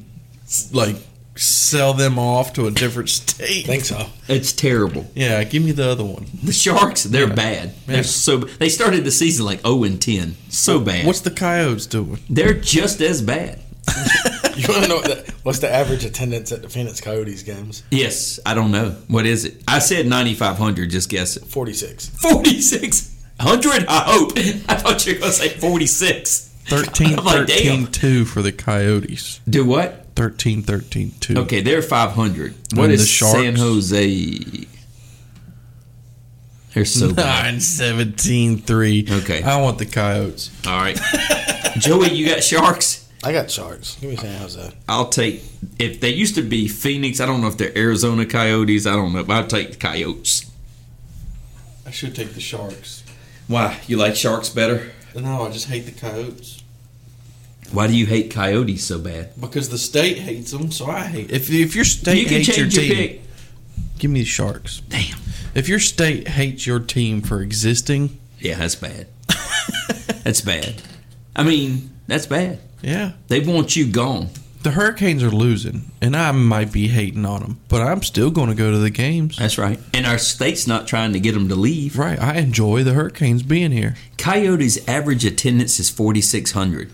S1: like sell them off to a different state?
S3: I think so.
S2: It's terrible.
S1: Yeah, give me the other one.
S2: The sharks, they're
S1: Yeah.
S2: bad.
S1: Yeah.
S2: They're so. They started the season like zero and ten. So bad.
S1: What's the Coyotes doing?
S2: they're just as bad.
S3: You want to know what the, what's the average attendance at the Phoenix Coyotes games?
S2: Yes, I don't know. What is it? I said ninety five hundred. Just guess it.
S3: Forty six.
S2: Forty six hundred. I hope. I thought you were going to say forty six.
S1: 13
S2: I'm like,
S1: 13
S2: damn.
S1: 2 for the Coyotes.
S2: Do what?
S1: 13 13 2.
S2: Okay, they're 500. What
S1: the
S2: is
S1: Sharks?
S2: San Jose? They're so bad.
S1: 9 17 3.
S2: Okay.
S1: I want the Coyotes.
S2: All right. Joey, you got Sharks?
S3: I got Sharks. Give me San Jose.
S2: I'll take, if they used to be Phoenix, I don't know if they're Arizona Coyotes. I don't know, but I'll take the Coyotes.
S1: I should take the Sharks.
S2: Why? You like Sharks better?
S1: No, I just hate the Coyotes.
S2: Why do you hate Coyotes so bad?
S1: Because the state hates them, so I hate. If if your state
S2: you can
S1: hates
S2: change
S1: your
S2: your,
S1: team,
S2: pick.
S1: give me the Sharks.
S2: Damn.
S1: If your state hates your team for existing,
S2: Yeah, that's bad. that's bad. I mean, That's bad.
S1: Yeah.
S2: They want you gone.
S1: The Hurricanes are losing, and I might be hating on them, but I'm still going to go to the games.
S2: That's right. And our state's not trying to get them to leave.
S1: Right. I enjoy the Hurricanes being here.
S2: Coyotes' average attendance is 4,600.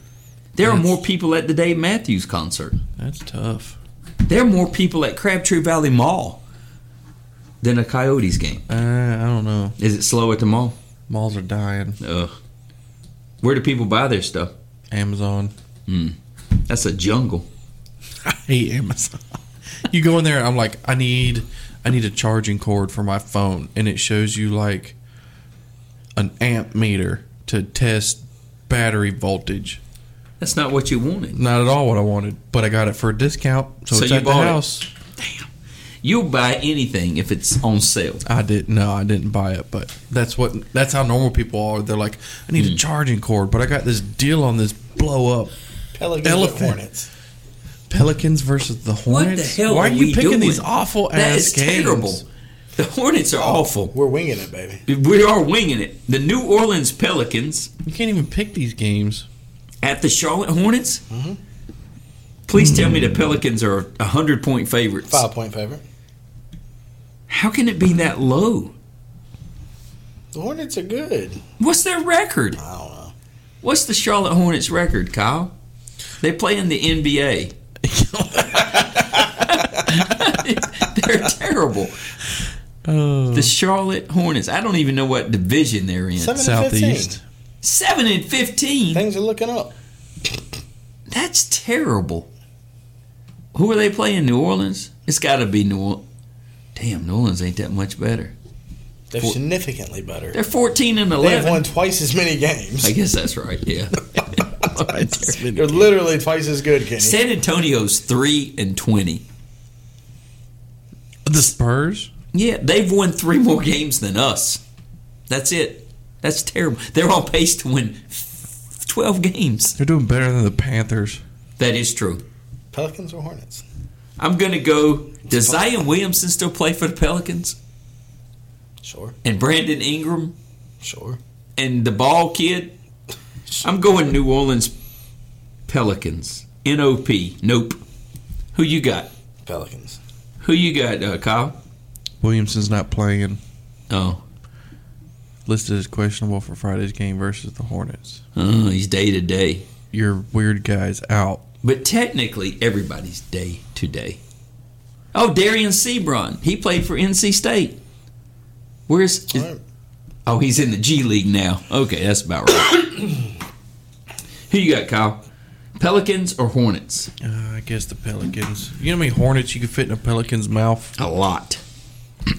S2: There are more people at the Dave Matthews concert.
S1: That's tough.
S2: There are more people at Crabtree Valley Mall than a Coyotes game.
S1: Uh, I don't know.
S2: Is it slow at the mall?
S1: Malls are dying.
S2: Ugh. Where do people buy their stuff?
S1: Amazon.
S2: That's a jungle.
S1: I hate Amazon. you go in there, and I'm like, I need, I need a charging cord for my phone, and it shows you like an amp meter to test battery voltage.
S2: That's not what you wanted.
S1: Not at all what I wanted, but I got it for a discount, so,
S2: So
S1: it's
S2: you
S1: at the
S2: bought it?
S1: house.
S2: You'll buy anything if it's on sale.
S1: I didn't. No, I didn't buy it, but that's what. That's how normal people are. They're like, I need a charging cord, but I got this deal on this blow up.
S3: Pelicans
S1: Elephant.
S3: or Hornets.
S1: Pelicans versus the
S2: What
S1: Hornets.
S2: the hell
S1: Why
S2: are,
S1: are, you
S2: we
S1: picking
S2: doing?
S1: these awful
S2: That
S1: ass
S2: is
S1: games?
S2: terrible. The Hornets are awful.
S3: We're winging it, baby.
S2: We are winging it. The New Orleans Pelicans
S1: You can't even pick these games.
S2: at the Charlotte Hornets.
S3: Mm-hmm.
S2: Please tell me the Pelicans are a hundred point favorites.
S3: Five point favorite.
S2: How can it be that low?
S3: The Hornets are good.
S2: What's their record?
S3: I don't know.
S2: What's the Charlotte Hornets record, Kyle? They play in the NBA. they're terrible.
S3: Oh.
S2: The Charlotte Hornets. I don't even know what division they're in.
S3: Seven and
S1: Southeast.
S3: fifteen.
S2: Seven and fifteen.
S3: Things are looking up.
S2: That's terrible. Who are they playing? New Orleans? It's got to be New Orleans. Damn, New Orleans ain't that much better.
S3: They're significantly better.
S2: They're 14 and
S3: They have
S2: 11.
S3: won twice as many
S2: I
S3: games.
S2: guess that's right, yeah.
S3: They're literally twice as good, Kenny.
S2: San Antonio's 3 and 20.
S1: The Spurs.
S2: Yeah, they've won three more games than us. That's it. That's terrible. They're on pace to win f- 12 games.
S1: They're doing better than the Panthers.
S2: That is true.
S3: Pelicans or Hornets?
S2: I'm going to go. Does Zion Williamson still play for the Pelicans?
S3: Sure,
S2: And Brandon Ingram?
S3: sure.
S2: and the ball kid. I'm going New Orleans Pelicans. NOP. Nope. Who you got?
S3: Pelicans.
S2: Who you got, uh, Kyle?
S1: Williamson's not playing.
S2: Oh,
S1: Listed as questionable for Friday's game versus the Hornets.
S2: uh, he's day to day.
S1: Your weird guys out.
S2: But technically, everybody's day to day. Oh, Darian Sebron. He played for NC State. Where's.
S3: All right.
S2: oh, he's in the G League now. Okay, that's about right. Who you got, Kyle? Pelicans or Hornets?
S1: Uh, I guess the Pelicans. You know how many Hornets you could fit in a Pelican's mouth?
S2: A lot.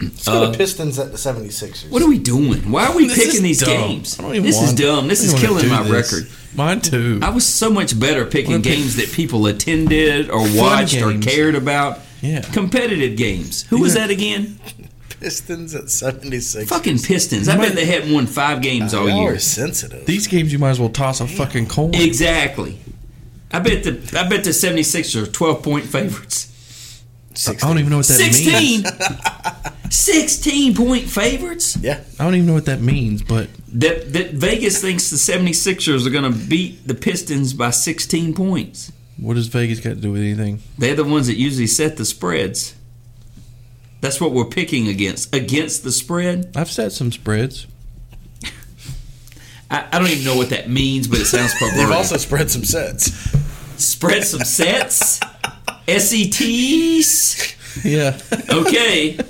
S3: Let's go to Pistons at the 76ers.
S2: What are we doing? Why are we
S1: This is
S2: picking these
S1: dumb.
S2: games?
S1: I don't even
S2: This is
S1: want-
S2: dumb. This
S1: I
S2: is
S1: don't even wanna
S2: killing my
S1: do this.
S2: record.
S1: Mine too.
S2: I was so much better picking
S1: Wanna pick
S2: games that people attended or
S1: fun
S2: watched or
S1: games.
S2: cared about.
S1: Yeah.
S2: Competitive games. Who was
S1: Yeah.
S2: that again?
S3: Pistons at 76.
S2: Fucking Pistons. I bet they hadn't won five games all
S3: Y'all
S2: year.
S3: are sensitive.
S1: These games you might as well toss a fucking coin.
S2: Exactly. I bet the I bet the 76ers are 12 point favorites.
S1: I don't even know what that means.
S2: 16 16 point favorites?
S3: Yeah.
S1: I don't even know what that means, but
S2: That that Vegas thinks the 76ers are going to beat the Pistons by 16 points.
S1: what does Vegas got to do with anything?
S2: They're the ones that usually set the spreads. That's what we're picking against. Against the spread?
S1: I've set some spreads.
S2: I, I don't even know what that means, but it sounds
S3: They've
S2: perverted.
S3: also spread some sets.
S2: spread some sets? SETs?
S1: Yeah.
S2: Okay.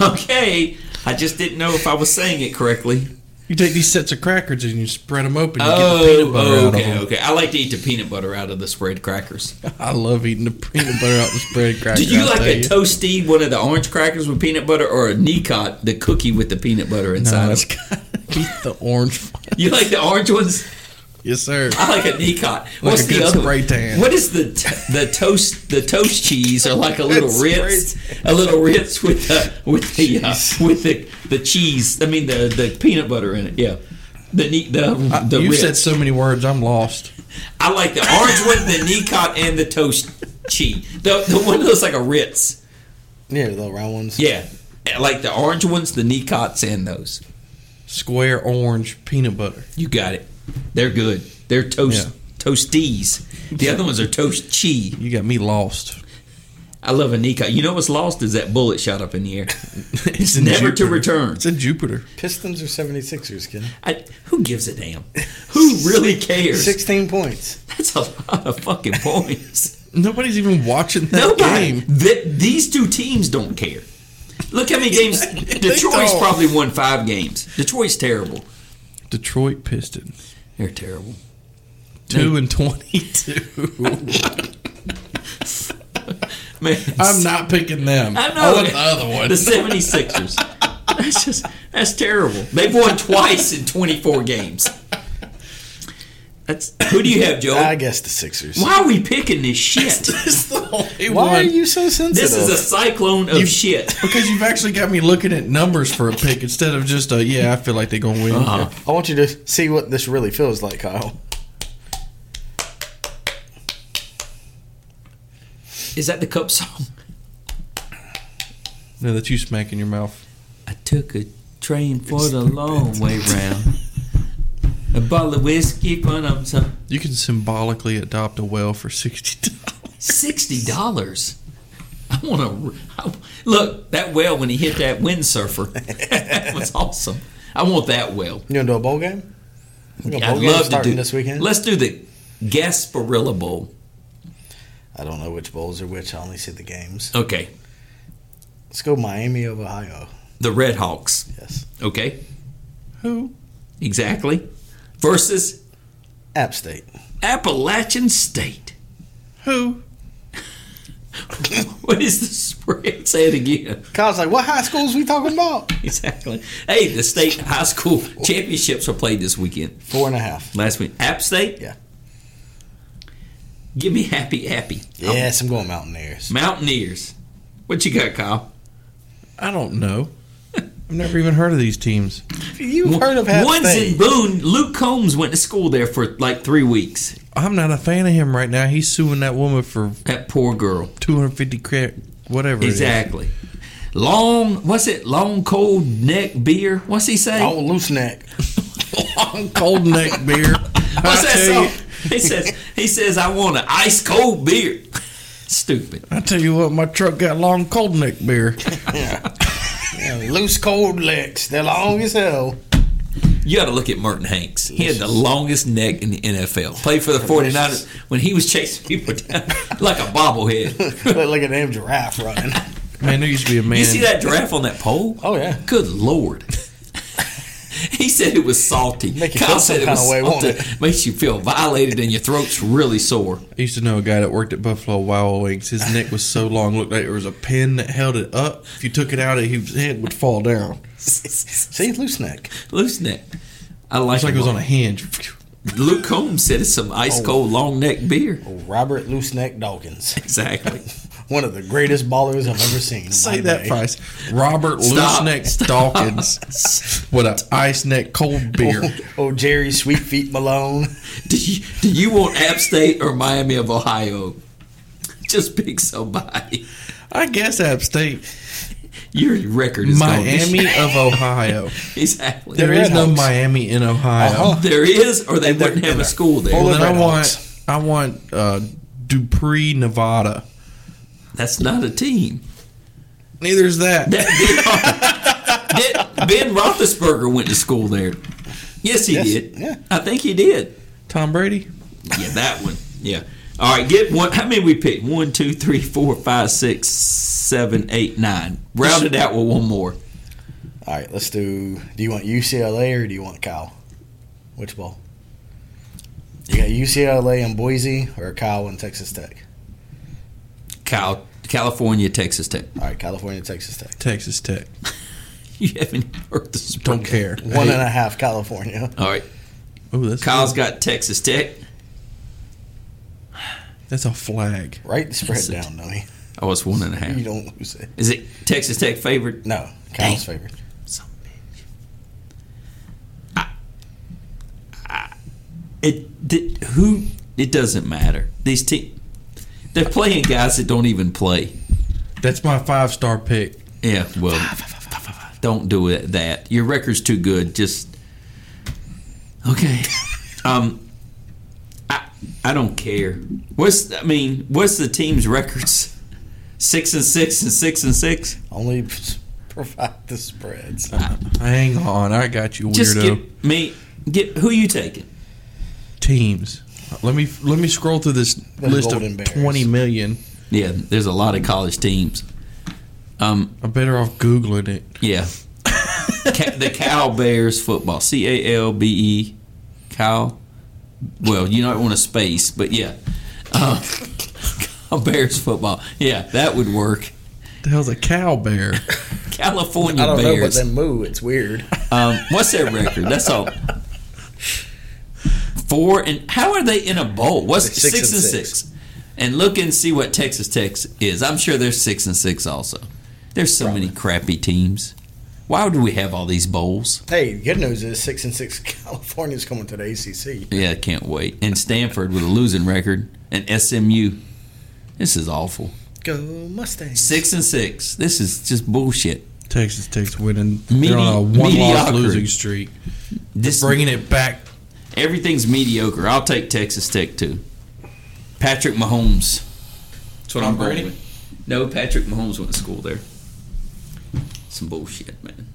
S2: Okay. I just didn't know if I was saying it correctly.
S1: you take these sets of crackers and you spread them open. You get the
S2: Oh,
S1: peanut butter out of
S2: okay,
S1: them.
S2: okay. I like to eat the peanut butter out of the spread crackers.
S1: I love eating the peanut butter out the spread cracker.
S2: Do you
S1: I'll
S2: like
S1: tell
S2: a
S1: you.
S2: toasty, one of the orange crackers with peanut butter, or a Nicot, the cookie with the peanut butter
S1: No,
S2: inside?
S1: it's
S2: of it?
S1: gotta be the orange. one.
S2: You like the orange ones?
S1: yes, sir.
S2: I like a Nicot. What's
S1: a
S2: the
S1: good
S2: other
S1: spray
S2: one?
S1: tan.
S2: What is the t- the toast the toast cheese or like a little
S3: Good
S2: Ritz, a little Ritz with the with the uh, with the, the cheese. I mean the, the peanut butter in it. Yeah, the ne- the the
S1: You've
S2: Ritz.
S1: Uh, said so many words, I'm lost.
S2: I like the orange one, the Nicot, and the toast cheese. The the one that looks like a Ritz.
S3: Yeah, the little round ones.
S2: Yeah, I like the orange ones, the Nicots, and those.
S1: Square orange peanut butter.
S2: You got it. They're good. They're toast
S1: Yeah.
S2: toasties. The other ones are toast chi.
S1: You got me lost.
S2: I love a Nikon. You know what's lost is that bullet shot up in the air. It's never to return.
S1: It's in Jupiter.
S3: Pistons or 76ers, kid.
S2: I, who gives a damn? Who really cares?
S3: 16 points.
S2: That's a lot of fucking points.
S1: Nobody's even watching that
S2: Nobody.
S1: game.
S2: Th- these two teams don't care. Look how many games. Detroit's
S1: don't.
S2: probably won five games. Detroit's terrible.
S1: Detroit Pistons.
S2: They're terrible.
S1: Two and twenty-two.
S2: Man,
S1: I'm not picking them.
S2: I know.
S1: I want the other one.
S2: The 76ers. that's just that's terrible. They've won twice in 24 games. That's who do you have, Joe?
S3: I guess the Sixers.
S2: Oh. Why are we picking this shit?
S1: It's the only
S3: Why are
S1: one.
S3: you so sensitive?
S2: This is a cyclone of shit.
S1: Because you've actually got me looking at numbers for a pick instead of just a yeah. I feel like they're gonna win.
S3: I want you to see what this really feels like, Kyle.
S2: Is that the cup song?
S1: No, that you smack in your mouth.
S2: I took a train for the long way round. A bottle of whiskey for them some
S1: You can symbolically adopt a whale for sixty dollars.
S2: sixty dollars. I want to look that whale when he hit that windsurfer. that was awesome. I want that whale.
S3: You going to do a bowl game? We got a
S2: I'd
S3: bowl game
S2: love to
S3: starting
S2: do
S3: this weekend.
S2: Let's do the Gasparilla Bowl.
S3: I don't know which bowls are which. I only see the games.
S2: Okay,
S3: Let's go Miami of Ohio.
S2: the Red Hawks.
S3: Yes.
S2: Okay,
S1: Who?
S2: exactly. Versus
S3: App State.
S2: Appalachian State.
S1: Who?
S2: What is the spread? Say it again.
S3: Kyle's like, what high schools we talking about?
S2: Exactly. Hey, the state high school championships are played this weekend.
S3: Four and a half.
S2: Last week, App State.
S3: Yeah.
S2: Give me happy, happy.
S3: Yes, I'm going Mountaineers.
S2: Mountaineers. What you got, Kyle?
S1: I don't know. I've never even heard of these teams.
S3: You've heard of App
S2: One's
S3: State.
S2: in Boone. Luke Combs went to school there for like three weeks.
S1: I'm not a fan of him right now. He's suing that woman for
S2: That poor girl.
S1: 250 credit, whatever. it is.
S2: Exactly. Long, what's it? Long cold neck beer. What's he say?
S3: Oh, loose neck.
S1: Long cold neck beer. I
S2: what's that
S1: tell, you,
S2: song? He says, he says, I want an ice cold beer. Stupid.
S1: I tell you what, my truck got long cold neck beer.
S3: Yeah, loose cold legs. They're long as hell.
S2: You got to look at Merton Hanks. He had the longest neck in the NFL. Played for the 49ers when he was chasing people down like a bobblehead.
S3: Look like a damn giraffe running.
S1: Man, there used to be a man.
S2: You see that giraffe on that pole?
S3: Oh, yeah.
S2: Good lord. he said it was salty.
S3: Make you feel some kind of way, won't
S2: Makes you feel violated and your throat's really sore.
S1: I used to know a guy that worked at Buffalo Wild Wings. His neck was so long, looked like there was a pin that held it up. If you took it out, his head would fall down.
S3: See, loose neck.
S2: Loose neck. I like,
S1: It's like it was on a hinge.
S2: Luke Combs said it's some ice cold long neck beer.
S3: Oh. Robert Loose Neck Dawkins.
S2: Exactly.
S3: One of the greatest ballers I've ever seen. in
S1: Say
S3: my
S1: that
S3: day.
S1: price. Robert
S2: Stop.
S1: Looseneck Dawkins with an ice neck cold beer.
S3: Oh, Jerry Sweetfeet Malone.
S2: do, you, do you want App State or Miami of Ohio? Just pick somebody.
S1: I guess App State,
S2: Your record is gone.
S1: Miami of Ohio.
S2: Exactly.
S1: There is no
S3: Hawks.
S1: Miami in Ohio.
S3: Uh-huh.
S2: There is, or they
S3: And they're-
S2: wouldn't have
S3: and
S2: a
S3: they're-
S2: school
S1: Well,
S2: there.
S1: then
S3: Red
S1: I
S3: Hawks.
S1: want I want uh, Dupree, Nevada.
S2: That's not a team.
S1: Neither is that.
S2: That- ben Roethlisberger went to school there. Yes, he
S3: Yes,
S2: did.
S3: yeah.
S2: I think he did.
S1: Tom Brady.
S2: Yeah, that one. Yeah. All right, get one. How many we picked? One, two, three, four, five, six, seven, eight, nine. Round it out with one more.
S3: All right, let's do. Do you want UCLA or do you want Kyle? Which ball? You got UCLA and Boise or Kyle and Texas Tech?
S2: Cal, California, Texas Tech.
S3: All right, California, Texas Tech.
S1: Texas Tech.
S2: You haven't heard this.
S1: Don't care.
S3: One and a half California.
S2: All right,
S1: Oh, that's
S2: Kyle's got Texas Tech.
S1: that's a flag.
S3: Right the spread
S2: That's it.
S3: down, dummy.
S2: Oh, it's one and a half.
S3: You don't lose it.
S2: Is it Texas Tech favored?
S3: No, Kyle's favorite.
S2: Some bitch. I, I, it did, who it doesn't matter. These team they're playing guys that don't even play.
S1: That's my five star pick.
S2: Yeah, well, don't do it, that. Your record's too good. Just okay. um, I, I don't care. What's I mean? What's the team's records? Six and six and six and six.
S3: Only provide the spreads.
S1: Hang on, I got you,
S2: Just
S1: weirdo.
S2: get me. Get who you taking?
S1: Teams. Let me let me scroll through this list
S3: Golden
S1: of
S3: Bears.
S1: twenty million.
S2: Yeah, there's a lot of college teams. Um,
S1: I'm better off googling it.
S2: yeah, Ca- the Cal Bears football. C A L B E, Cal. Well, you don't want a space, but yeah, uh, Cal Bears football. Yeah, that would work.
S1: The hell's a cow bear?
S2: California
S3: I don't know, but
S2: Bears.
S3: they moo. It's weird.
S2: Um, what's their record? That's all. Four and how are they in a bowl? What's
S3: Six
S2: six,
S3: and
S2: and
S3: six.
S2: six. And look and see what Texas Tech is. I'm sure they're six and six also. There's so many crappy teams. Why would we have all these bowls?
S3: Hey, good news is six and six California's coming to the ACC.
S2: Yeah, I can't wait. And Stanford with a losing record and SMU. This is awful.
S3: Go Mustangs.
S2: Six and six. This is just bullshit.
S1: Texas Tech's winning.
S2: Medi-
S1: They're on a one-loss
S2: mediocre.
S1: losing streak.
S2: This
S1: Bringing it back.
S2: everything's mediocre. I'll take Texas Tech too. Patrick Mahomes. That's what
S1: Tom
S2: I'm going
S1: Brady?
S2: with. No, Patrick Mahomes went to school there. Some bullshit, man.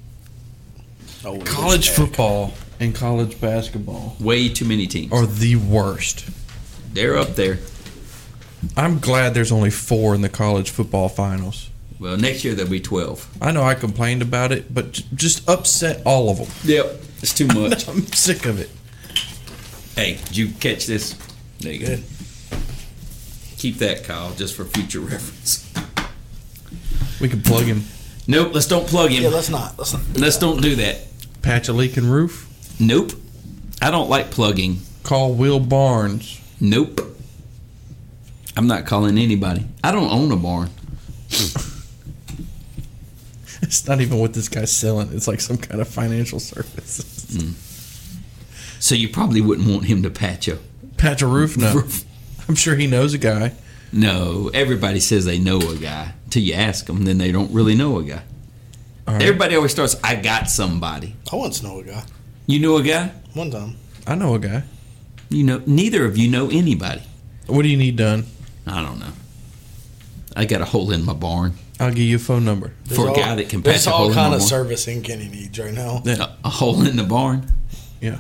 S3: Oh,
S1: College
S3: it's bad.
S1: football and college basketball
S2: Way too many teams.
S1: are the worst.
S2: They're up there.
S1: I'm glad there's only four in the college football finals.
S2: Well, next year there'll be twelve.
S1: I know I complained about it, but j- just upset all of them.
S2: Yep, it's too much.
S1: I'm sick of it.
S2: hey, did you catch this? There you go.
S3: Good.
S2: Keep that, Kyle, just for future reference.
S1: We can plug him.
S2: Nope, let's don't plug him.
S3: Yeah, let's not. Let's not.
S2: let's don't do that.
S1: Patch a leaking roof.
S2: Nope. I don't like plugging.
S1: Call Will Barnes.
S2: Nope. I'm not calling anybody. I don't own a barn.
S1: It's not even what this guy's selling. It's like some kind of financial service.
S2: So you probably wouldn't want him to patch a
S1: Patch a roof? No.
S2: Mm. roof.
S1: I'm sure he knows a guy.
S2: No, everybody says they know a guy. Till you ask them, then they don't really know a guy.
S1: All right.
S2: Everybody always starts, I got somebody.
S3: I once know a guy.
S2: You know a guy?
S3: One time.
S1: I know a guy.
S2: You know, neither of you know anybody.
S1: What do you need done?
S2: I don't know. I got a hole in my barn
S1: I'll give you a phone number.
S2: for
S3: There's
S2: a guy
S3: all-
S2: that can patch
S3: There's
S2: a hole
S3: all
S2: in my
S3: kind of
S2: barn.
S3: servicing Kenny needs right now.
S2: a, a hole in the barn.
S1: Yeah.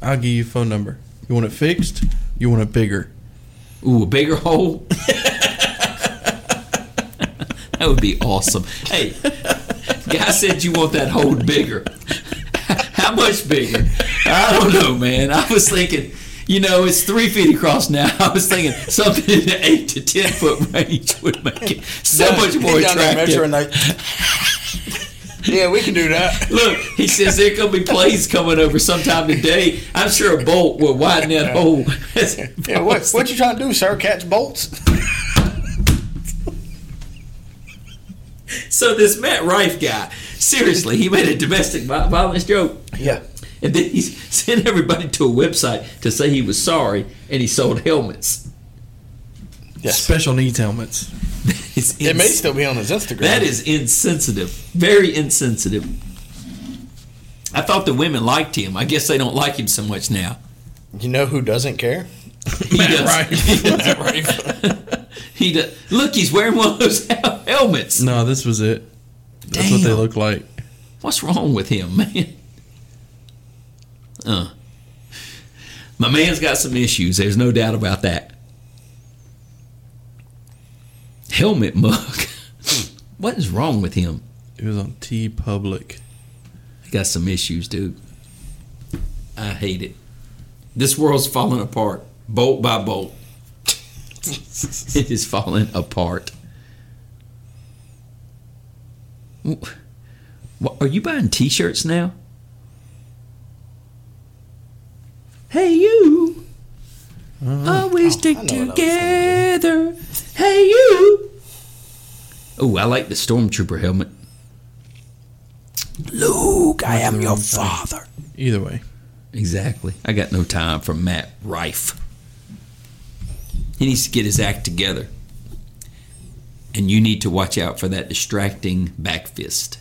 S1: I'll give you a phone number. You want it fixed? You want it bigger?
S2: Ooh, a bigger hole. that would be awesome. Hey, guy said you want that hole bigger. How much bigger? I don't know, man. I was thinking, you know, it's three feet across now. I was thinking something in the eight to ten foot range would make it so much more
S3: He's down there measuring
S2: attractive.
S3: like- yeah, we can do that.
S2: Look, he says there could be plays coming over sometime today. I'm sure a bolt will widen that hole.
S3: Yeah, what, what you trying to do, sir? Catch bolts?
S2: So this Matt Rife guy, seriously, he made a domestic vi- violence joke,
S3: Yeah.
S2: and then he sent everybody to a website to say he was sorry, and he sold helmets.
S3: Yes.
S1: Special needs helmets.
S2: It's
S3: It may
S2: ins-
S3: still be on his Instagram.
S2: that is insensitive, very insensitive. I thought the women liked him. I guess they don't like him so much now.
S3: You know who doesn't care?
S2: He does. he does. Look, he's wearing one of those hel- helmets.
S1: No, this was it. That's what they
S2: Damn.
S1: look like.
S2: What's wrong with him, man? Uh. My man's got some issues. There's no doubt about that. Helmet mug. what is wrong with him?
S1: It was on T Public.
S2: He got some issues, dude. I hate it. This world's falling apart, bolt by bolt. it is falling apart. Wh- wh- Are you buying T-shirts now? Hey you! Always stick
S3: I know what
S2: together. Hey you! Oh, I like the stormtrooper helmet. Luke, I am your father.
S1: Either way,
S2: Exactly. I got no time for Matt Rife. He needs to get his act together. And you need to watch out for that distracting back fist.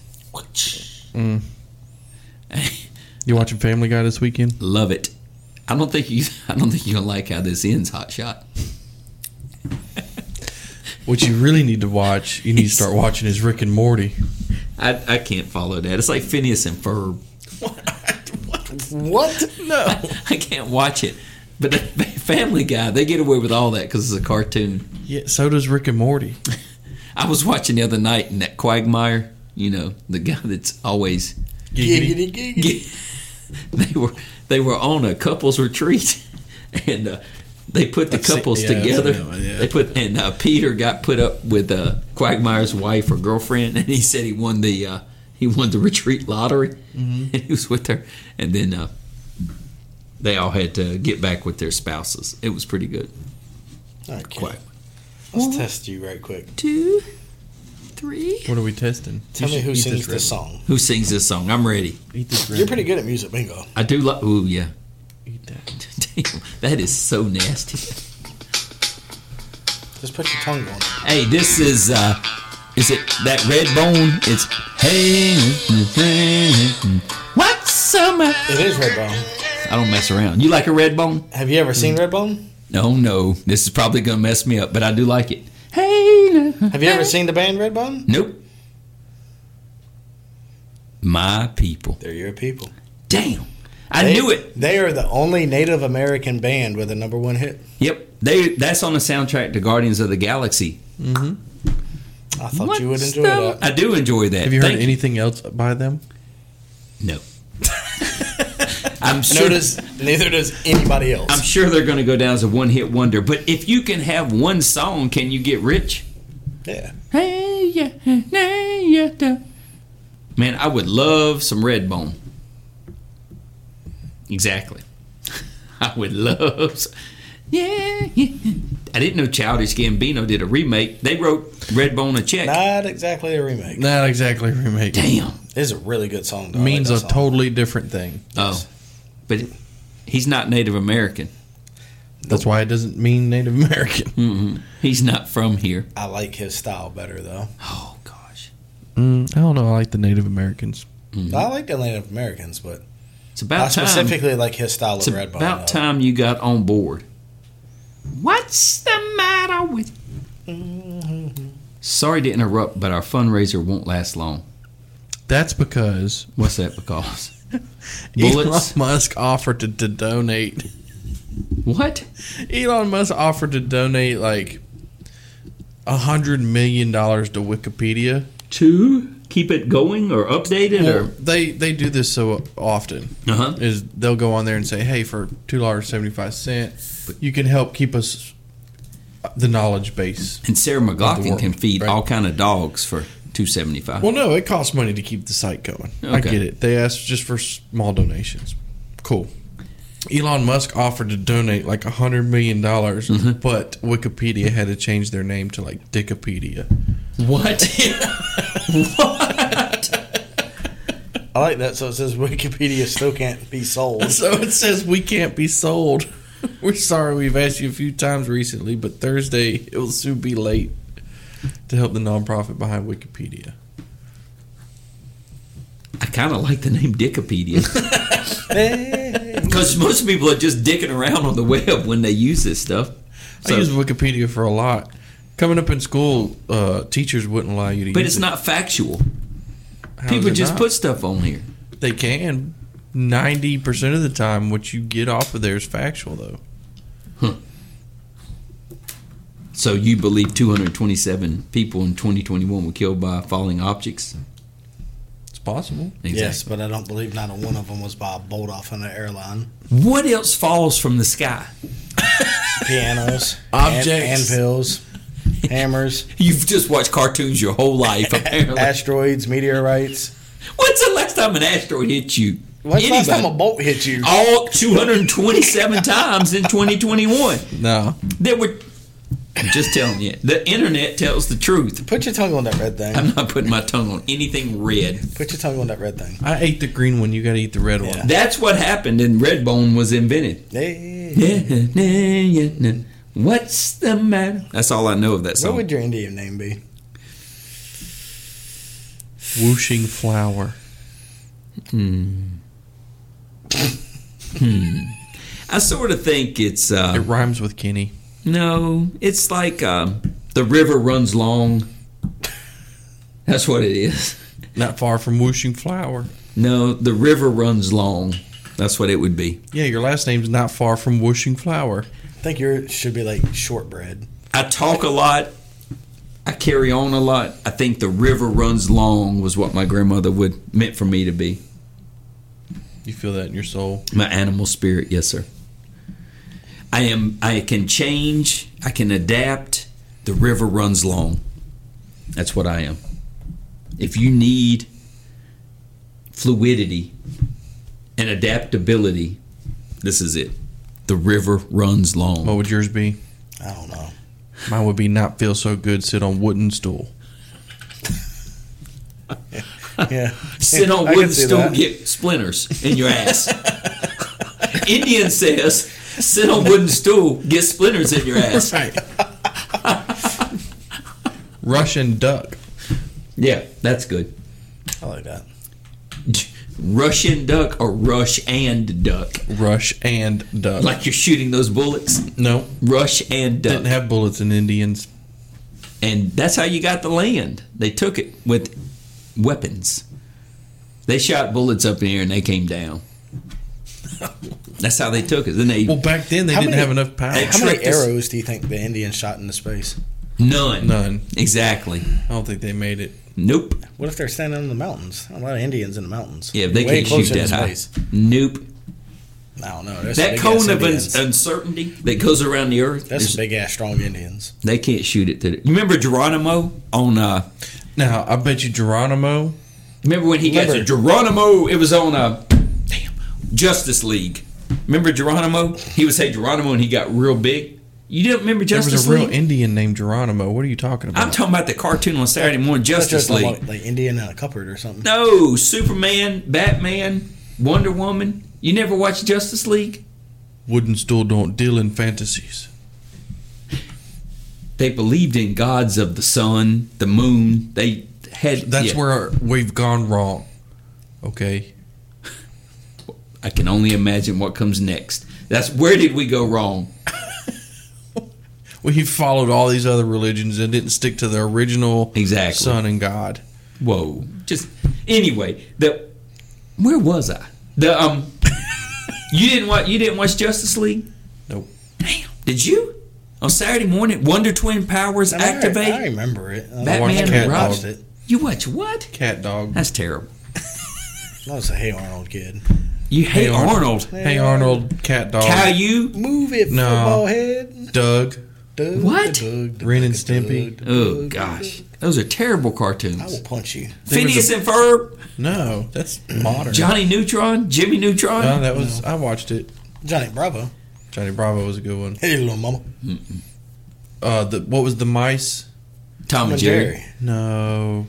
S1: you watching Family Guy this weekend?
S2: Love it. I don't think you. I don't think you're gonna like how this ends, Hot Shot.
S1: What you really need to watch, you need to start watching, is Rick and Morty.
S2: I, I can't follow that. It's like Phineas and Ferb.
S3: What?
S1: No,
S2: I can't watch it. But the Family Guy, they get away with all that because it's a cartoon.
S1: yeah, so does Rick and Morty.
S2: I was watching the other night, and that Quagmire, you know, the guy that's always
S1: Giggity.
S3: Giggity, giggity.
S2: they were they were on a couples retreat, and uh, they put the
S1: I've seen-
S2: couples
S1: yeah, I've seen
S2: together.
S1: that one, yeah.
S2: They put and uh, Peter got put up with uh, Quagmire's wife or girlfriend, and he said he won the uh, he won the retreat lottery,
S1: Mm-hmm.
S2: and he was with her, and then uh, they all had to get back with their spouses. It was pretty good.
S3: Okay.
S2: Quite.
S3: Let's test you right quick.
S2: Two, three.
S1: What are we testing?
S3: Tell
S1: You
S3: me
S1: should
S3: who
S1: eat
S3: sings
S1: red.
S3: this song.
S2: Who sings this song? I'm ready.
S1: Eat this red.
S3: You're pretty good at music bingo.
S2: I do like. Ooh, yeah.
S1: Eat that.
S2: Damn, that is so nasty.
S3: Just put your tongue on it.
S2: Hey, this is uh is it that red bone? It's hey What's summer?
S3: It is Redbone.
S2: I don't mess around. You like a red bone?
S3: Have you ever seen Redbone?
S2: No, no. This is probably gonna mess me up, but I do like it. Hey
S3: Have you ever seen the band Redbone?
S2: Nope. My people.
S3: They're your people.
S2: Damn. I
S3: They-
S2: knew it.
S3: They are the only Native American band with a number one hit.
S2: Yep. They that's on the soundtrack to Guardians of the Galaxy.
S3: I thought you would
S2: What's
S3: enjoy
S2: the-
S3: that.
S2: I do enjoy that.
S1: Have you heard
S2: Thank
S1: anything else by them?
S2: No. I'm sure
S3: Notice, neither does anybody else.
S2: I'm sure they're going to go down as a one hit wonder. But if you can have one song, can you get rich?
S3: yeah.
S2: Hey, yeah, hey, yeah, da. Man, I would love some Redbone. Exactly. I would love. s- Yeah, yeah. I didn't know Childish Gambino did a remake. They wrote Redbone a check.
S3: Not exactly a remake.
S1: Not exactly a remake.
S2: Damn.
S3: It's a really good song, though. I like
S1: Means
S3: that
S1: a
S3: song.
S1: totally different thing.
S2: Oh, but he's not Native American.
S1: That's why it doesn't mean Native American.
S2: He's not from here.
S3: I like his style better, though.
S2: Oh gosh,
S1: Mm, I don't know. I like the Native Americans.
S3: I like the Native Americans, but
S2: it's Mm-hmm.
S3: I
S2: about time.
S3: specifically like his style
S2: It's
S3: of Redbone.
S2: about
S3: though.
S2: time you got on board. What's the matter with?
S1: Mm-hmm.
S2: Sorry to interrupt, but our fundraiser won't last long.
S1: That's because
S2: What's that because?
S1: Elon
S2: Bullets?
S1: Musk offered to, to donate.
S2: What?
S1: Elon Musk offered to donate like a hundred million dollars to Wikipedia.
S2: To keep it going or updated
S1: Well, they they do this so often.
S2: or? Uh huh.
S1: Is they'll go on there and say, "Hey, for two dollars seventy five cent, you can help keep us uh, the knowledge base."
S2: And Sarah McLaughlin
S1: world,
S2: can feed
S1: right?
S2: all kind of dogs for two seventy five.
S1: Well, no, it costs money to keep the site going. I
S2: Okay.
S1: get it. They asked just for small donations. Cool. Elon Musk offered to donate like a hundred million dollars,
S2: Mm-hmm.
S1: but Wikipedia had to change their name to like Dickopedia.
S2: What?
S3: I like that. So it says Wikipedia still can't be sold.
S1: So it says we can't be sold. We're sorry we've asked you a few times recently, but Thursday it will soon be late to help the nonprofit behind Wikipedia.
S2: I kind of like the name Dickopedia because most people are just dicking around on the web when they use this stuff. So-
S1: I use Wikipedia for a lot. Coming up in school, uh, teachers wouldn't allow you to
S2: But
S1: use
S2: it's
S1: it.
S2: not factual.
S1: How is
S2: People
S1: it
S2: just
S1: not?
S2: put stuff on here.
S1: They can. Ninety percent of the time, what you get off of there is factual, though.
S2: So you believe 227 people in 2021 were killed by falling objects?
S1: It's possible.
S3: Yes, but I don't believe not a one of them was by a bolt off in an airline.
S2: What else falls from the sky?
S3: Pianos,
S1: Objects.
S3: an- anvils, hammers,
S2: You've just watched cartoons your whole life, apparently.
S3: asteroids, meteorites.
S2: When's the last time an asteroid hit you?
S3: When's the last time a
S2: Anybody?
S3: bolt hit you?
S2: All 227 times in 2021.
S1: No,
S2: There were. I'm just telling you. The internet tells the truth.
S3: Put your tongue on that red thing.
S2: I'm not putting my tongue on anything red.
S3: Put your tongue on that red thing.
S1: I ate the green one. You got to eat the red one.
S2: That's what happened, and Redbone was invented.
S3: Hey,
S2: What's the matter? That's all I know of that
S3: What
S2: song.
S3: would your Indian name be?
S1: Whooshing flower.
S2: I sort of think it's
S1: It
S2: uh,
S1: rhymes with Kenny.
S2: no, it's like um, the river runs long. That's what it is.
S1: Not far from Whooshing Flower.
S2: No, the river runs long. That's what it would be.
S1: Yeah, your last name's not far from Whooshing Flower.
S3: I think yours should be like shortbread.
S2: I talk a lot. I carry on a lot. I think the river runs long was what my grandmother would meant for me to be.
S1: You feel that in your soul.
S2: My animal spirit, yes, sir. I am. I can change. I can adapt. The river runs long. That's what I am. If you need fluidity and adaptability, this is it. The river runs long.
S3: Oh,
S1: What would yours be?
S3: I don't know.
S1: Mine would be not feel so good, sit on wooden stool.
S3: Yeah.
S2: sit on
S3: I can
S2: wooden
S3: see
S2: stool,
S3: that.
S2: get splinters in your ass. Indian says, sit on wooden stool, get splinters in your ass.
S1: Russian duck.
S2: Yeah, that's good.
S3: I like that.
S2: Russian duck or rush and duck?
S1: Rush and duck.
S2: Like you're shooting those bullets.
S1: no,
S2: Rush and duck.
S1: didn't have bullets in Indians.
S2: and that's how you got the land. They took it with weapons. They shot bullets up in the air and they came down. That's how they took it. Then they
S1: Well, back then they
S3: How
S1: didn't
S3: many-
S1: have enough power.
S2: Hey,
S3: How many
S2: Trick this-
S3: arrows do you think the Indians shot into space?
S2: none.
S1: None.
S2: Exactly.
S1: I don't think they made it.
S2: Nope.
S3: What if they're standing in the mountains? A lot of Indians in the mountains.
S2: Yeah, if they
S3: Way
S2: can't shoot
S3: closer to
S2: that high.
S3: space.
S2: Nope.
S3: I don't know. There's
S2: That cone of un- uncertainty that goes around the earth,
S3: That's
S2: is-
S3: big ass strong Indians.
S2: they can't shoot it. To the- you remember Geronimo on? Uh,
S1: Now, I bet you Geronimo.
S2: remember when he got to
S3: Remember-
S2: Geronimo? It was on uh, damn Justice League. Remember Geronimo? He would say Geronimo, and he got real big. You don't remember
S1: There was
S2: Justice
S1: a real
S2: League?
S1: Indian named Geronimo. What are you talking
S2: I'm
S1: about?
S2: talking about the cartoon on Saturday morning,
S3: That's
S2: Justice
S3: just
S2: League.
S3: like, like Indian in a cupboard or something.
S2: No, Superman, Batman, Wonder Woman. You never watched Justice League?
S1: Wooden stool don't deal in fantasies.
S2: They believed in gods of the sun, the moon. They had
S1: That's
S2: yeah.
S1: where we've gone wrong. Okay.
S2: I can only imagine what comes next. That's where did we go wrong?
S1: We followed all these other religions and didn't stick to the original
S2: Exactly.
S1: Son and God.
S2: Whoa. Just anyway, the where was I? The um You didn't watch you didn't watch Justice League?
S1: Nope.
S2: Damn. Did you? On Saturday morning, Wonder Twin Powers
S3: I mean,
S2: activate.
S3: I, I remember it. I
S2: Batman
S1: watched
S2: and
S1: Cat
S2: Robin.
S1: Dog.
S3: it.
S2: You watch what?
S1: Cat dog.
S2: That's terrible.
S3: I was a Hey Arnold kid.
S2: You hate
S1: Arnold.
S2: Arnold.
S1: Hey Arnold, cat dog.
S2: How you
S3: Move it,
S1: No.
S3: football head.
S1: Doug.
S3: Dug,
S2: What?
S3: dug, dug,
S1: Ren and
S3: dug,
S1: Stimpy?
S3: dug,
S2: Oh
S3: dug,
S2: gosh. Those are terrible cartoons.
S3: I will punch you.
S1: There was
S2: Phineas
S1: a-
S2: and Ferb,
S1: No, that's modern.
S2: Johnny Neutron, Jimmy Neutron.
S1: no, that was I watched it.
S3: Johnny Bravo.
S1: Johnny Bravo was a good one.
S3: Hey, little mama.
S1: Uh, the what was the mice?
S2: Tom and Jerry.
S1: No,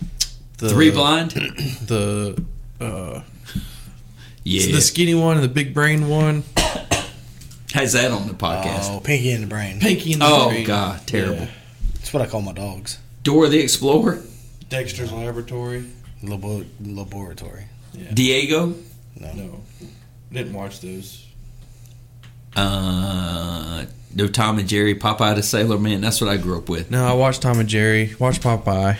S1: the
S2: Three blind?
S1: The uh,
S2: Yeah.
S1: the skinny one and the big brain one.
S2: Has that on the podcast?
S3: Oh, Pinky and the Brain.
S1: Pinky and the
S2: Oh,
S1: Brain.
S2: God, terrible.
S1: Yeah.
S3: That's what I call my dogs.
S2: Dora the Explorer,
S1: Dexter's Laboratory.
S3: Labo- laboratory.
S2: Diego,
S1: No, didn't watch those.
S2: uh, no Tom and Jerry, Popeye the Sailor Man. That's what I grew up with.
S1: No, I watched Tom and Jerry. Watched Popeye.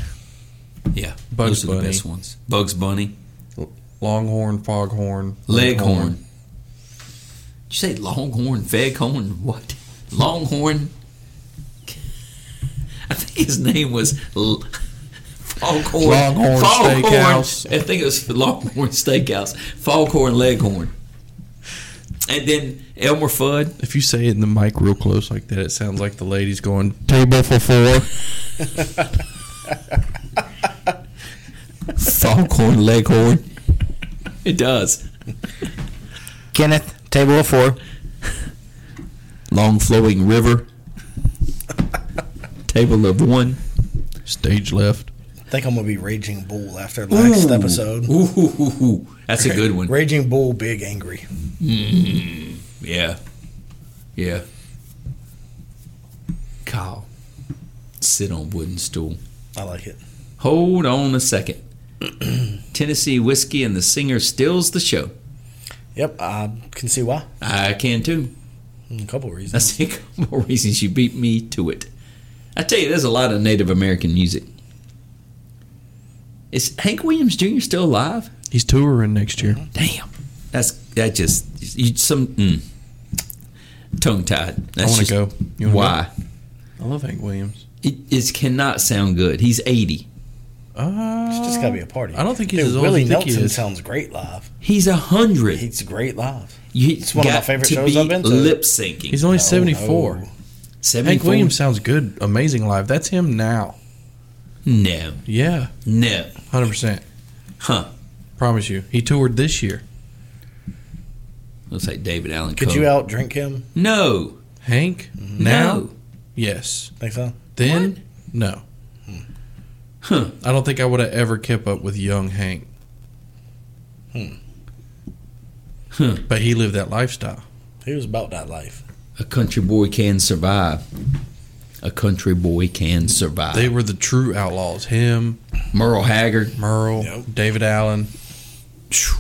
S2: Yeah,
S1: Bugs
S2: those are the
S1: Bunny.
S2: best ones. Bugs Bunny,
S1: Longhorn, Foghorn,
S2: Leghorn. Did you say Longhorn, Feghorn, what? Longhorn. I think his name was L- Foghorn.
S1: Longhorn
S2: Foghorn.
S1: Steakhouse.
S2: I think it was Longhorn Steakhouse. Foghorn, Leghorn. And then Elmer Fudd.
S1: If you say it in the mic real close like that, it sounds like the lady's going table for four.
S2: Foghorn Leghorn. It does.
S3: Kenneth, table of four.
S2: Long flowing river. Table of one.
S1: Stage left.
S3: I think I'm gonna be Raging Bull after last episode.
S2: Ooh, ooh, ooh, ooh. That's a good one.
S3: Raging Bull, big angry.
S2: Yeah. Yeah. Kyle, sit on wooden stool.
S3: I like it.
S2: Hold on a second. Tennessee whiskey and the singer steals the show.
S3: Yep, I can see why.
S2: I can too.
S3: A couple reasons.
S2: That's the more reasons you beat me to it. I tell you, there's a lot of Native American music. Is Hank Williams Jr. still alive?
S1: He's touring next year.
S2: Damn, that's that just you, some mm, tongue tied.
S1: I want to go. You wanna
S2: Why?
S1: go? I love Hank Williams.
S2: It, it cannot sound good. He's 80.
S1: Uh,
S3: It's just gotta be a party.
S1: I don't think he's
S3: Dude,
S1: as old as
S3: Willie
S1: you think he
S3: Nelson
S1: is.
S3: sounds great live.
S2: He's a hundred.
S3: He's great live.
S2: You
S3: It's one of my
S2: got
S3: favorite
S2: to
S3: shows
S2: be
S3: I've been to.
S2: Lip syncing.
S1: He's
S3: Oh,
S1: only 74.
S3: no.
S1: Hank
S2: 74?
S1: Williams sounds good, amazing live. That's him now.
S2: No,
S1: Yeah,
S2: no,
S1: 100%.
S2: huh?
S1: Promise you. He toured this year.
S2: Looks like David Allen.
S3: Could
S2: Coe.
S3: you outdrink him?
S2: No,
S1: Hank? Now?
S2: Mm-hmm. no.
S1: Yes.
S3: Think so?
S1: Then? No.
S2: Hmm.
S1: Huh. I don't think I would have ever kept up with young Hank. Hmm. But he lived that lifestyle.
S3: He was about that life.
S2: A country boy can survive. A country boy can survive.
S1: They were the true outlaws. Him,
S2: Merle Haggard.
S1: Merle,
S3: Yep.
S1: David Allen.
S2: phew.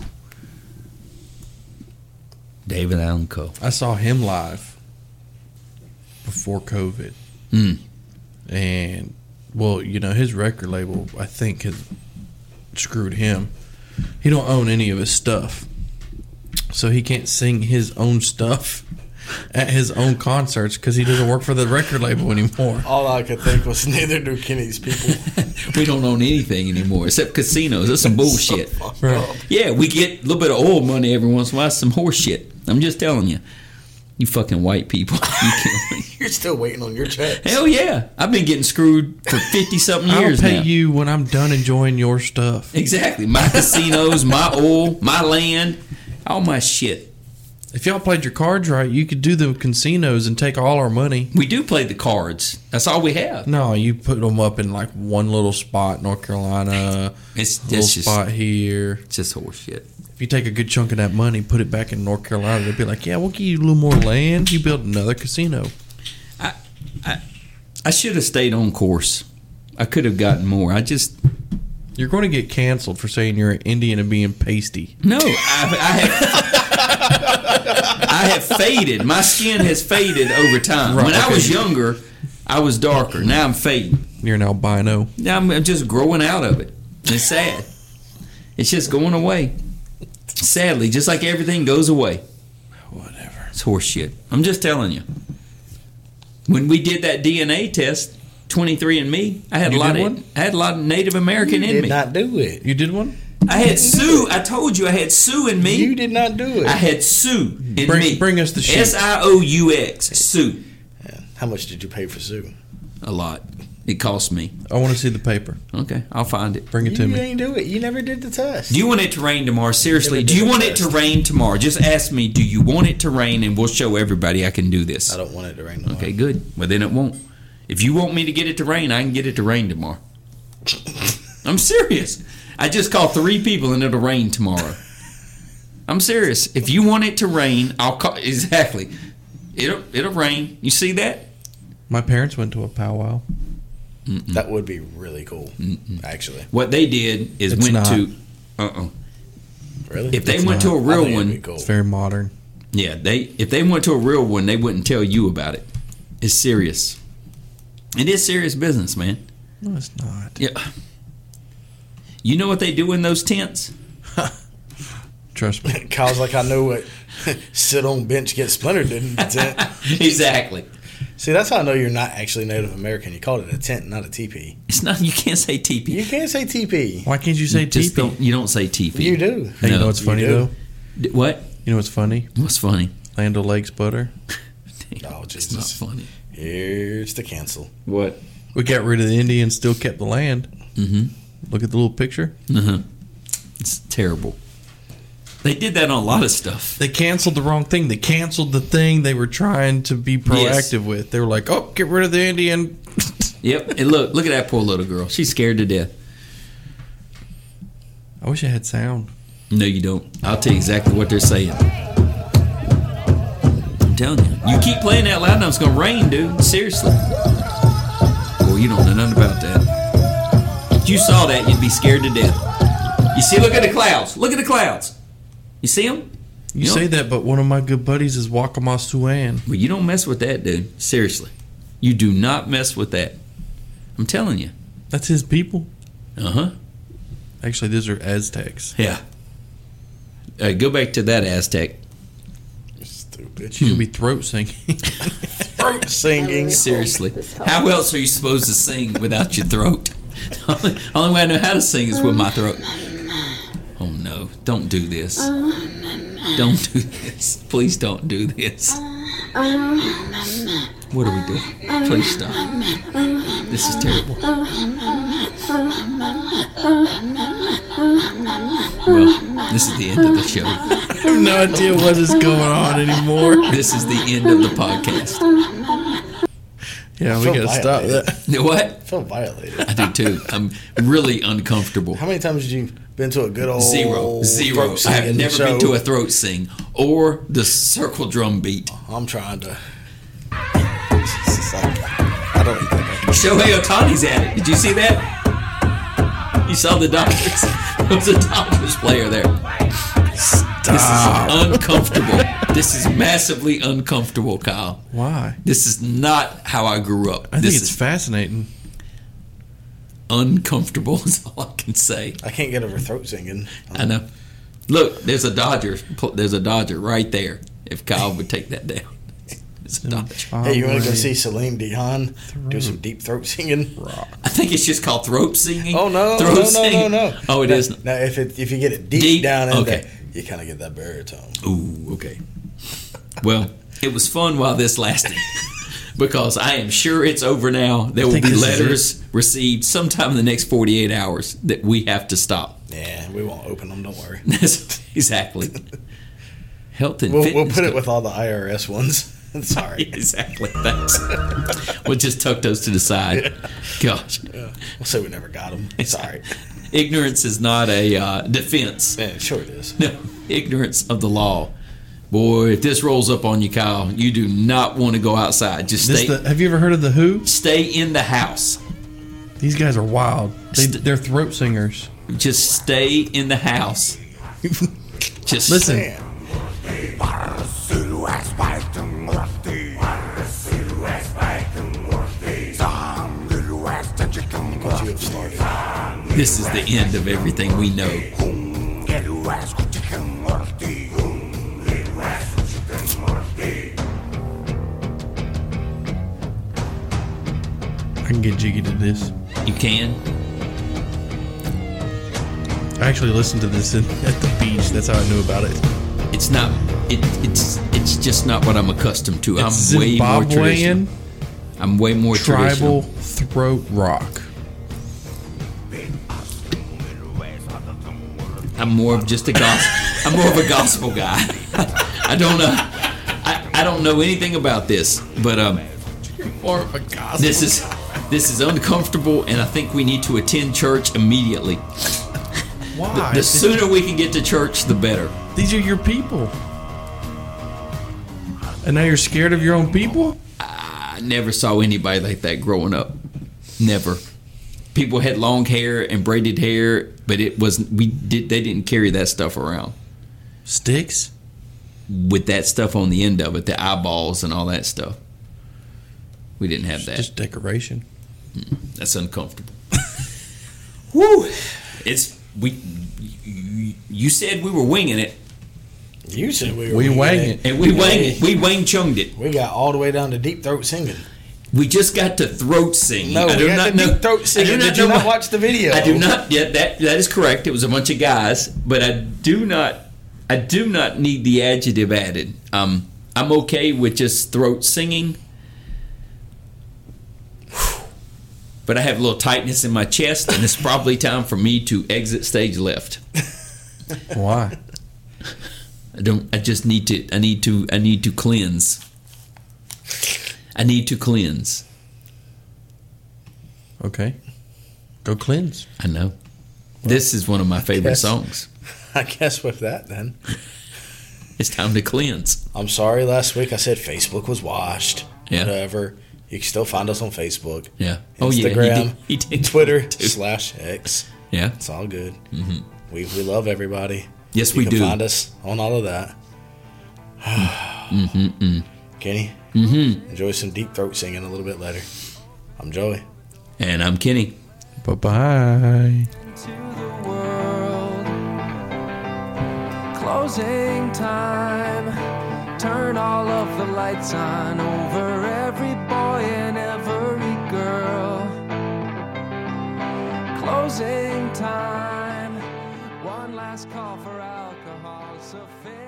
S2: David Allen Coe.
S1: I saw him live before COVID.
S2: Mm.
S1: And well, you know, his record label I think has screwed him. He don't own any of his stuff. So he can't sing his own stuff at his own concerts cuz he doesn't work for the record label anymore.
S3: All I could think was neither do Kenny's people.
S2: We don't own anything anymore except casinos. That's some bullshit.
S1: Right.
S2: Yeah, we get a little bit of oil money every once in a while. Some horse shit. I'm just telling you. You fucking white people. You can't-
S3: You're still waiting on your check.
S2: Hell yeah. I've been getting screwed for 50 something
S1: I'll
S2: years
S1: pay
S2: now.
S1: you when I'm done enjoying your stuff.
S2: Exactly. My casinos, my oil, my land, all my shit.
S1: If y'all played your cards right, you could do the casinos and take all our money.
S2: We do play the cards. That's all we have.
S1: No, you put them up in like one little spot, North Carolina,
S2: It's,
S1: little
S2: it's just
S1: spot here.
S2: it's just horse shit.
S1: If you take a good chunk of that money, put it back in North Carolina, they'd be like, "Yeah, we'll give you a little more land. You build another casino."
S2: I should have stayed on course. I could have gotten more. I just
S1: You're going to get canceled for saying you're an Indian and being pasty.
S2: no. I, I have I have faded. My skin has faded over time.
S1: Right,
S2: when I
S1: okay.
S2: was younger, I was darker. Now I'm fading.
S1: You're an albino.
S2: Now I'm, I'm just growing out of it. It's sad. It's just going away. Sadly, just like everything goes away.
S1: Whatever.
S2: It's horseshit. I'm just telling you. When we did that DNA test, 23andMe, I had
S1: You
S2: a lot
S1: did
S2: of
S1: one?
S2: I had a lot of Native American in
S3: Did
S2: me.
S3: not do it.
S1: You did one.
S2: I had Sue. I told you I had Sue in me.
S3: You did not do
S2: I
S3: it.
S2: had Sue in
S1: Bring-
S2: me.
S1: bring us the sheet.
S2: S I O U X. Sue.
S3: How much did you pay for Sue?
S2: A lot. It cost me.
S1: I want to see the paper.
S2: Okay, I'll find it.
S1: Bring it to
S3: you
S1: me.
S3: ain't do it. You never did the test.
S2: Do you want it to rain tomorrow? Seriously,
S3: Never
S2: do you
S3: did
S2: want
S3: the
S2: it to rain tomorrow? Just ask me. Do you want it to rain? And we'll show everybody I can do this.
S3: I don't want it to rain. tomorrow.
S2: Okay, good. Well, then it won't. If you want me to get it to rain, I can get it to rain tomorrow. I'm serious. I just call three people and it'll rain tomorrow. I'm serious. If you want it to rain, I'll call. Exactly. It'll it'll rain. You see that?
S1: My parents went to a powwow.
S3: That would be really cool, actually.
S2: What they did is
S1: It's
S2: went
S1: not.
S2: to. Uh uh
S3: Really?
S2: If they went to a
S3: I
S2: real
S3: think
S2: one,
S3: it'd be cool.
S1: It's very modern.
S2: yeah. They if they went to a real one, they wouldn't tell you about it. It's serious. It is serious business, man.
S1: No, it's not.
S2: Yeah. You know what they do in those tents?
S1: Trust me.
S3: Kyle's like, I know what sit on bench get splintered didn't the tent.
S2: exactly.
S3: See, that's how I know you're not actually Native American. You called it a tent, not a teepee.
S2: It's not. You can't say TP.
S3: You can't say teepee.
S1: Why can't you say
S2: Just
S1: teepee?
S2: don't. You don't say TP.
S3: You do.
S1: Hey, you know what's
S3: You
S1: funny
S3: do.
S1: though?
S2: D- What?
S1: You know what's funny?
S2: What's funny?
S1: Land O'Lakes butter.
S3: Oh,
S2: It's not
S3: Jesus.
S2: funny.
S3: Here's the cancel.
S2: What?
S1: We got rid of the Indians, still kept the land. Mm-hmm. Look at the little picture.
S2: It's terrible. They did that on a lot of stuff.
S1: They canceled the wrong thing. They canceled the thing they were trying to be proactive with. They were like, "Oh, get rid of the Indian."
S2: Yep. And look, look at that poor little girl. She's scared to death.
S1: I wish I had sound.
S2: No, you don't. I'll tell you exactly what they're saying. I'm telling you. You keep playing that loud enough, it's gonna rain, dude. Seriously. Boy, you don't know nothing about that. If you saw that, you'd be scared to death. You see, look at the clouds. Look at the clouds. You see them?
S1: You
S2: know-
S1: say that, but one of my good buddies is Wakama Suan.
S2: But you don't mess with that, dude. Seriously. You do not mess with that. I'm telling you.
S1: That's his people.
S2: Uh huh.
S1: Actually, these are Aztecs.
S2: Yeah. Uh, go back to that Aztec.
S3: Stupid.
S1: She's gonna be throat singing.
S3: Throat singing.
S2: Seriously. How else are you supposed to sing without your throat? The only, only way I know how to sing is with my throat. Oh no. Don't do this. Don't do this. Please don't do this. What are we doing? Please stop. This is terrible. Well, this is the end of the show.
S1: I have no idea what is going on anymore.
S2: This is the end of the podcast.
S1: Yeah, we
S3: So
S1: gotta stop
S3: violated.
S1: that.
S2: You know What?
S3: I feel violated.
S2: I do too. I'm really uncomfortable.
S3: How many times have you been to a good old
S1: Oh,
S2: Zero, zero.
S3: throat
S2: I have
S3: singing
S2: never
S3: show?
S2: been to a throat sing or the circle drum beat.
S3: I'm trying to. Jesus, I, I don't think I can.
S2: Shohei Otani's at it. Did you see that? You saw the Dodgers. There was a Dodgers player there. This is uncomfortable. this is massively uncomfortable, Kyle.
S1: Why?
S2: This is not how I grew up.
S1: I think
S2: this
S1: it's
S2: is
S1: fascinating.
S2: uncomfortable. Is all I can say.
S3: I can't get over throat singing.
S2: I know. Look, there's a Dodger. There's a Dodger right there. If Kyle would take that down, it's a Dodger.
S3: Hey, you want to go see Celine Dion do some deep throat singing?
S2: I think it's just called throat singing.
S3: Oh no,
S2: throat
S3: no, no,
S2: singing.
S3: no, no.
S2: Oh, it
S3: now,
S2: is.
S3: Now, if it, if you get it deep,
S2: Deep?
S3: down in
S2: Okay.
S3: there, you kind of get that baritone.
S2: Ooh, okay. Well, it was fun while this lasted, because I am sure it's over now. There will
S1: think
S2: be
S1: this is
S2: letters received sometime in the next 48 hours that we have to stop.
S3: Yeah, we won't open them. Don't worry.
S2: That's exactly. Health and
S3: We'll,
S2: fitness.
S3: we'll put
S2: goals.
S3: it with all the IRS ones. Sorry,
S2: Exactly. Thanks. we'll just tuck those to the side. Gosh,
S3: we'll say we never got them. Sorry.
S2: ignorance is not a uh, defense.
S3: Man, sure it is.
S2: No, ignorance of the law. Boy, if this rolls up on you, Kyle, you do not want to go outside. Just
S1: This
S2: stay,
S1: the, have you ever heard of the Who?
S2: stay in the house.
S1: These guys are wild. They,
S2: St-
S1: they're throat singers.
S2: Just stay in the house. Just
S1: Listen,
S3: Man, you have started.
S2: This is the end of everything we know.
S1: I can get jiggy to this.
S2: You can.
S1: I actually listened to this in, at the beach. That's how I knew about it.
S2: It's not. It, it's it's just not what I'm accustomed to.
S1: It's
S2: I'm way more
S1: Zimbabwean
S2: traditional. I'm way more
S1: tribal
S2: traditional.
S1: throat rock.
S2: I'm more of just a gospel. I'm more of a gospel guy. I don't know. I, I don't know anything about this, but um,
S1: More of a gospel.
S2: this is this is uncomfortable, and I think we need to attend church immediately.
S1: Why?
S2: The sooner we can get to church, the better.
S1: These are your people. And now you're scared of your own people?
S2: I never saw anybody like that growing up. Never. People had long hair and braided hair, but it was we did they didn't carry that stuff around
S1: Sticks?
S2: with that stuff on the end of it, the eyeballs and all that stuff. We didn't have that.
S1: Just decoration.
S2: That's uncomfortable. Woo! It's we. You, you said we were winging it,
S3: You said we were
S1: We
S3: winging
S1: wang it.
S2: and we wang it. We wang chunged it.
S3: We got all the way down to deep throat singing.
S2: We just got to throat singing.
S3: No,
S2: I
S3: we
S2: do
S3: got
S2: not
S3: to
S2: know.
S3: deep throat
S2: I
S3: singing.
S2: do not
S3: Did you
S2: know
S3: not
S2: why-
S3: watch the video?
S2: I do not. Yeah, that that is correct. It was a bunch of guys, but I do not. I do not need the adjective added. Um, I'm okay with just throat singing, but I have a little tightness in my chest, and it's probably time for me to exit stage left.
S1: Why?
S2: I don't. I just need to. I need to. I need to cleanse. I need to cleanse.
S1: Okay. Go cleanse.
S2: I know. This is one of my favorite
S3: Yes.
S2: songs.
S3: I guess with that, then.
S2: It's time to cleanse.
S3: I'm sorry. Last week I said Facebook was washed.
S2: Yeah.
S3: Whatever. You can still find us on Facebook,
S2: Yeah.
S3: Instagram,
S2: he did. He did.
S3: Twitter slash X.
S2: Yeah.
S3: It's all good. Mm-hmm. We we love everybody.
S2: Yes,
S3: You
S2: we
S3: can
S2: do.
S3: Find us on all of that.
S2: Mm-hmm,
S3: Kenny, enjoy some deep throat singing a little bit later. I'm Joey.
S2: And I'm Kenny.
S1: Bye bye.
S6: to the world. Closing time. Turn all of the lights on over every boy and every girl. Closing time. One last call for alcohol. So fill